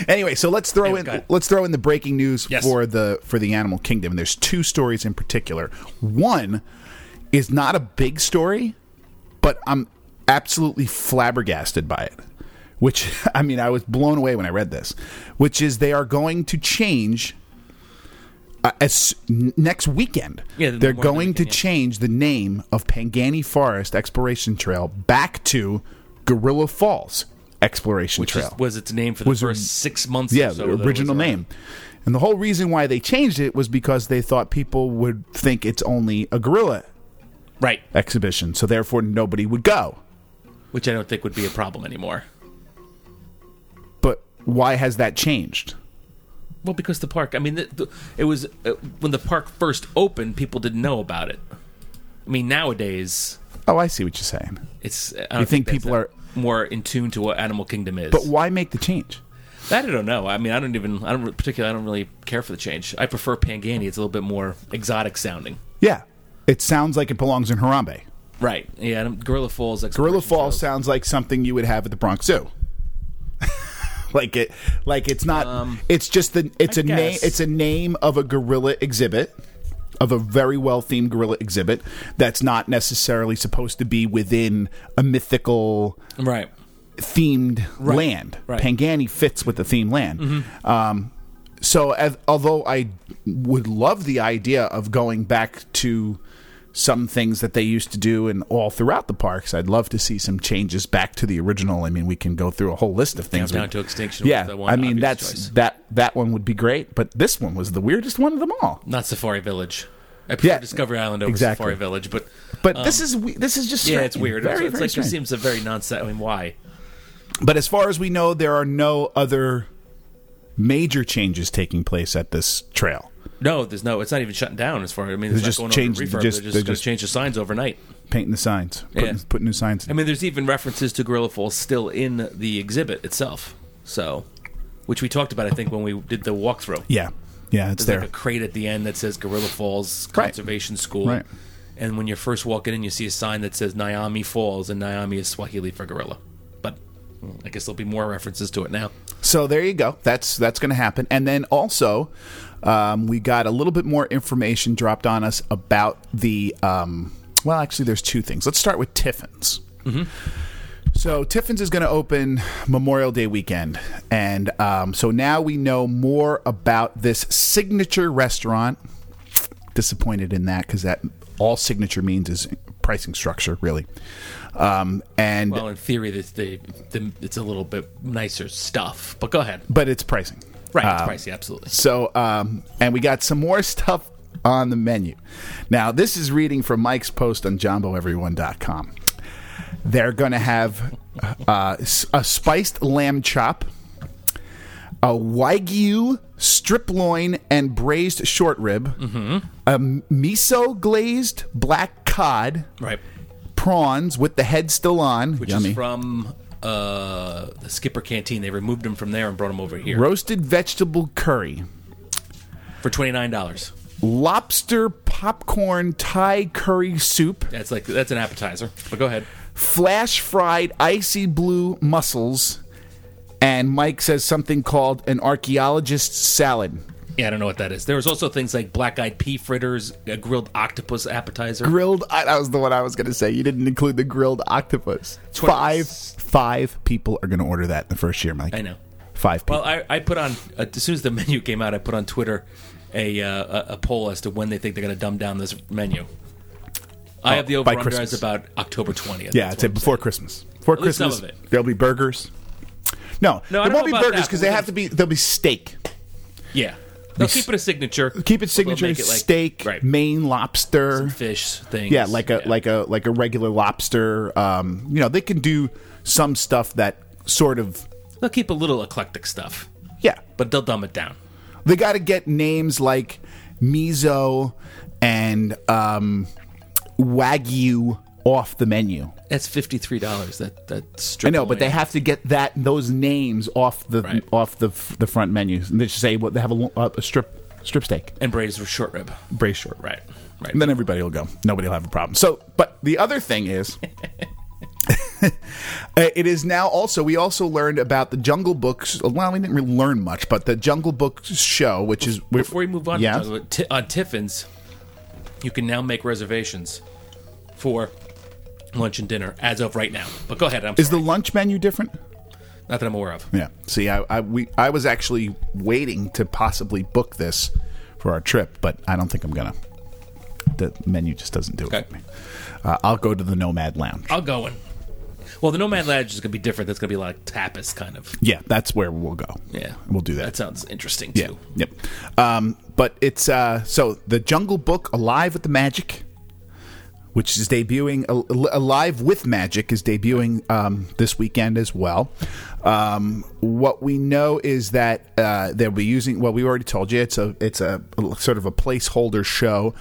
[SPEAKER 1] anyway, so let's throw
[SPEAKER 2] Yeah,
[SPEAKER 1] in
[SPEAKER 2] go ahead.
[SPEAKER 1] let's throw in the breaking news
[SPEAKER 2] Yes.
[SPEAKER 1] for the for the animal kingdom. There's two stories in particular. One is not a big story, but I'm absolutely flabbergasted by it. Which I mean, I was blown away when I read this. Which is they are going to change uh, as n- next weekend.
[SPEAKER 2] Yeah, the
[SPEAKER 1] they're
[SPEAKER 2] Memorial
[SPEAKER 1] going to
[SPEAKER 2] Weekend, yeah.
[SPEAKER 1] change the name of Pangani Forest Exploration Trail back to Gorilla Falls Exploration
[SPEAKER 2] Which
[SPEAKER 1] Trail.
[SPEAKER 2] is, was its name for the
[SPEAKER 1] Was
[SPEAKER 2] first
[SPEAKER 1] it-
[SPEAKER 2] six months.
[SPEAKER 1] yeah,
[SPEAKER 2] or so
[SPEAKER 1] the
[SPEAKER 2] that it was
[SPEAKER 1] original
[SPEAKER 2] around.
[SPEAKER 1] name. And the whole reason why they changed it was because they thought people would think it's only a gorilla
[SPEAKER 2] right?
[SPEAKER 1] exhibition, so therefore nobody would go.
[SPEAKER 2] Which I don't think would be a problem anymore.
[SPEAKER 1] But why has that changed?
[SPEAKER 2] Well, because the park. I mean, the, the, it was uh, when the park first opened, people didn't know about it. I mean, nowadays
[SPEAKER 1] Oh, I see what you're saying.
[SPEAKER 2] it's. I
[SPEAKER 1] You
[SPEAKER 2] don't
[SPEAKER 1] think
[SPEAKER 2] that's
[SPEAKER 1] people
[SPEAKER 2] that
[SPEAKER 1] are-
[SPEAKER 2] more in tune to what Animal Kingdom is?
[SPEAKER 1] But why make the change?
[SPEAKER 2] That I don't know. I mean, I don't even. I don't re- particularly. I don't really care for the change. I prefer Pangani. It's a little bit more exotic sounding.
[SPEAKER 1] Yeah, it sounds like it belongs in Harambe.
[SPEAKER 2] Right. Yeah. And Gorilla Falls.
[SPEAKER 1] Gorilla
[SPEAKER 2] Exploration
[SPEAKER 1] Falls
[SPEAKER 2] Trail.
[SPEAKER 1] sounds like something you would have at the Bronx Zoo. like it, like it's not. it's just the. It's
[SPEAKER 2] Um, I
[SPEAKER 1] a name.
[SPEAKER 2] guess.
[SPEAKER 1] It's a name of a gorilla exhibit, of a very well themed gorilla exhibit that's not necessarily supposed to be within a mythical
[SPEAKER 2] Right.
[SPEAKER 1] themed land.
[SPEAKER 2] right. Mm-hmm.
[SPEAKER 1] Pangani fits with the themed land. Um, so, as, although I would love the idea of going back to some things that they used to do and all throughout the parks, I'd love to see some changes back to the original. I mean, we can go through a whole list of things.
[SPEAKER 2] Down
[SPEAKER 1] we-
[SPEAKER 2] to Extinction was
[SPEAKER 1] Yeah,
[SPEAKER 2] the one
[SPEAKER 1] I mean
[SPEAKER 2] obvious
[SPEAKER 1] that's
[SPEAKER 2] choice.
[SPEAKER 1] that that one would be great, but this one was the weirdest one of them all.
[SPEAKER 2] Not Safari Village. I prefer
[SPEAKER 1] Yeah,
[SPEAKER 2] Discovery Island over
[SPEAKER 1] exactly.
[SPEAKER 2] Safari Village, but um,
[SPEAKER 1] But this is we- this is just
[SPEAKER 2] yeah,
[SPEAKER 1] strange.
[SPEAKER 2] it's weird.
[SPEAKER 1] Very,
[SPEAKER 2] it's it's
[SPEAKER 1] very
[SPEAKER 2] like
[SPEAKER 1] strange.
[SPEAKER 2] it seems a very nonsense. I mean, why?
[SPEAKER 1] But as far as we know, there are no other major changes taking place at this trail.
[SPEAKER 2] No, there's no. It's not even shutting down as far. I mean, it's
[SPEAKER 1] They
[SPEAKER 2] not
[SPEAKER 1] just
[SPEAKER 2] going
[SPEAKER 1] changed-
[SPEAKER 2] over refurb.
[SPEAKER 1] just-
[SPEAKER 2] they're just
[SPEAKER 1] they
[SPEAKER 2] going to
[SPEAKER 1] just-
[SPEAKER 2] change the signs overnight.
[SPEAKER 1] painting the signs, putting,
[SPEAKER 2] Yeah.
[SPEAKER 1] putting new signs. In.
[SPEAKER 2] I mean, there's even references to Gorilla Falls still in the exhibit itself. So, which we talked about, I think, when we did the walkthrough.
[SPEAKER 1] yeah, yeah, it's
[SPEAKER 2] There's
[SPEAKER 1] there.
[SPEAKER 2] like a crate at the end that says Gorilla Falls
[SPEAKER 1] Right.
[SPEAKER 2] Conservation School.
[SPEAKER 1] Right.
[SPEAKER 2] And when you're first walking in, you see a sign that says Niami Falls, and Niami is Swahili for gorilla. But well, I guess there'll be more references to it now.
[SPEAKER 1] So there you go. That's that's going to happen. And then also, um, we got a little bit more information dropped on us about the. Um, well, actually, there's two things. Let's start with Tiffins. So Tiffins is going to open Memorial Day weekend, and um, so now we know more about this signature restaurant. Disappointed in that because that all signature means is pricing structure, really. Um, and
[SPEAKER 2] Well, in theory, this, the, the, it's a little bit nicer stuff. But go ahead.
[SPEAKER 1] but it's pricing,
[SPEAKER 2] Right, it's
[SPEAKER 1] Um,
[SPEAKER 2] pricey, absolutely.
[SPEAKER 1] So, um, and we got some more stuff on the menu. Now, this is reading from Mike's post on jumboeveryone.com. They're going to have uh, s- a spiced lamb chop, a wagyu strip loin and braised short rib,
[SPEAKER 2] Mm-hmm.
[SPEAKER 1] a m- miso glazed black cod,
[SPEAKER 2] Right.
[SPEAKER 1] prawns with the head still on,
[SPEAKER 2] Which
[SPEAKER 1] yummy,
[SPEAKER 2] is from uh, the Skipper Canteen. They removed them from there and brought them over here
[SPEAKER 1] roasted vegetable curry.
[SPEAKER 2] for $29.
[SPEAKER 1] Lobster popcorn Thai curry soup,
[SPEAKER 2] That's like that's an appetizer. But go ahead.
[SPEAKER 1] flash fried icy blue mussels, and Mike says something called an archaeologist's salad.
[SPEAKER 2] Yeah, I don't know what that is. There was also things like black-eyed pea fritters, a grilled octopus appetizer.
[SPEAKER 1] Grilled, I, that was the one I was going to say. You didn't include the grilled octopus.
[SPEAKER 2] Twice.
[SPEAKER 1] Five, five people are going to order that in the first year, Mike.
[SPEAKER 2] I know.
[SPEAKER 1] Five people.
[SPEAKER 2] Well, I, I put on uh, as soon as the menu came out, I put on Twitter a uh, a- a poll as to when they think they're going to dumb down this menu. I have the
[SPEAKER 1] Oh, by
[SPEAKER 2] over under
[SPEAKER 1] Christmas.
[SPEAKER 2] is about October twentieth.
[SPEAKER 1] yeah, I'd say before Christmas. Before
[SPEAKER 2] At least some
[SPEAKER 1] Christmas,
[SPEAKER 2] of it.
[SPEAKER 1] there'll be burgers. No,
[SPEAKER 2] No,
[SPEAKER 1] there
[SPEAKER 2] I
[SPEAKER 1] won't
[SPEAKER 2] don't know
[SPEAKER 1] be
[SPEAKER 2] about
[SPEAKER 1] burgers
[SPEAKER 2] that,
[SPEAKER 1] because
[SPEAKER 2] but
[SPEAKER 1] they
[SPEAKER 2] we
[SPEAKER 1] have to
[SPEAKER 2] can-
[SPEAKER 1] be. There'll be steak.
[SPEAKER 2] yeah. They'll keep it a signature.
[SPEAKER 1] Keep it
[SPEAKER 2] but they'll
[SPEAKER 1] signature
[SPEAKER 2] make it like-
[SPEAKER 1] steak,
[SPEAKER 2] right?
[SPEAKER 1] Maine lobster,
[SPEAKER 2] Fish things.
[SPEAKER 1] Yeah, like a like a like a regular lobster. Um, you know, they can do some stuff that sort of
[SPEAKER 2] they'll keep a little eclectic stuff,
[SPEAKER 1] yeah.
[SPEAKER 2] but they'll dumb it down.
[SPEAKER 1] They got to get names like miso and um, wagyu off the menu.
[SPEAKER 2] That's fifty three dollars. That that
[SPEAKER 1] I
[SPEAKER 2] strip
[SPEAKER 1] know, but
[SPEAKER 2] loin.
[SPEAKER 1] they have to get that those names off the
[SPEAKER 2] Right.
[SPEAKER 1] off the f- the front menu. And they just say what they have a, lo- a strip strip steak,
[SPEAKER 2] and braised with short rib.
[SPEAKER 1] braised short,
[SPEAKER 2] Right. Right.
[SPEAKER 1] And then everybody will go. Nobody will have a problem. So, but the other thing is, uh, it is now also, we also learned about the Jungle Books. Well, we didn't really learn much, but the Jungle Books show, which is. we-
[SPEAKER 2] Before we move on,
[SPEAKER 1] Yeah.
[SPEAKER 2] to talk about Ti- on Tiffin's, you can now make reservations for lunch and dinner as of right now. But go ahead. I'm
[SPEAKER 1] Is the
[SPEAKER 2] sorry.
[SPEAKER 1] lunch menu different?
[SPEAKER 2] not that I'm aware of.
[SPEAKER 1] Yeah. See, I, I, we, I was actually waiting to possibly book this for our trip, but I don't think I'm going to. The menu just doesn't do
[SPEAKER 2] Okay. Uh,
[SPEAKER 1] it for me. Uh, I'll go to the Nomad Lounge.
[SPEAKER 2] I'll go in. Well, the Nomad Lodge is going to be different. That's going to be like tapas, kind of.
[SPEAKER 1] yeah, that's where we'll go.
[SPEAKER 2] Yeah,
[SPEAKER 1] We'll do
[SPEAKER 2] That sounds interesting
[SPEAKER 1] Yeah.
[SPEAKER 2] too.
[SPEAKER 1] Yep. Um, but it's uh, so the Jungle Book Alive with the Magic, which is debuting Al- Alive with Magic is debuting um, this weekend as well. Um, what we know is that uh, they'll be using. Well, we already told you it's a it's a sort of a placeholder show.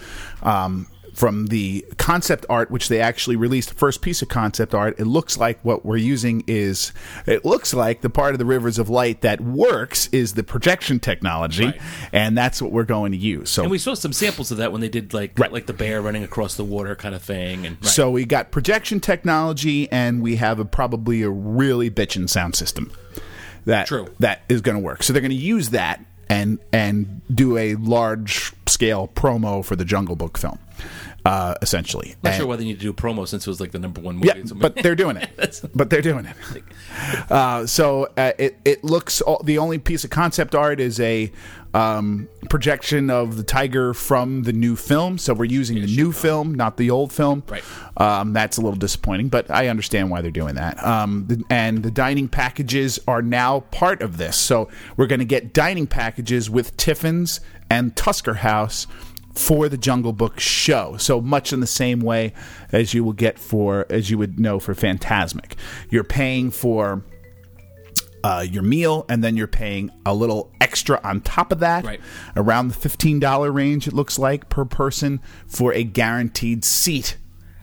[SPEAKER 1] Um, from the concept art, which they actually released, the first piece of concept art, it looks like what we're using is, it looks like the part of the Rivers of Light that works is the projection technology,
[SPEAKER 2] Right.
[SPEAKER 1] and that's what we're going to use. So
[SPEAKER 2] And we saw some samples of that when they did like
[SPEAKER 1] Right.
[SPEAKER 2] like the bear running across the water kind of thing. And
[SPEAKER 1] So we got projection technology, and we have a, probably a really bitchin' sound system that
[SPEAKER 2] True.
[SPEAKER 1] that is going to work. So they're going to use that and and do a large scale promo for the Jungle Book film, uh, essentially.
[SPEAKER 2] I'm not
[SPEAKER 1] And-
[SPEAKER 2] sure why they need to do a promo since it was like the number one movie.
[SPEAKER 1] yeah,
[SPEAKER 2] It's a-
[SPEAKER 1] but they're doing it. but they're doing it. Uh, so uh, it it looks all, the only piece of concept art is a um, projection of the tiger from the new film. So we're using the new film, not the old film.
[SPEAKER 2] Right.
[SPEAKER 1] Um, that's a little disappointing, but I understand why they're doing that. Um, th- and the dining packages are now part of this. So we're going to get dining packages with Tiffin's and Tusker House for the Jungle Book show. So much in the same way as you will get for, as you would know for Fantasmic. You're paying for uh, your meal, and then you're paying a little extra on top of that,
[SPEAKER 2] Right.
[SPEAKER 1] around the fifteen dollar range. It looks like per person for a guaranteed seat,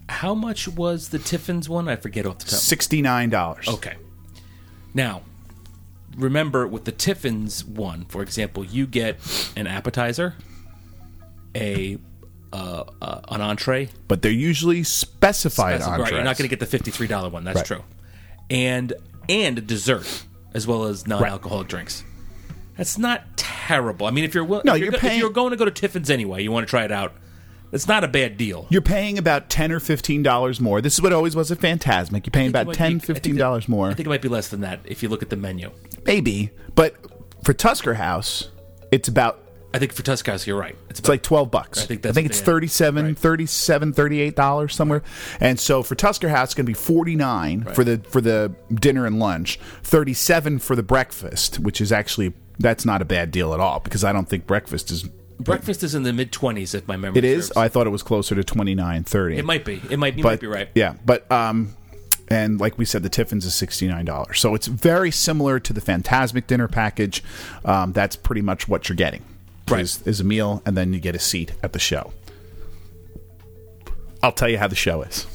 [SPEAKER 2] How much was the Tiffins one? I forget off the top.
[SPEAKER 1] sixty nine dollars.
[SPEAKER 2] Okay. Now, remember with the Tiffins one, for example, you get an appetizer, a uh, uh, an entree.
[SPEAKER 1] but they're usually specified
[SPEAKER 2] That's- right,
[SPEAKER 1] entrees.
[SPEAKER 2] you're not going to get the fifty three dollar one. That's
[SPEAKER 1] Right.
[SPEAKER 2] true. And and a dessert as well as non alcoholic drinks. That's not terrible. I mean, if you're willing,
[SPEAKER 1] No,
[SPEAKER 2] if you're,
[SPEAKER 1] you're
[SPEAKER 2] go-
[SPEAKER 1] paying-
[SPEAKER 2] if you're going to go to Tiffins anyway, you want to try it out. It's not a bad deal.
[SPEAKER 1] You're paying about ten or fifteen dollars more. This is what always was a Fantasmic. You're paying
[SPEAKER 2] think it
[SPEAKER 1] about
[SPEAKER 2] might
[SPEAKER 1] ten,
[SPEAKER 2] be- I think
[SPEAKER 1] fifteen
[SPEAKER 2] that-
[SPEAKER 1] dollars more.
[SPEAKER 2] I think it might be less than that if you look at the menu.
[SPEAKER 1] Maybe, but for Tusker House, it's about
[SPEAKER 2] I think for Tuscas, you're right. It's
[SPEAKER 1] it's like 12 bucks.
[SPEAKER 2] I think that's
[SPEAKER 1] it's
[SPEAKER 2] the-
[SPEAKER 1] 37,
[SPEAKER 2] right.
[SPEAKER 1] 37, 38 dollars somewhere. And so for Tusker House it's going to be 49 for the for the dinner and lunch, 37 for the breakfast, which is actually that's not a bad deal at all because I don't think breakfast is
[SPEAKER 2] Breakfast is in the mid twenties, if my memory.
[SPEAKER 1] it is.
[SPEAKER 2] serves.
[SPEAKER 1] I thought it was closer to 29, 30.
[SPEAKER 2] it might be. It might. You
[SPEAKER 1] but
[SPEAKER 2] might be right.
[SPEAKER 1] yeah, but um, and like we said, the Tiffin's is sixty nine dollars, so it's very similar to the Fantasmic dinner package. Um, that's pretty much what you're getting.
[SPEAKER 2] Right.
[SPEAKER 1] Is, is a meal, and then you get a seat at the show. I'll tell you how the show is.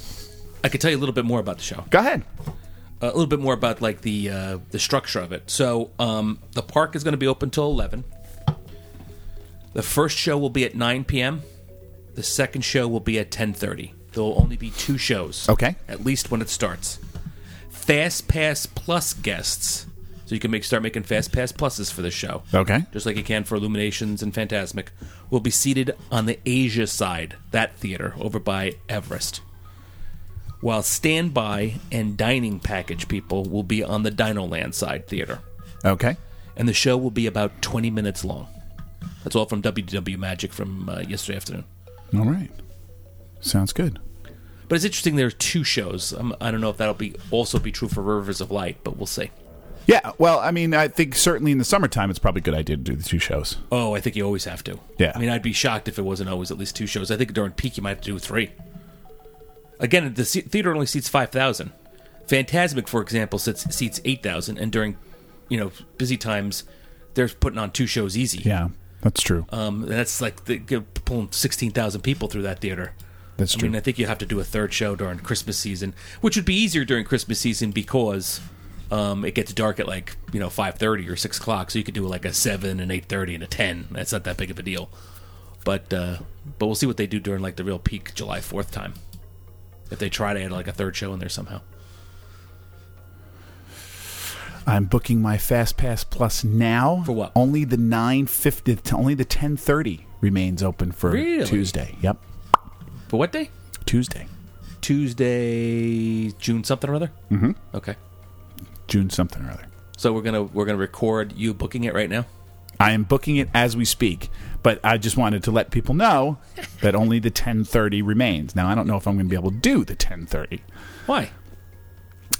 [SPEAKER 2] I could tell you a little bit more about the show.
[SPEAKER 1] Go ahead.
[SPEAKER 2] a little bit more about like the uh, the structure of it. So um, the park is going to be open till eleven. The first show will be at nine p.m. The second show will be at ten thirty. There will only be two shows.
[SPEAKER 1] Okay.
[SPEAKER 2] at least when it starts. Fast Pass Plus guests, so you can make start making Fast Pass Pluses for this show.
[SPEAKER 1] Okay.
[SPEAKER 2] just like you can for Illuminations and Fantasmic, will be seated on the Asia side, that theater over by Everest while standby and dining package people will be on the Dinoland side theater.
[SPEAKER 1] Okay.
[SPEAKER 2] And the show will be about 20 minutes long. That's all from WW Magic from uh, yesterday afternoon.
[SPEAKER 1] All right. Sounds good.
[SPEAKER 2] But it's interesting there are two shows. Um, I don't know if that'll be also be true for Rivers of Light, but we'll see.
[SPEAKER 1] Yeah. Well, I mean, I think certainly in the summertime, it's probably a good idea to do the two shows.
[SPEAKER 2] Oh, I think you always have to.
[SPEAKER 1] Yeah.
[SPEAKER 2] I mean, I'd be shocked if it wasn't always at least two shows. I think during peak you might have to do three. Again, the se- theater only seats 5,000. Fantasmic, for example, sits, seats 8,000. And during, you know, busy times, they're putting on two shows easy.
[SPEAKER 1] Yeah, that's true.
[SPEAKER 2] Um, and that's like the, g- pulling 16,000 people through that theater.
[SPEAKER 1] That's
[SPEAKER 2] I
[SPEAKER 1] true.
[SPEAKER 2] mean, I think you have to do a third show during Christmas season, which would be easier during Christmas season because um, it gets dark at like you know five thirty or six o'clock, so you could do like a seven and eight thirty and a ten. That's not that big of a deal, but uh, but we'll see what they do during like the real peak July Fourth time, if they try to add like a third show in there somehow.
[SPEAKER 1] I'm booking my Fast Pass Plus now.
[SPEAKER 2] For what?
[SPEAKER 1] Only the nine fifty, only the ten thirty remains open for
[SPEAKER 2] Really?
[SPEAKER 1] Tuesday. Yep,
[SPEAKER 2] But what day?
[SPEAKER 1] Tuesday,
[SPEAKER 2] Tuesday, June something or other. Mm-hmm. Okay,
[SPEAKER 1] June something or other.
[SPEAKER 2] so we're gonna we're gonna record you booking it right now.
[SPEAKER 1] I am booking it as we speak, but I just wanted to let people know that only the ten thirty remains. Now I don't know if I'm going to be able to do the ten thirty.
[SPEAKER 2] Why?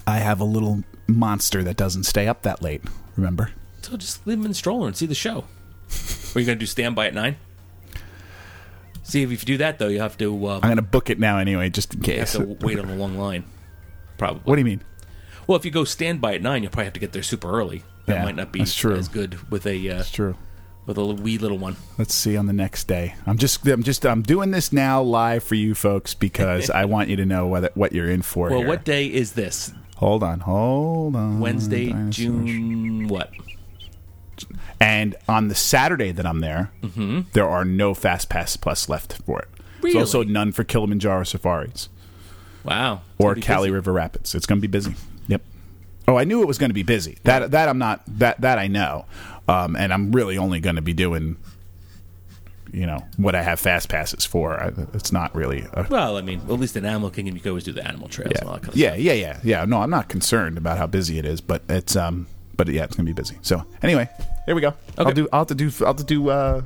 [SPEAKER 1] I have a little monster that doesn't stay up that late. Remember?
[SPEAKER 2] So just leave him in the stroller and see the show. Are you going to do standby at nine? See if you do that though, you have to uh,
[SPEAKER 1] I'm going to book it now anyway, just in
[SPEAKER 2] you have
[SPEAKER 1] case.
[SPEAKER 2] to wait on a long line. Probably.
[SPEAKER 1] What do you mean?
[SPEAKER 2] Well, if you go standby at nine, you'll probably have to get there super early. That
[SPEAKER 1] Yeah,
[SPEAKER 2] might not be
[SPEAKER 1] that's true.
[SPEAKER 2] as good with a uh,
[SPEAKER 1] It's true.
[SPEAKER 2] with a little, wee little one.
[SPEAKER 1] Let's see on the next day. I'm just I'm just I'm doing this now live for you folks because I want you to know whether what you're in for.
[SPEAKER 2] Well,
[SPEAKER 1] here.
[SPEAKER 2] what day is this?
[SPEAKER 1] Hold on, hold on.
[SPEAKER 2] Wednesday,
[SPEAKER 1] Mm, Dinosaurs.
[SPEAKER 2] June what?
[SPEAKER 1] And on the Saturday that I'm there, there are no Fast Pass Plus left for it.
[SPEAKER 2] Mm-hmm. Really?
[SPEAKER 1] There's also none for Kilimanjaro Safaris
[SPEAKER 2] Wow. It's
[SPEAKER 1] or
[SPEAKER 2] gonna be
[SPEAKER 1] Cali
[SPEAKER 2] busy.
[SPEAKER 1] River Rapids. It's going to be busy. Yep. Oh, I knew it was going to be busy. That that I'm not that that I know, um, and I'm really only going to be doing, you know, what I have Fast Passes for. I, it's not really a
[SPEAKER 2] Well, I mean, at least in Animal Kingdom, you can always do the animal trails and all that kind of
[SPEAKER 1] yeah,
[SPEAKER 2] stuff.
[SPEAKER 1] yeah, yeah, yeah. No, I'm not concerned about how busy it is, but it's um, but yeah, it's gonna be busy. So anyway, there we go. I'll
[SPEAKER 2] Okay.
[SPEAKER 1] do. I'll have to do. I'll have to do. Uh,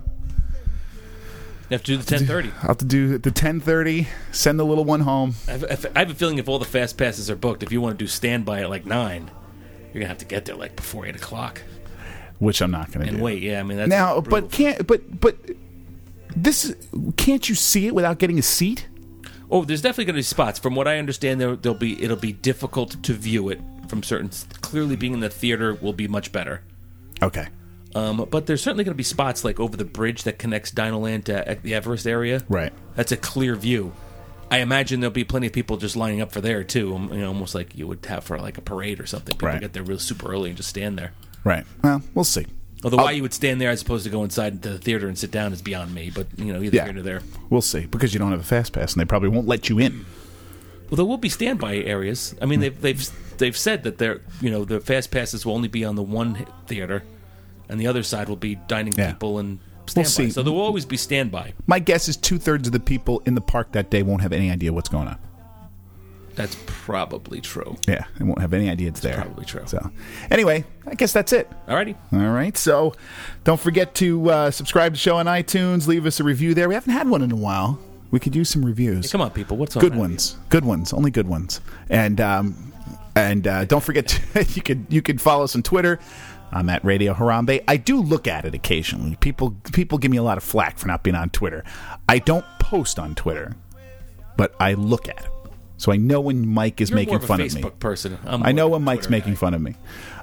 [SPEAKER 2] You have to do the ten thirty.
[SPEAKER 1] I'll have to do the 10:30. Send the little one home.
[SPEAKER 2] I have- I have I have a feeling if all the fast passes are booked, if you want to do standby at like nine, you're gonna have to get there like before eight o'clock
[SPEAKER 1] which I'm not gonna
[SPEAKER 2] and
[SPEAKER 1] do.
[SPEAKER 2] wait. Yeah, I mean that's
[SPEAKER 1] now,
[SPEAKER 2] brutal.
[SPEAKER 1] but can't. But but this can't you see it without getting a seat?
[SPEAKER 2] oh, there's definitely gonna be spots. From what I understand, there there'll be it'll be difficult to view it from certain clearly being in the theater will be much better.
[SPEAKER 1] Okay.
[SPEAKER 2] Um, but there's certainly going to be spots like over the bridge that connects Dinoland to E- the Everest area.
[SPEAKER 1] Right.
[SPEAKER 2] That's a clear view. I imagine there'll be plenty of people just lining up for there too. um, You know, almost like you would have for like a parade or something. People
[SPEAKER 1] Right.
[SPEAKER 2] get there real super early and just stand there.
[SPEAKER 1] Right. Well, we'll see.
[SPEAKER 2] Although why you would stand there as opposed to go inside the theater and sit down is beyond me. But you know, either
[SPEAKER 1] Yeah.
[SPEAKER 2] here or there.
[SPEAKER 1] We'll see because you don't have a fast pass and they probably won't let you in.
[SPEAKER 2] Well, there will be standby areas. I mean,
[SPEAKER 1] Hmm.
[SPEAKER 2] they've they've they've said that they're you know the fast passes will only be on the one theater, and the other side will be dining
[SPEAKER 1] Yeah.
[SPEAKER 2] people and
[SPEAKER 1] We'll
[SPEAKER 2] standby.
[SPEAKER 1] see.
[SPEAKER 2] So there will always be standby.
[SPEAKER 1] My guess is two thirds of the people in the park that day won't have any idea what's going on.
[SPEAKER 2] That's probably true.
[SPEAKER 1] Yeah, they won't have any idea it's there.
[SPEAKER 2] probably true.
[SPEAKER 1] So, anyway, I guess that's it.
[SPEAKER 2] Alrighty.
[SPEAKER 1] All right. So, don't forget to uh, subscribe to the show on iTunes. Leave us a review there. We haven't had one in a while. We could use some reviews.
[SPEAKER 2] Come on, people. What's on
[SPEAKER 1] good
[SPEAKER 2] that?
[SPEAKER 1] ones, good ones, only good ones. And um, and uh, don't forget to, you could you could follow us on Twitter. I'm at Radio Harambe. I do look at it occasionally. People people give me a lot of flack for not being on Twitter. I don't post on Twitter, but I look at it, so I know when Mike is
[SPEAKER 2] You're
[SPEAKER 1] making
[SPEAKER 2] more of a
[SPEAKER 1] fun
[SPEAKER 2] Facebook
[SPEAKER 1] of me.
[SPEAKER 2] person. I'm more
[SPEAKER 1] I know
[SPEAKER 2] of a
[SPEAKER 1] when Mike's
[SPEAKER 2] Twitter
[SPEAKER 1] making
[SPEAKER 2] guy.
[SPEAKER 1] fun of me.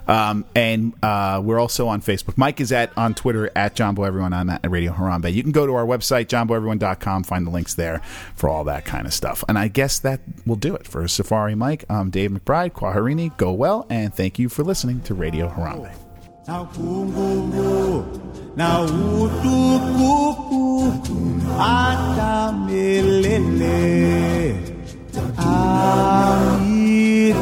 [SPEAKER 1] Um, and uh, we're also on Facebook. Mike is at on Twitter at Jumbo Everyone. I'm at Radio Harambe. You can go to our website, jumboeveryone.com, find the links there for all that kind of stuff. And I guess that will do it for Safari Mike. I'm Dave McBride, Kwaharini, go well, and thank you for listening to Radio Harambe.
[SPEAKER 5] na kungumu na utukufu hata milele amina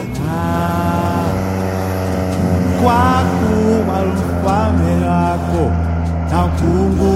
[SPEAKER 5] kwa kuwa mfalme wako na kungu